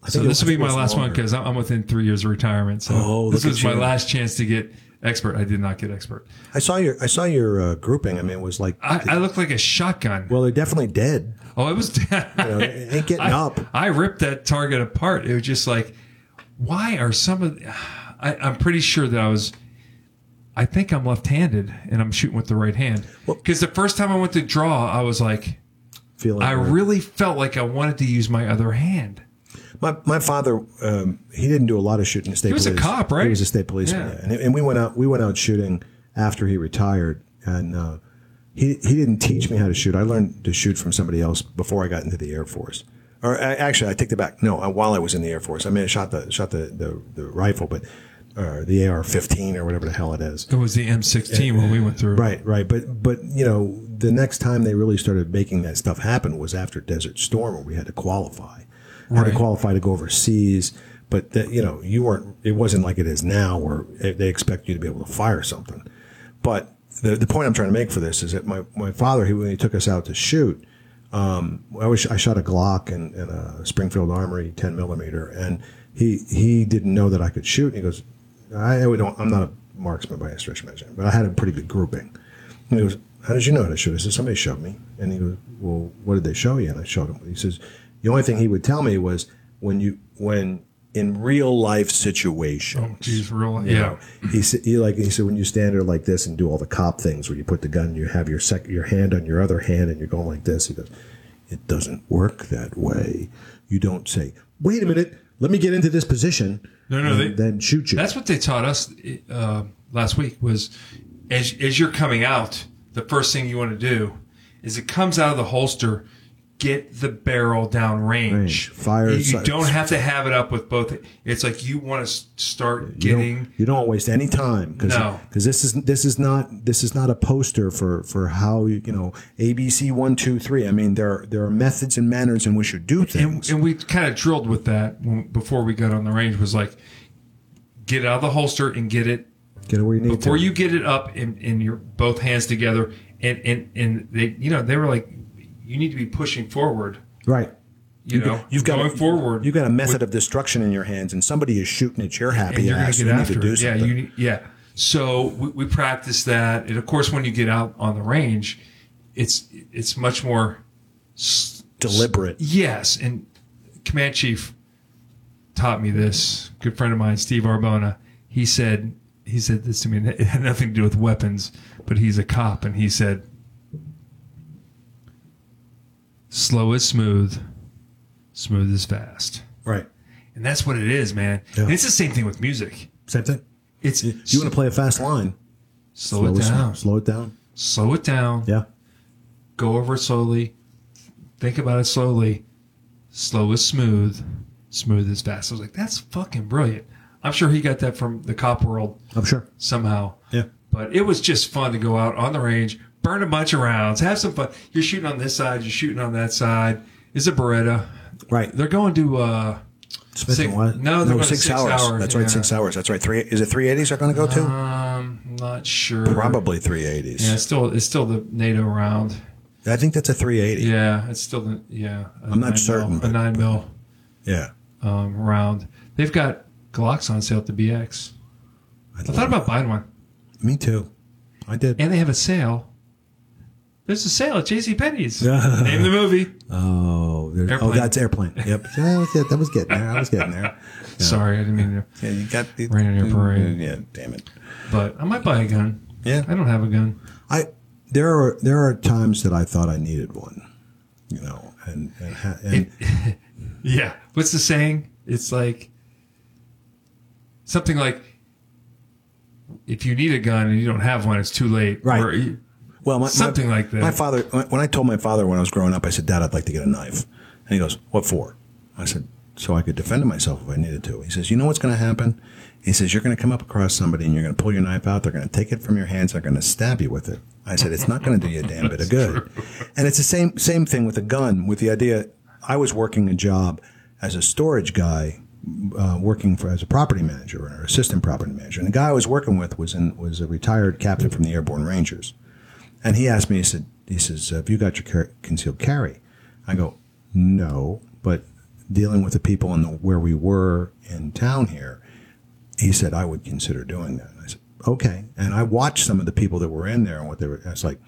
S1: I
S2: So
S1: think it-
S2: this
S1: I
S2: will be
S1: think it
S2: my
S1: was
S2: last one
S1: longer.
S2: because I'm I'm within three years of retirement. So
S1: Oh,
S2: this
S1: look
S2: was
S1: at
S2: my
S1: you.
S2: last chance to get expert. I did not get expert.
S1: I saw your I saw your uh, grouping. I mean, it was like
S2: I, I look like a shotgun.
S1: well, they're definitely dead.
S2: Oh, it was.
S1: You know, they ain't getting
S2: I,
S1: up.
S2: I ripped that target apart. It was just like, why are some of? I, I'm pretty sure that I was. I think I'm left-handed and I'm shooting with the right hand because the first time I went to draw, I was like,
S1: Feeling
S2: I
S1: hurt.
S2: really felt like I wanted to use my other hand.
S1: My, my father, um, he didn't do a lot of shooting at state
S2: was
S1: police.
S2: a cop, right?
S1: He was a state policeman.
S2: Yeah.
S1: yeah. And, and we went out we went out shooting after he retired, and uh, he he didn't teach me how to shoot. I learned to shoot from somebody else before I got into the Air Force. Or I, actually, I take that back. No, I, while I was in the Air Force, I mean, I shot the shot the the, the rifle, but or the AR-15 or whatever the hell it is.
S2: It was the M16 when we went through.
S1: Right, right. But but you know, the next time they really started making that stuff happen was after Desert Storm, where we had to qualify, had
S2: Right.
S1: to qualify to go overseas. But that you know, you weren't. It wasn't like it is now, where they expect you to be able to fire something. But the the point I'm trying to make for this is that my my father, he when he took us out to shoot, I was I shot a Glock and, and a Springfield Armory 10 millimeter, and he he didn't know that I could shoot. And he goes, I, I don't. I'm not a marksman by any stretch of imagination, but I had a pretty good grouping. And he goes, How did you know how to shoot? I said, Somebody showed me. And he goes, Well, what did they show you? And I showed him. He says, The only thing he would tell me was when you when in real life situations.
S2: Jeez, real.
S1: You
S2: Yeah.
S1: know, he said, he like he said, when you stand there like this and do all the cop things, where you put the gun, and you have your sec- your hand on your other hand, and you're going like this. He goes, it doesn't work that way. You don't say, wait a minute, let me get into this position.
S2: No, no,
S1: and
S2: they-
S1: then shoot you.
S2: That's what they taught us uh, last week. Was as as you're coming out, the first thing you want to do is it comes out of the holster, get the barrel down range,
S1: Range. Fire
S2: You, you
S1: sights.
S2: don't have to have it up with both. It's like you want to s- start
S1: you
S2: getting.
S1: don't, you don't waste any time because
S2: No.
S1: this is this is not this is not a poster for for how you you know ABC one two three. I mean there are, there are methods and manners in which you do
S2: and,
S1: things.
S2: and we kind of drilled with that when, before we got on the range was like get it out of the holster and get it
S1: get it where you need
S2: before
S1: to.
S2: you get it up and, and your both hands together and, and and they you know they were like you need to be pushing forward
S1: right.
S2: you, know
S1: You've got
S2: going
S1: a,
S2: forward
S1: You've got a method of destruction in your hands, and somebody is shooting at your happy
S2: and you're gonna
S1: ass.
S2: get
S1: you
S2: after
S1: need to do
S2: it. yeah
S1: something.
S2: you need, yeah so we, we practice that and of course when you get out on the range it's it's much more s-
S1: Deliberate.
S2: Yes, and Command Chief taught me this. Good friend of mine, Steve Arbona. He said he said this to me. and It had nothing to do with weapons, but he's a cop, and he said, "Slow is smooth, smooth is fast,"
S1: Right.
S2: and that's what it is, man.
S1: Yeah.
S2: And it's the same thing with music.
S1: Same thing.
S2: It's
S1: You want to play a fast line?
S2: slow, it
S1: slow,
S2: down,
S1: Slow it down.
S2: slow it down,
S1: Yeah.
S2: go over it slowly, think about it slowly. Slow is smooth, smooth is fast. I was like, that's fucking brilliant. I'm sure he got that from the cop world
S1: I'm sure.
S2: somehow.
S1: Yeah.
S2: But it was just fun to go out on the range, burn a bunch of rounds, have some fun. You're shooting on this side, you're shooting on that side. It's a Beretta.
S1: Right.
S2: They're going to uh
S1: Smith
S2: Six-
S1: and what?
S2: no, they're going to six hours,
S1: That's right.
S2: yeah.
S1: Six hours. That's right. Three. Is it three eighties? They're going to go to?
S2: um not sure.
S1: Probably three eighties.
S2: Yeah, it's still it's still the NATO round.
S1: I think that's a three eighty.
S2: Yeah, it's still the yeah. i
S1: I'm not certain,
S2: a
S1: but-
S2: nine mil.
S1: Yeah.
S2: um, round. They've got Glocks on sale at the BX.
S1: I
S2: I thought about buying one,
S1: Me too. I did.
S2: and they have a sale. There's a sale at JCPenney's. Name the movie.
S1: Oh, there's, oh,
S2: Airplane.
S1: that's airplane. Yep. Yeah, I was get- that was getting there. I was getting there.
S2: Sorry, I didn't mean to.
S1: Yeah, you got the, Mm,
S2: Rain on your parade.
S1: Yeah. Damn it.
S2: But I might buy a gun.
S1: Yeah.
S2: I don't have a gun.
S1: I there are there are times that I thought I needed one, you know, and and, ha- and
S2: Yeah. What's the saying? It's like something like if you need a gun and you don't have one, it's too late.
S1: Right.
S2: Or you-
S1: well, my, my-
S2: Something like that.
S1: My father, when I told my father when I was growing up, I said, "Dad, I'd like to get a knife," and he goes, "What for?" I said, "So I could defend myself if I needed to." He says, "You know what's going to happen?" He says, "You're going to come up across somebody and you're going to pull your knife out. They're going to take it from your hands. They're going to stab you with it." I said, "It's not going to do you a damn bit of good." And it's the same same thing with a gun. With the idea, I was working a job as a storage guy uh, working for as a property manager or assistant property manager. And the guy I was working with was in, was a retired captain from the Airborne Rangers, and he asked me. He said, "He says, have you got your car- concealed carry?" I go, "No," but dealing with the people in the, where we were in town here, he said I would consider doing that. And I said, "Okay," and I watched some of the people that were in there and what they were. I was like.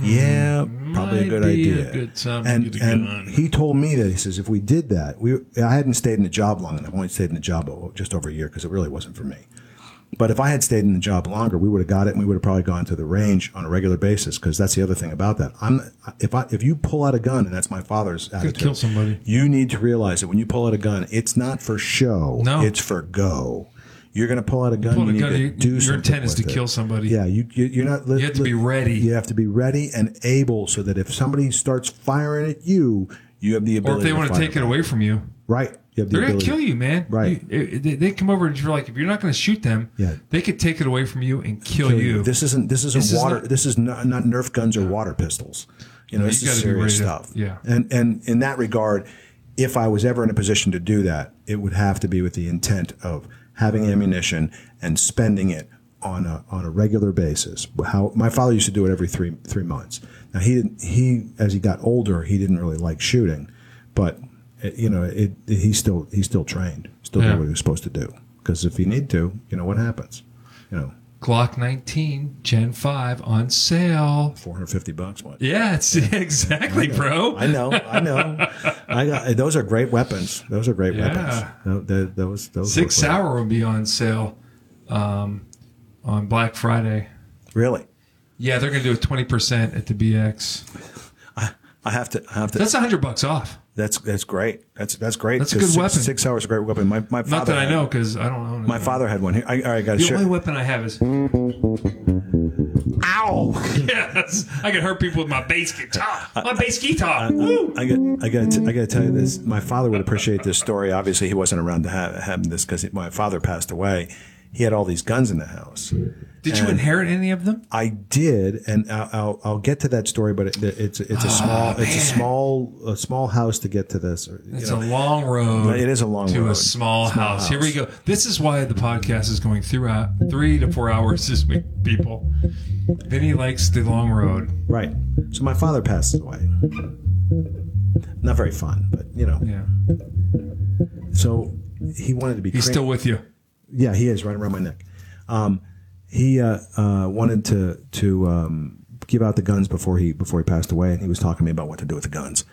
S1: Yeah, probably a
S2: Mm-hmm. might
S1: good
S2: be a
S1: idea.
S2: good time to
S1: and
S2: get a
S1: and
S2: gun.
S1: he told me that he says if we did that, we I hadn't stayed in the job long enough. I only stayed in the job o- just over a year because it really wasn't for me. But if I had stayed in the job longer, we would have got it, and we would have probably gone to the range on a regular basis. Because that's the other thing about that. I'm if I if you pull out a gun, and that's my father's attitude.
S2: kill somebody.
S1: You need to realize that when you pull out a gun, it's not for show.
S2: No.
S1: it's for go. You're going to pull out a gun.
S2: Pull
S1: you
S2: the
S1: need
S2: gun,
S1: to
S2: you-
S1: do
S2: your
S1: something
S2: intent is to
S1: with it.
S2: kill somebody.
S1: Yeah, you, you you're not. You
S2: have to be ready.
S1: You have to be ready and able, so that if somebody starts firing at you, you have the
S2: Or if
S1: ability.
S2: they want to take it
S1: fire.
S2: away from you,
S1: right? You have the
S2: they're going
S1: ability.
S2: to kill you, man.
S1: Right.
S2: You- it- they, they come over and you're like, if you're not going to shoot them,
S1: Yeah.
S2: they could take it away from you and kill,
S1: kill
S2: you.
S1: This isn't this isn't
S2: This is
S1: water.
S2: not-
S1: this is not, not Nerf guns or water pistols. You know, this
S2: you
S1: is
S2: gotta be ready
S1: serious
S2: to-
S1: stuff.
S2: yeah.
S1: And and in that regard, if I was ever in a position to do that, it would have to be with the intent of having ammunition and spending it on a on a regular basis. How my father used to do it every three three months. Now he didn't he as he got older he didn't really like shooting, but eh, you know it, he still he still trained still
S2: Yeah.
S1: did what he was supposed to do because if you need to you know what happens you know
S2: Glock 19 Gen 5 on sale.
S1: 450 bucks one.
S2: Yeah, it's exactly, bro.
S1: I know, I know. I got those are great weapons. Those are great
S2: Yeah.
S1: weapons. Tho- tho- Those, those
S2: Six
S1: look like-
S2: hour will be on sale um, on Black Friday.
S1: Really,
S2: Yeah, they're going to do a 20% at the BX.
S1: I have to. I have to.
S2: That's 100 bucks off.
S1: That's that's great. That's that's great.
S2: That's a
S1: 'cause
S2: good
S1: six,
S2: weapon.
S1: Six hours is a great weapon. My my
S2: Not
S1: father.
S2: that I
S1: had-
S2: know because I don't own it.
S1: My father had one here. I, all right, got to
S2: The only
S1: share.
S2: weapon I have is.
S1: Ow!
S2: Yes, I can hurt people with my bass guitar. My bass guitar. Woo!
S1: I got I got I got to tell you this. My father would appreciate this story. Obviously, he wasn't around to have, having this because my father passed away. He had all these guns in the house.
S2: Did you inherit any of them?
S1: I did, and I'll, I'll, I'll get to that story, but it, it's it's a small it's a small a small house to get to this. or, you
S2: It's
S1: know.
S2: a long road.
S1: It is a long
S2: to
S1: road.
S2: a small, house. Here we go. This is why the podcast is going throughout three to four hours this week, people. Vinny likes the long road.
S1: right. So my father passes away. Not very fun, but you know.
S2: Yeah,
S1: So he wanted to be.
S2: he's
S1: cra-
S2: still with you.
S1: yeah, he is right around my neck. Um, he uh, uh, wanted to to um, give out the guns before he before he passed away, and he was talking to me about what to do with the guns.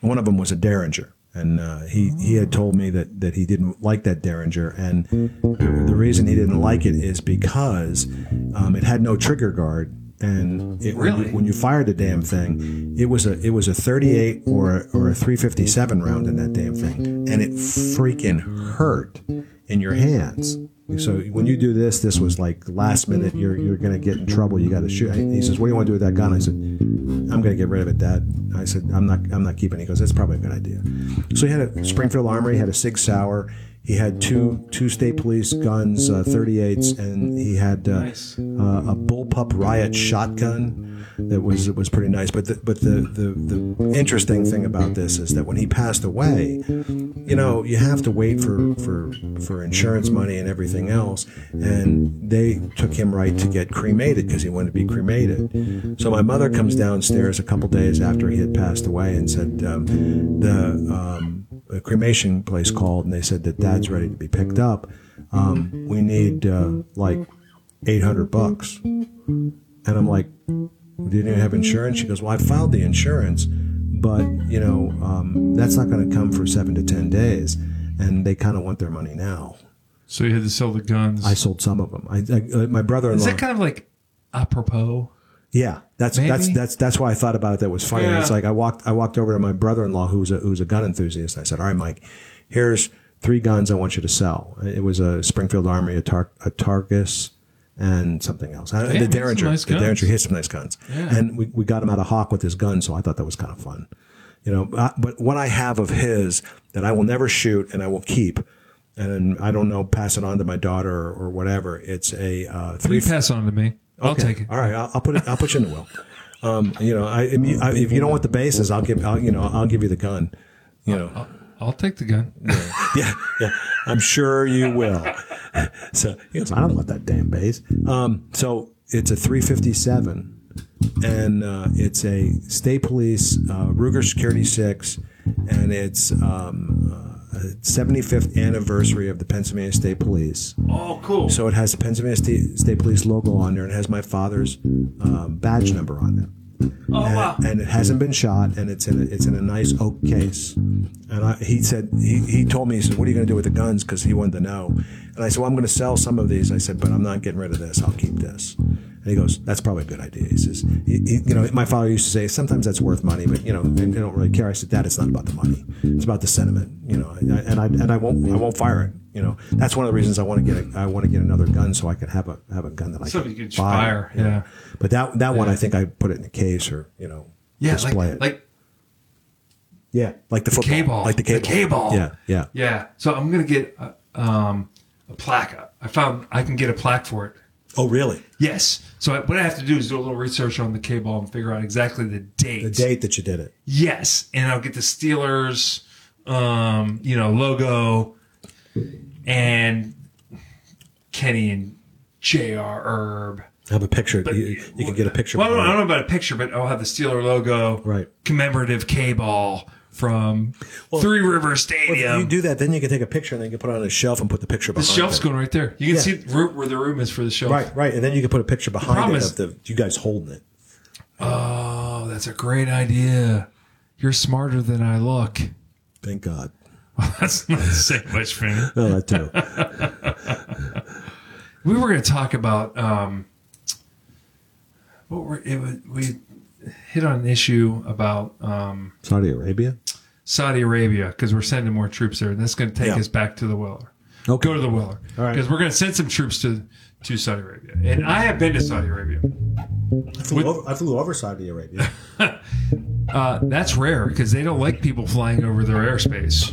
S1: One of them was a Derringer, and uh, he he had told me that that he didn't like that Derringer, and the reason he didn't like it is because um, it had no trigger guard. And it, when,
S2: Really?
S1: you, when you fired the damn thing, it was a it was a 38 or a, or a 357 round in that damn thing, and it freaking hurt in your hands. So when you do this, this was like last minute. You're you're gonna get in trouble. You got to shoot. He says, "What do you want to do with that gun?" I said, "I'm gonna get rid of it, Dad." I said, "I'm not I'm not keeping it." He goes, "That's probably a good idea." So he had a Springfield Armory. He had a Sig Sauer. He had two two state police guns, uh, 38s, and he had uh,
S2: Nice.
S1: uh, a bullpup riot shotgun that was it was pretty nice. But the, but the, the the interesting thing about this is that when he passed away, you know, you have to wait for for for insurance money and everything else, and they took him right to get cremated because he wanted to be cremated. So my mother comes downstairs a couple days after he had passed away and said um, the. Um, a cremation place called and they said that dad's ready to be picked up. Um, we need uh, like 800 bucks. And I'm like, didn't you have insurance? She goes, well, I filed the insurance, but, you know, um, that's not going to come for seven to 10 days. And they kind of want their money now.
S2: So you had to sell the guns.
S1: I sold some of them. I, I, uh, my brother-in-law.
S2: is that kind of like apropos?
S1: yeah, that's that's
S2: Maybe.
S1: that's that's why I thought about it. That was funny.
S2: Yeah.
S1: It's like I walked I walked over to my brother-in-law who's a who's a gun enthusiast. I said, all right, Mike, here's three guns I want you to sell. It was a Springfield Armory, a, Tar- a Targus, and something else. I-
S2: Damn,
S1: the
S2: that's
S1: Derringer,
S2: some nice
S1: the
S2: guns.
S1: Derringer he had some nice guns.
S2: Yeah.
S1: And we, we got him out of Hawk with his gun, so I thought that was kind of fun. You know, but- but what I have of his that I will never shoot and I will keep, and I don't know, pass it on to my daughter or, or whatever. It's a uh, three.
S2: You pass on to me. I'll take it.
S1: All right, I'll, I'll put it. I'll put you in the will. Um, you know, I, I, mean, I, if you don't want the bases, I'll give. I'll, you know, I'll give you the gun. You know,
S2: I'll take the gun.
S1: yeah, yeah. I'm sure you will. So he goes, I don't want that damn base. Um, so it's a 357, and uh, it's a State Police uh, Ruger Security Six, and it's um, uh, 75th anniversary of the Pennsylvania State Police.
S2: Oh, cool.
S1: So it has the Pennsylvania State, State Police logo on there, and it has my father's um, badge number on there.
S2: Oh wow.
S1: and it hasn't been shot, and it's in a, it's in a nice oak case. And I, he said he, he told me he said, "What are you going to do with the guns?" Because he wanted to know. And I said, "Well, I'm going to sell some of these." I said, "But I'm not getting rid of this. I'll keep this." And he goes, "That's probably a good idea." He says, he- he- "You know, my father used to say sometimes that's worth money, but you know, they they don't really care." I said, "Dad, it's not about the money. It's about the sentiment. You know, and I and I, and I won't I won't fire it." You know, that's one of the reasons I want to get a, I want to get another gun so I can have a have a gun that I
S2: So
S1: can
S2: you can fire. Yeah.
S1: but that that one, I think I put it in a case or you know
S2: Yeah.
S1: display
S2: like,
S1: it.
S2: like
S1: yeah, like the football,
S2: K-ball.
S1: like the K
S2: The K-ball.
S1: Yeah, yeah,
S2: yeah. So I'm gonna get a, um, a plaque. I found I can get a plaque for it.
S1: Oh, really?
S2: Yes. So I, what I have to do is do a little research on the K-ball and figure out exactly the date.
S1: The date that you did it.
S2: Yes, and I'll get the Steelers, um, you know, logo, and Kenny and Jr. Herb.
S1: Have a picture. you you can get a picture.
S2: Well, I don't, I
S1: behind
S2: don't know about a picture, but I'll have the Steeler logo,
S1: Right.
S2: Commemorative K-ball from Three River
S1: it.
S2: Stadium.
S1: you do that, then you can take a picture and then you can put it on a shelf and put the picture
S2: um, the
S1: behind.
S2: shelf's
S1: it.
S2: going right there. You can
S1: Yeah.
S2: see the room, where the room is for the shelf.
S1: right, right, and then you can put a picture behind
S2: problem
S1: it
S2: is-
S1: of the you guys holding it.
S2: Oh, that's a great idea. You're smarter than I look.
S1: Thank God.
S2: That's not saying much for me.
S1: Oh, that too.
S2: we were going to talk about um, what were it was, we hit on an issue about um,
S1: Saudi Arabia.
S2: Saudi Arabia because we're sending more troops there, and that's going to take
S1: Yeah.
S2: us back to the Weller.
S1: Okay.
S2: Go to the Weller because
S1: All right.
S2: we're going to send some troops to to Saudi Arabia, and I have been to Saudi Arabia.
S1: I flew,
S2: With-
S1: over, I flew over Saudi Arabia.
S2: Uh, that's rare because they don't like people flying over their airspace.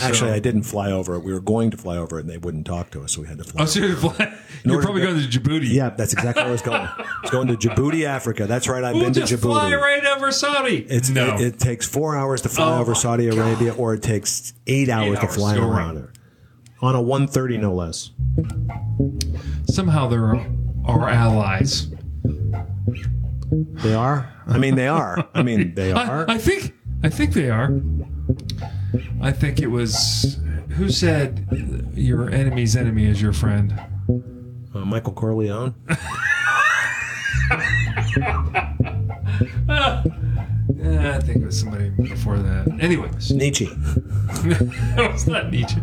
S1: Actually, I didn't fly over it. We were going to fly over it, and they wouldn't talk to us, so we had to fly.
S2: Oh, so you're, flying, you're
S1: order
S2: probably
S1: to-
S2: going to Djibouti.
S1: Yeah, that's exactly where I was going. It's going to Djibouti, Africa. That's right. I've
S2: we'll
S1: been to
S2: just
S1: Djibouti.
S2: fly right over Saudi.
S1: It's,
S2: no,
S1: it, it takes four hours to fly
S2: Oh
S1: over
S2: my
S1: Saudi Arabia, or it takes eight hours, to
S2: hours
S1: fly
S2: to go
S1: around
S2: around.
S1: it on a one thirty, no less.
S2: somehow they're our- our allies.
S1: They are. I mean, they are. I mean, they are.
S2: I, I think I think they are. I think it was who said your enemy's enemy is your friend.
S1: Uh, Michael Corleone.
S2: Eh, I think it was somebody before that. Anyways,
S1: Nietzsche.
S2: no, it's not Nietzsche.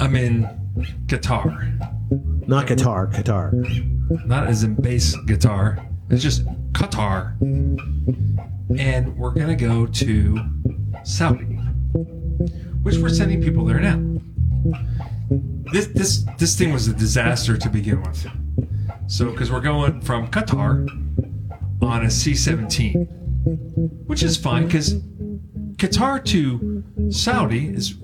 S2: I'm in guitar,
S1: Not Qatar. Qatar.
S2: not as in bass guitar. It's just Qatar, and we're gonna go to Saudi, which we're sending people there now. this this this thing was a disaster to begin with. So because we're going from Qatar on a C-17, which is fine because Qatar to Saudi is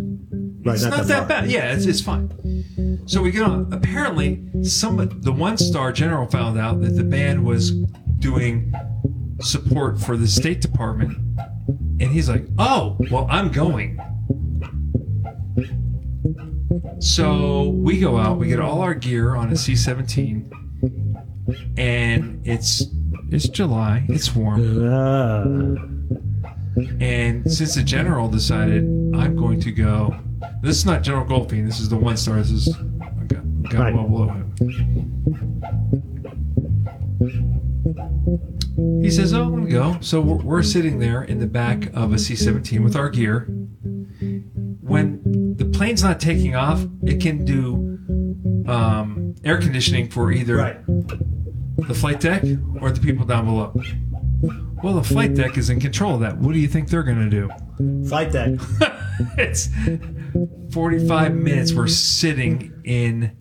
S1: Right.
S2: it's not, that,
S1: far.
S2: bad. Yeah, it's, it's fine. So we get on. Apparently, some the one star general found out that the band was doing support for the State Department, and he's like, "Oh, well, I'm going." So we go out. We get all our gear on a C-17, and it's it's July. It's warm.
S1: Ah.
S2: And since the general decided I'm going to go, this is not General Goldfein. This is the one star. This is a guy, guy
S1: Right.
S2: well below him. He says, "Oh, I'm going to go." So we're, we're sitting there in the back of a C-17 with our gear. When the plane's not taking off, it can do um, air conditioning for either
S1: Right.
S2: the flight deck or the people down below. Well, the flight deck is in control of that. What do you think they're going to do?
S1: Fight that.
S2: it's 45 minutes we're sitting in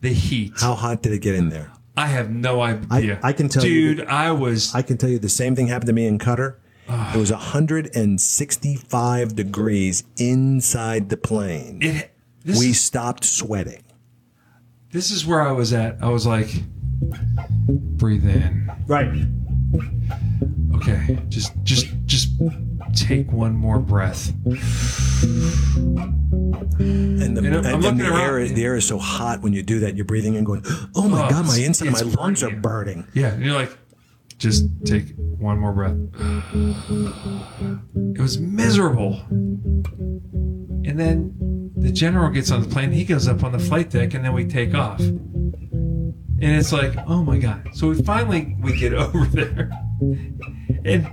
S2: the heat.
S1: How hot did it get in there?
S2: I have no idea.
S1: I can tell you
S2: Dude, I was
S1: I can tell you the same thing happened to me in Qatar. It was 165 degrees inside the plane.
S2: it, this,
S1: we stopped sweating.
S2: this is where I was at. I was like breathe in.
S1: Right.
S2: Okay. Just just just take one more breath.
S1: And the,
S2: You know, I'm
S1: and, and
S2: looking
S1: the
S2: around.
S1: air, the air is so hot when you do that, you're breathing in, going, "Oh my
S2: Oh,
S1: god, my
S2: it's-
S1: inside, my
S2: it's
S1: lungs are
S2: burning.
S1: burning."
S2: Yeah, and you're like, just take one more breath. It was miserable. And then the general gets on the plane, he goes up on the flight deck, and then we take off. and it's like, oh my god. So we finally we get over there, and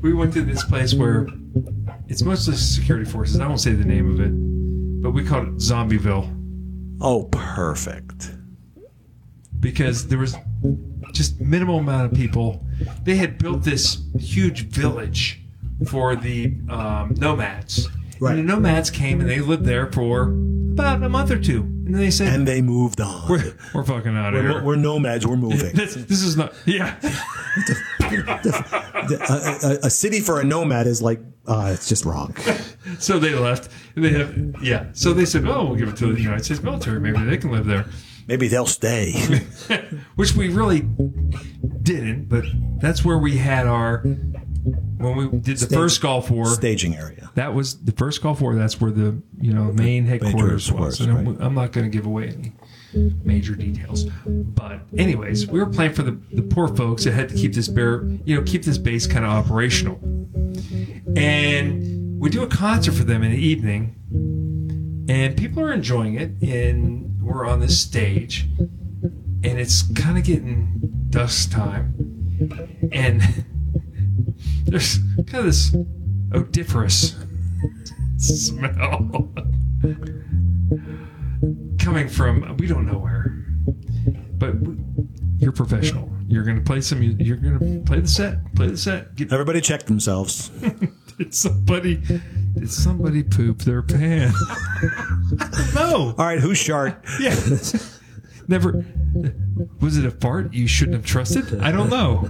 S2: we went to this place where it's mostly security forces. I won't say the name of it, but we called it Zombieville
S7: Oh, perfect.
S2: because there was just minimal amount of people. They had built this huge village for the um, nomads.
S1: Right.
S2: And the nomads came and they lived there for about a month or two, and then they said,
S1: And they moved on. We're,
S2: "We're, we're fucking out of
S1: we're,
S2: here."
S1: nomads. We're moving.
S2: this, this is not. Yeah.
S1: a, a, a city for a nomad is like uh, it's just wrong.
S2: So they left. And they have. Yeah. So they said, "Oh, we'll give it to the United States military. Maybe they can live there."
S1: Maybe they'll stay.
S2: which we really didn't, but that's where we had our when we did the first Gulf War.
S1: Staging area.
S2: That was the first Gulf War. That's where the you know main headquarters was.
S1: headquarters,
S2: And I'm- I'm not going to give away any major details, but anyways, we were playing for the the poor folks that had to keep this bear you know keep this base kind of operational, and we do a concert for them in the evening, and people are enjoying it, and we're on this stage, and it's kind of getting dusk time, and there's kind of this odoriferous smell coming from we don't know where, but we, you're professional. You're gonna play some. mu- You're gonna play the set. Play the set. Get
S1: Everybody check themselves.
S2: did somebody did somebody poop their pants? no.
S1: All right, who's shark?
S2: Yeah. Never. Was it a fart you shouldn't have trusted? I don't know.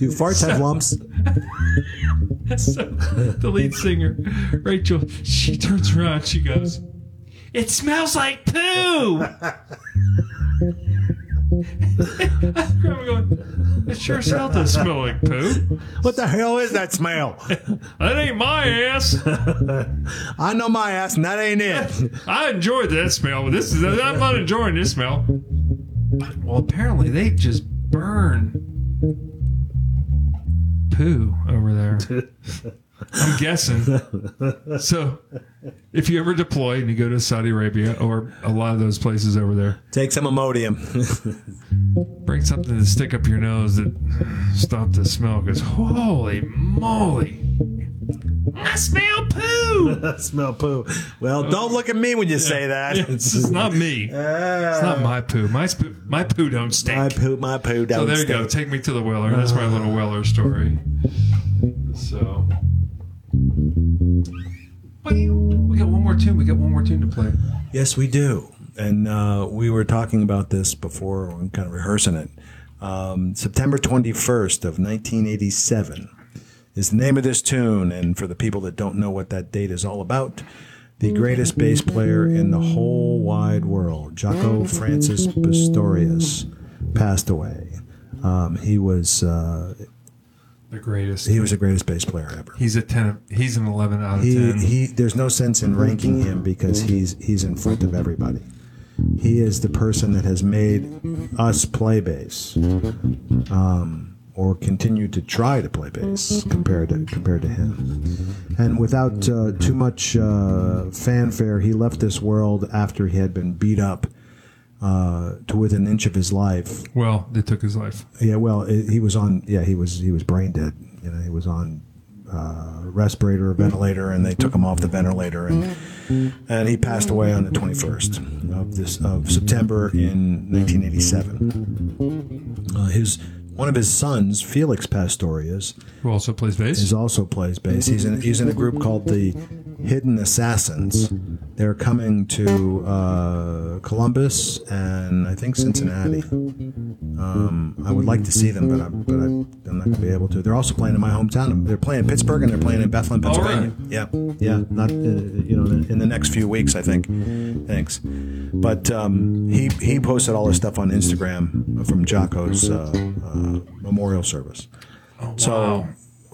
S1: Do farts have lumps?
S2: So the lead singer, Rachel, she turns around. She goes, "It smells like poo." I'm going. It sure as hell does smell like poo.
S1: What the hell is that smell?
S2: That ain't my ass.
S1: I know my ass, and that ain't it.
S2: I enjoyed that smell, but this is I'm not enjoying this smell. Well, apparently they just burn poo over there. I'm guessing. So, if you ever deploy and you go to Saudi Arabia or a lot of those places over there,
S1: Take some Imodium.
S2: bring something to stick up your nose that stops the smell. Because holy moly, I smell poo.
S1: that smell poo. Well, don't look at me when you say that.
S2: This is not me. It's not my poo. My sp- my poo don't stink.
S1: my poo, Uh, my poo. Down
S2: so there you go. Take me to the Weller. That's my little Weller story. So. We got one more tune. We got one more tune to play.
S1: Yes, we do. And uh, we were talking about this before, and kind of rehearsing it. Um, September 21st of 1987 is the name of this tune. And for the people that don't know what that date is all about, the greatest bass player in the whole wide world, Jaco Francis Pistorius, passed away. Um, he was uh,
S2: The greatest.
S1: he was the greatest bass player ever.
S2: He's a ten. of- He's an eleven out of
S1: he,
S2: ten.
S1: he there's no sense in ranking him because he's he's in front of everybody. He is the person that has made us play bass, um, or continue to try to play bass compared to compared to him. And without uh, too much uh, fanfare, he left this world after he had been beat up uh, to within an inch of his life
S2: well, they took his life.
S1: yeah, well, it, he was on. Yeah, he was he was brain dead. You know, he was on uh, respirator, ventilator, and they took him off the ventilator, and and he passed away on the twenty first of this of September in nineteen eighty seven. Uh, his one of his sons, Felix Pastorius,
S2: Who also plays
S1: is
S2: bass?
S1: also plays bass. He's in he's in a group called the Hidden Assassins. They're coming to uh, Columbus and I think Cincinnati. Um, I would like to see them, but I'm but I, I'm not gonna be able to. They're also playing in my hometown. They're playing in Pittsburgh and they're playing in Bethlehem,
S2: All
S1: Pennsylvania. Yeah, yeah. Not uh, you know in the next few weeks, I think. Thanks. But um, he he posted all his stuff on Instagram from Jocko's uh, uh, memorial service. So
S2: Oh, Wow.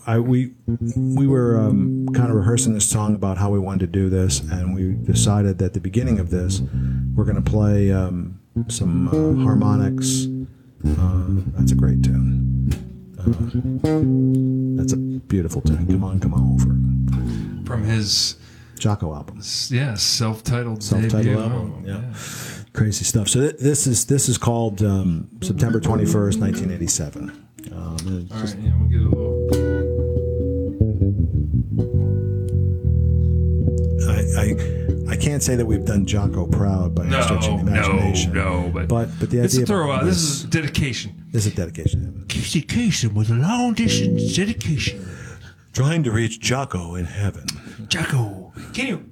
S1: I we we were um, kind of rehearsing this song about how we wanted to do this, and we decided that the beginning of this, we're going to play um, some uh, harmonics. Uh, that's a great tune. Uh, that's a beautiful tune. Come on, come on over.
S2: from his
S1: Jocko album.
S2: yeah self-titled,
S1: Self-titled
S2: debut Oh,
S1: album,
S2: album.
S1: yeah. crazy stuff. So th- this is this is called um, September twenty first, nineteen eighty seven. Um, it's
S2: All
S1: just-
S2: right, yeah, we'll get a little.
S1: I, I I can't say that we've done Jocko proud by any stretch
S2: No,
S1: of the imagination.
S2: no, no, but-
S1: but but the
S2: It's
S1: idea
S2: a throw
S1: behind
S2: out. This is dedication.
S1: this is dedication.
S2: Dedication with a long distance dedication.
S1: Trying to reach Jocko in heaven.
S2: Jocko, can you?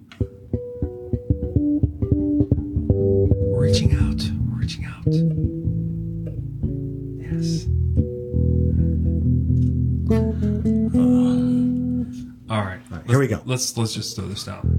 S2: Reaching out, reaching out. Yes.
S1: Uh,
S2: all right.
S1: here we go.
S2: Let's let's just throw this down.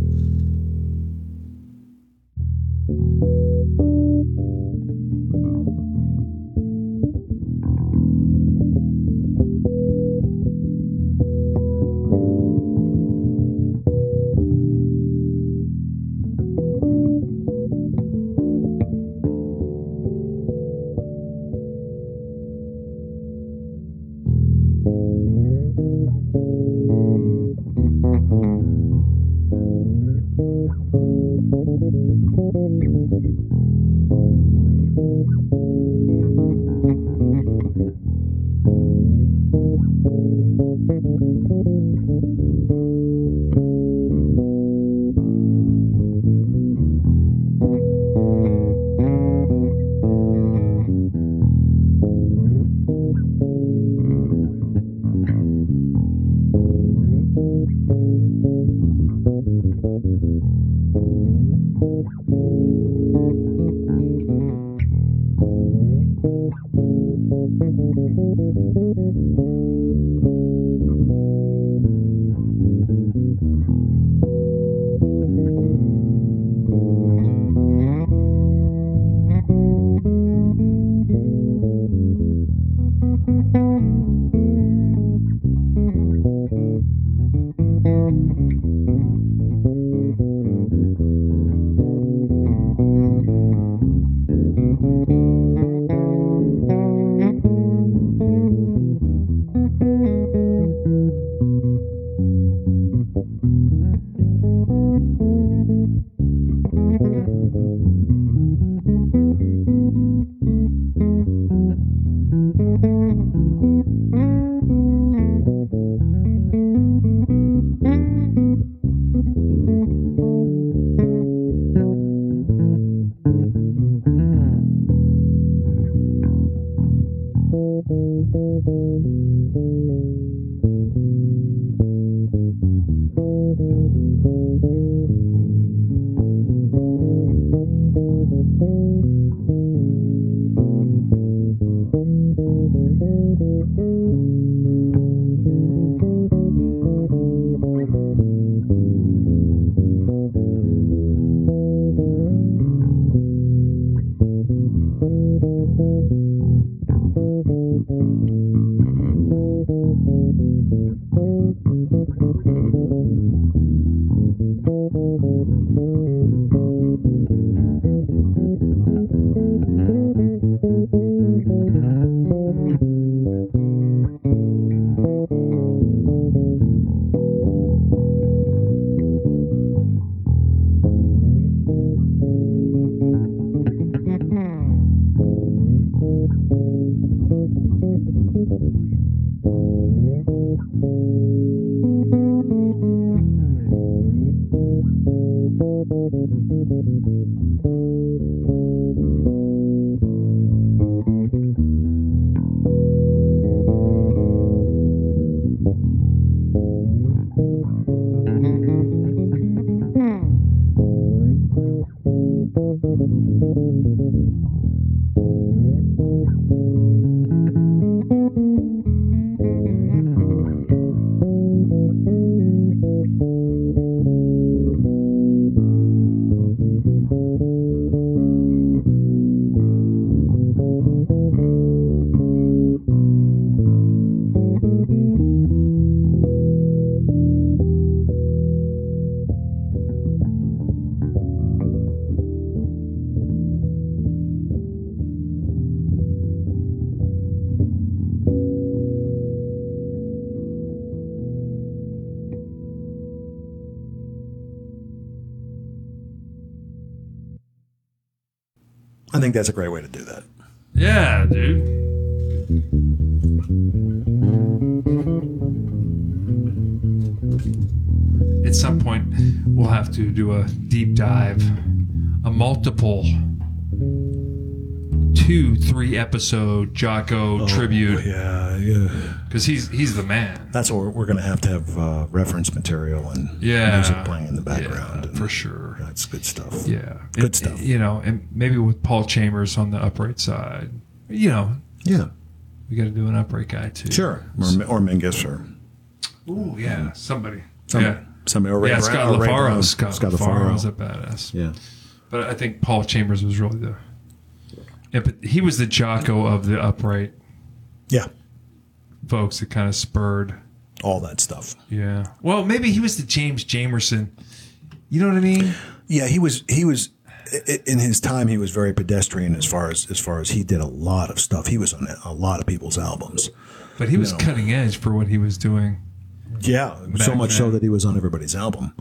S1: think that's a great way to do that.
S2: Yeah, dude. At some point, we'll have to do a deep dive, a multiple two, three episode
S1: Oh,
S2: Jocko tribute
S1: Yeah, yeah.
S2: because he's he's the man.
S1: That's what we're, we're going to have to have uh, reference material and
S2: Yeah.
S1: music playing in the background.
S2: Yeah, for sure.
S1: That's good stuff.
S2: Yeah,
S1: Good
S2: And,
S1: stuff.
S2: You know, and maybe with Paul Chambers on the upright side. You know,
S1: Yeah,
S2: we got to do an upright guy too.
S1: sure. Or, or Mingus or
S2: Ooh, yeah, somebody.
S1: some,
S2: Yeah.
S1: somebody. Or Ray
S2: yeah,
S1: Brown-
S2: Scott
S1: or Ray
S2: LaFaro.
S1: Brown.
S2: Scott,
S1: Scott
S2: LaFaro was a
S1: LaFaro.
S2: badass.
S1: Yeah.
S2: But I think Paul Chambers was really the. Yeah, but he was the Jocko of the upright
S1: Yeah.
S2: folks that kind of spurred.
S1: All that stuff.
S2: Yeah. Well, maybe he was the James Jamerson. You know what I mean?
S1: Yeah, he was. He was i- i- in his time. He was very pedestrian as far as as far as he did a lot of stuff. He was on a lot of people's albums.
S2: But he was
S1: No.
S2: cutting edge for what he was doing.
S1: Yeah, so
S2: Back
S1: much so
S2: then.
S1: that he was on everybody's album.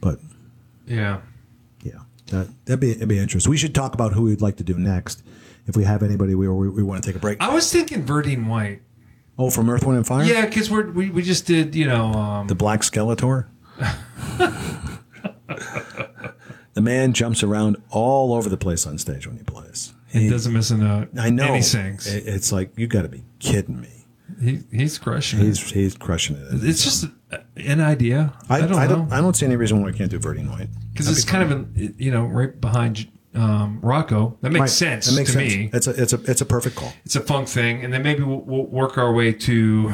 S1: But
S2: Yeah.
S1: yeah, that that'd be it'd be interesting. We should talk about who we'd like to do next. If we have anybody, we we, we want to take a break.
S2: I was thinking Verdine White.
S1: Oh, from Earth, Wind, and Fire.
S2: Yeah, because we're we, we just did you know um,
S1: the Black Skeletor. the man jumps around all over the place on stage when he plays.
S2: he doesn't miss a note.
S1: I know.
S2: And he sings.
S1: It- It's like you got to be kidding me.
S2: he, he's crushing. it.
S1: He's he's crushing it.
S2: It's just uh, an idea. I, don't
S1: I
S2: know.
S1: don't, I don't see any reason why we can't do Verdine White.
S2: because it's kind of in, you know right behind um, Rocco. That makes sense
S1: That makes
S2: to
S1: sense.
S2: me.
S1: It's a it's a it's a perfect call.
S2: It's a funk thing, and then maybe we'll, we'll work our way to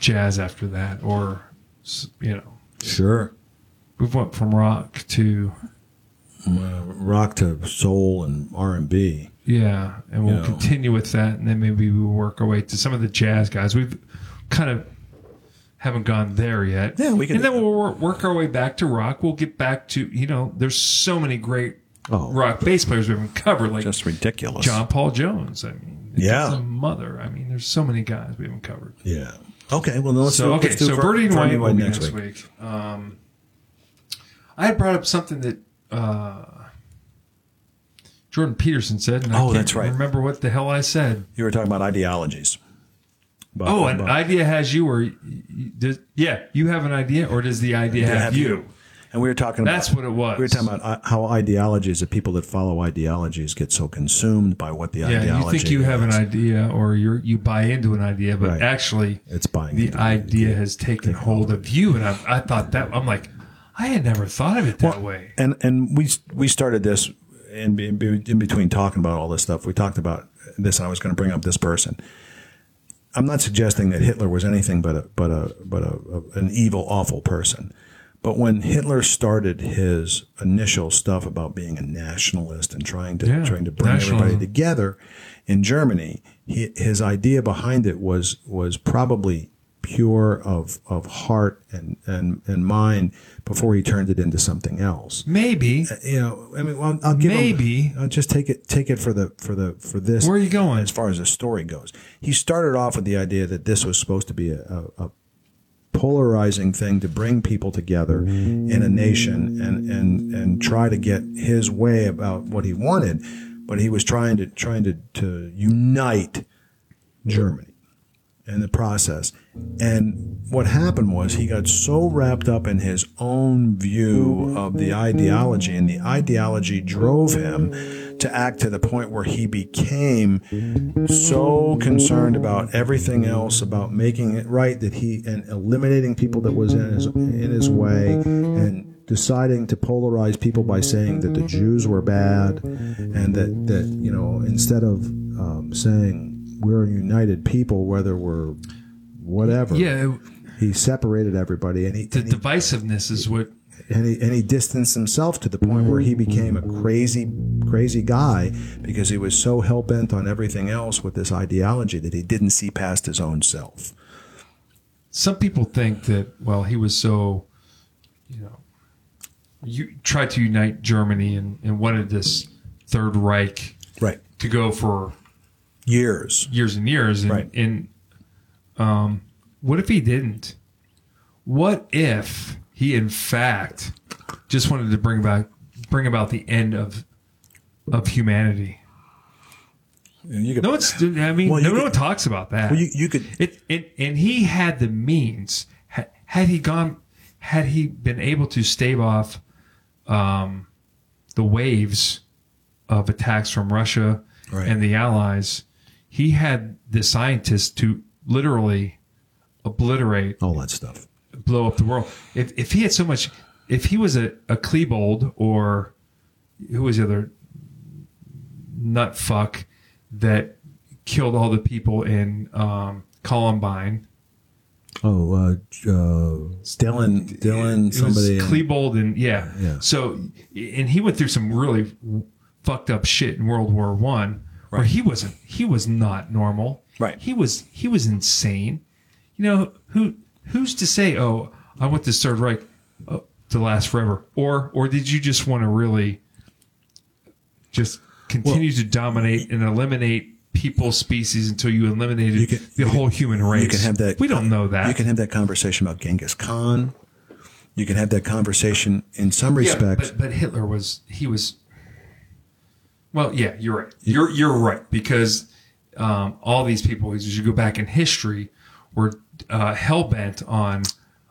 S2: jazz after that, or s- you know,
S1: Sure.
S2: we went from rock to
S1: Mm, uh, Rock to soul and R and B.
S2: yeah, and we'll
S1: Yeah.
S2: continue with that, and then maybe we'll work our way to some of the jazz guys. We've kind of haven't gone there yet.
S1: Yeah, we can
S2: And
S1: do
S2: then we'll wor- work our way back to rock. We'll get back to you know, there's so many great
S1: Oh.
S2: rock bass players we haven't covered, like
S1: Just ridiculous.
S2: John Paul Jones. I mean, it's
S1: Yeah.
S2: a mother. I mean, there's so many guys we haven't covered.
S1: Yeah. Okay. Well, then let's
S2: So
S1: do,
S2: okay,
S1: let's do
S2: so
S1: Ver-
S2: Birdie and
S1: Verdine
S2: White will be
S1: next
S2: next week. Um, I had brought up something that uh, Jordan Peterson said. And I
S1: Oh,
S2: can't
S1: that's right.
S2: Remember what the hell I said?
S1: You were talking about ideologies. About-
S2: Oh, an
S1: about-
S2: idea has you, or y- y- does yeah, you have an idea, or does the idea have,
S1: have
S2: you?
S1: you. and we were talking.
S2: That's
S1: about,
S2: what it was.
S1: we were talking about uh, how ideologies, the people that follow ideologies, get so consumed by what the
S2: yeah,
S1: ideology.
S2: you think you have an
S1: is.
S2: idea, or you are you buy into an idea, but
S1: Right.
S2: actually,
S1: It's buying
S2: the
S1: into it.
S2: idea has taken hold of you. And I, I thought that I'm like, I had never thought of it that way.
S1: and and we we started this in, be- be- in between talking about all this stuff. We talked about this. And I was going to bring up this person. I'm not suggesting that Hitler was anything but a but a but a, a- an evil, awful person. But when Hitler started his initial stuff about being a nationalist and trying to
S2: Yeah,
S1: trying to bring
S2: nationalism.
S1: everybody together in Germany, he, his idea behind it was was probably pure of of heart and and and mind before he turned it into something else
S2: Maybe.
S1: you uh, know, uh, I mean, well, I'll give him-
S2: Maybe.
S1: I'll just take it, take it for the for the for this.
S2: Where are you going?
S1: As far as the story goes, he started off with the idea that this was supposed to be a, a, a polarizing thing to bring people together in a nation and and and try to get his way about what he wanted, but he was trying to trying to to unite Germany in the process. And what happened was he got so wrapped up in his own view of the ideology, and the ideology drove him to act to the point where he became so concerned about everything else, about making it right, that he and eliminating people that was in his in his way, and deciding to polarize people by saying that the Jews were bad, and that that you know instead of um, saying we're a united people, whether we're whatever.
S2: Yeah, it-
S1: He separated everybody, and he,
S2: the
S1: and, he,
S2: divisiveness is what.
S1: and he and he distanced himself to the point where he became a crazy, crazy guy because he was so hell bent on everything else with this ideology that he didn't see past his own self.
S2: Some people think that well, he was so, you know, you tried to unite Germany and, and wanted this Third Reich
S1: Right.
S2: to go for
S1: Years.
S2: years and years. And,
S1: Right.
S2: and um, what if he didn't? What if he, in fact, just wanted to bring about bring about the end of of humanity?
S7: You could,
S2: No, it's. I mean,
S1: Well, you
S2: no, no
S1: could-
S2: one talks about that.
S1: Well, you, you could.
S2: it, it, and he had the means. Ha- Had he gone, had he been able to stave off um, the waves of attacks from Russia
S1: Right.
S2: and the Allies, he had the scientists to literally obliterate
S1: All that stuff.
S2: blow up the world. If if he had so much, if he was a, a Klebold or who was the other nut fuck that killed all the people in um, Columbine,
S1: Oh, uh, J- uh, Dylan, Dylan,
S2: it was
S1: somebody. uh,
S2: Klebold and yeah.
S1: Yeah.
S2: So and he went through some really fucked up shit in World War One, where he wasn't. He was not normal.
S7: Right.
S2: He was. He was insane. You know who? Who's to say? Oh, I want this Third Reich uh, to last forever, or or did you just want to really just continue to dominate and eliminate? People, species, until you eliminated
S1: can-
S2: the whole human race.
S1: you can have that.
S2: We don't know that.
S1: You can have that conversation about Genghis Khan. You can have that conversation in some
S2: Yeah,
S1: respects.
S2: But, but Hitler was he was. Well, yeah, you're right. You're you're right because um, all these people, as you go back in history, were uh, hell bent on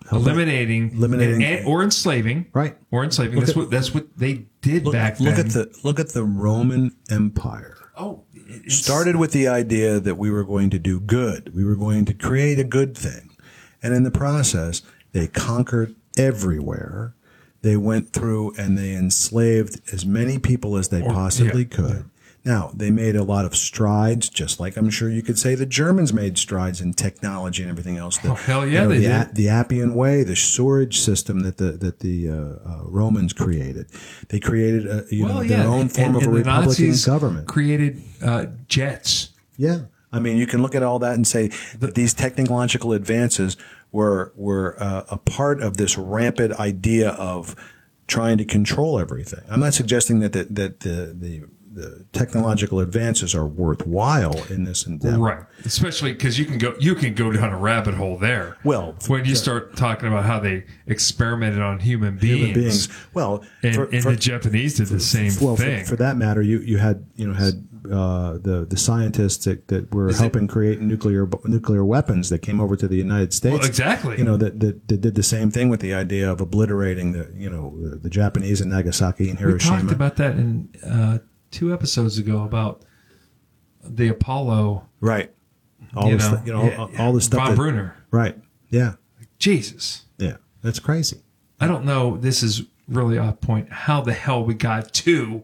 S2: eliminating,
S1: Eliminating-
S2: and- or enslaving,
S1: Right.
S2: Or enslaving. that's what that's what they did
S1: look
S2: back
S1: look
S2: then.
S1: at the look at the Roman Empire.
S2: oh, it- it's-
S1: started with the idea that we were going to do good. We were going to create a good thing. And in the process, they conquered everywhere. They went through and they enslaved as many people as they possibly could. Now, they made a lot of strides, just like I'm sure you could say the Germans made strides in technology and everything else. The,
S2: Oh, hell yeah, they
S1: the,
S2: did.
S1: A- the Appian Way, the sewerage system that the that the uh, uh, Romans created. They created a, you know,
S2: well,
S1: their
S2: yeah.
S1: own form
S2: and,
S1: of a
S2: and the
S1: republican
S2: Nazis
S1: government.
S2: created uh, jets.
S1: Yeah. I mean, you can look at all that and say that these technological advances were were uh, a part of this rampant idea of trying to control everything. I'm not suggesting that the, that the, the the technological advances are worthwhile in this endeavor.
S2: Right, especially because you can go you can go down a rabbit hole there.
S1: Well,
S2: when you start talking about how they experimented on human beings,
S1: Human beings. Well,
S2: and,
S1: for-
S2: and
S1: for-
S2: the Japanese did the same
S1: well,
S2: thing.
S1: for, for that matter, you, you had you know had uh, the the scientists that, that were helping create nuclear bo- nuclear weapons that came over to the United States.
S2: exactly.
S1: You know that, that that did the same thing with the idea of obliterating the you know the, the Japanese in Nagasaki and
S2: we talked
S1: Hiroshima.
S2: about that in uh, two episodes ago about the Apollo.
S1: right. All
S2: you
S1: this
S2: know,
S1: thi- you know all, all this stuff.
S2: Von
S1: that-
S2: Brunner.
S1: Right. Yeah.
S2: Jesus,
S1: Yeah. That's crazy.
S2: I don't know. This is really off point. How the hell we got to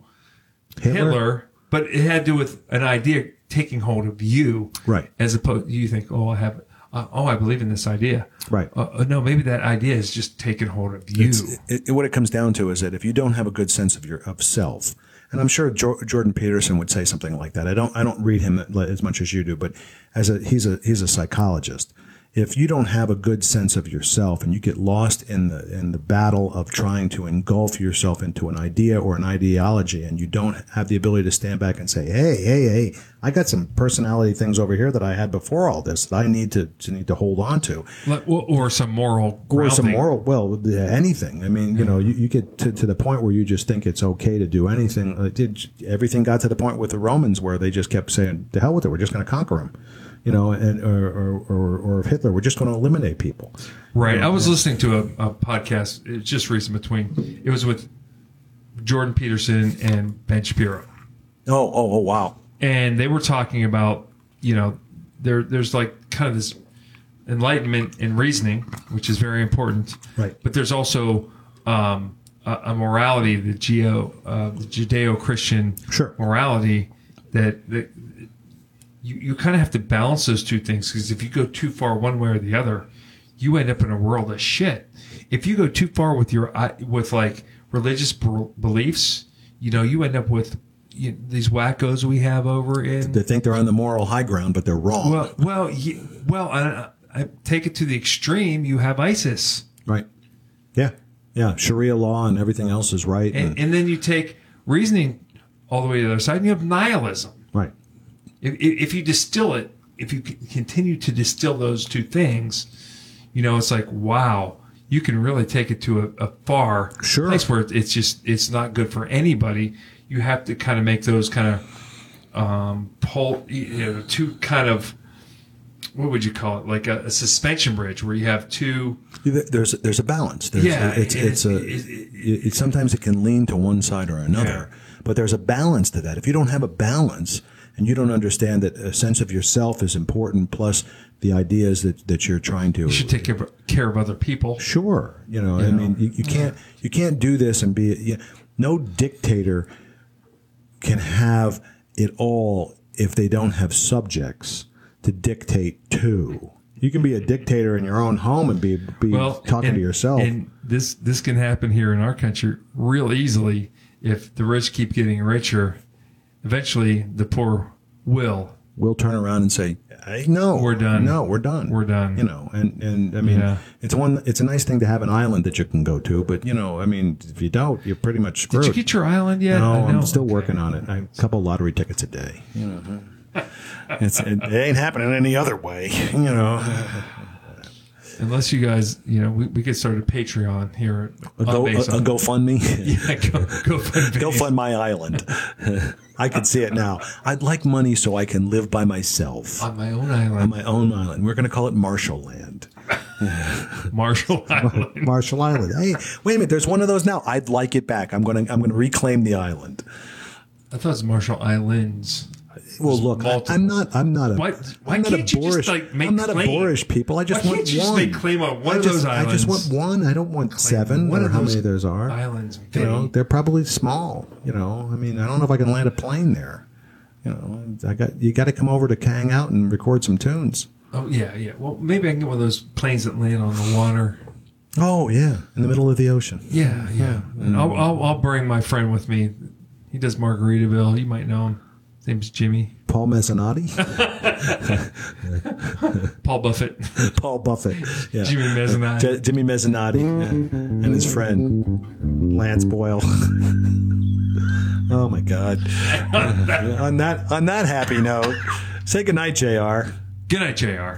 S2: Hitler, but it had to do with an idea taking hold of you,
S1: Right.
S2: As opposed, you think, oh, I have, uh, oh, I believe in this idea,
S1: Right.
S2: Uh, uh, no, maybe that idea is just taking hold of you.
S1: it, it- what it comes down to is that if you don't have a good sense of your of self, and I'm sure jo- Jordan Peterson would say something like that. I don't I don't read him as much as you do, but as a he's a he's a psychologist. If you don't have a good sense of yourself and you get lost in the in the battle of trying to engulf yourself into an idea or an ideology, and you don't have the ability to stand back and say, "Hey, hey, hey, I got some personality things over here that I had before all this that I need to, to need to hold on to."
S2: Like, or, or some moral,
S1: or some
S2: grounding.
S1: moral well yeah, anything i mean you know you, you get to, to the point where you just think it's okay to do anything Uh, did everything got to the point with the romans where they just kept saying to hell with it we're just going to conquer them you know and or or, or, or if hitler we're just going to eliminate people
S2: Right. I was listening to a, a podcast it's just recent between it was with Jordan Peterson and Ben Shapiro.
S1: oh oh oh wow
S2: And they were talking about, you know, there there's like kind of this enlightenment and reasoning, which is very important.
S1: Right.
S2: But there's also um, a, a morality, the geo uh, the Judeo Christian
S1: Sure.
S2: morality that, that you, you kind of have to balance those two things because if you go too far one way or the other, you end up in a world of shit. If you go too far with your i- with like religious bel- beliefs, you know, you end up with you, these wackos we have over in.
S1: they think they're on the moral high ground but they're wrong
S2: Well, well, ye- well. I, I take it to the extreme. You have ISIS,
S1: right yeah yeah sharia law and everything else is right
S2: and,
S1: and-
S2: and then you take reasoning all the way to the other side, and you have nihilism.
S1: right
S2: if, if if you distill it, if you c- continue to distill those two things, you know, it's like, wow, you can really take it to a, a far
S1: Sure.
S2: place where it's just, it's not good for anybody. You have to kind of make those kind of um, pole, you know, two kind of what would you call it? Like a, a suspension bridge where you have two.
S1: There's there's a balance. There's
S2: Yeah,
S1: it's
S2: it-
S1: it's a.
S2: it-
S1: It, it, sometimes it can lean to one side or another, but there's a balance to that. If you don't have a balance and you don't understand that a sense of yourself is important, plus the ideas that that you're trying to
S2: You should take care of, care of other people.
S1: Sure, you know, I mean, you, you can't you can't do this and be you no dictator can have it all if they don't have subjects to dictate to. You can be a dictator in your own home and be be talking
S2: and-
S1: to yourself.
S2: And this this can happen here in our country real easily if the rich keep getting richer. Eventually, the poor will.
S1: we'll turn around and say, "Hey, "No,
S2: We're done.
S1: No, we're done.
S2: We're done.
S1: You know, and and I mean,
S2: Yeah.
S1: it's one. It's a nice thing to have an island that you can go to, but you know, I mean, if you don't, you're pretty much screwed.
S2: Did you get your island yet?
S1: No,
S2: I know.
S1: I'm still working on it. I, a couple lottery tickets a day. You know, it's, it, it ain't happening any other way. You know,
S2: Unless you guys, you know, we, we could start a Patreon here.
S1: a,
S2: on
S1: go, a,
S2: Base
S1: a
S2: on-
S1: GoFundMe.
S2: Yeah, go, go fund
S1: Go
S2: Base.
S1: fund my island. I can see it now. I'd like money so I can live by myself on
S2: on my own island,
S1: my own island. We're going to call it Marshall Land.
S2: Marshall Island.
S1: Marshall Island. Hey, wait a minute. There's one of those now. I'd like it back. I'm going to. I'm going to reclaim the island.
S2: I thought it was Marshall Islands.
S1: Well, look, I,
S2: multiple.
S1: I'm not. I'm not a.
S2: Why- why
S1: I'm not a
S2: can't you just,
S1: boorish-
S2: like, make
S1: I'm not a
S2: claim?
S1: boorish people. I
S2: Why
S1: just
S2: can't
S1: want
S2: you just
S1: one.
S2: make claim on one
S1: I
S2: of
S1: just,
S2: those
S1: I
S2: islands?
S1: just want one. I don't want seven.
S2: One
S1: or
S2: of
S1: how
S2: those
S1: many there's are.
S2: islands.
S1: you
S2: baby.
S1: know, they're probably small. You know, I mean, I don't know if I can land a plane there. You know, I got you got to come over to hang out and record some tunes.
S2: Oh yeah, yeah. Well, maybe I can get one of those planes that land on the water.
S1: Oh yeah, in the middle of the ocean.
S2: Yeah, yeah. I'll, I'll, I'll bring my friend with me. He does Margaritaville. You might know him. His name's Jimmy.
S1: Paul Mezzanotte,
S2: Paul Buffett.
S1: Paul Buffett, yeah.
S2: Jimmy Mezzanotte.
S1: J- Jimmy Mezzanotte, yeah. and his friend Lance Boyle. oh my God! on that on that happy note, say goodnight, Jr.
S2: Good night, Jr.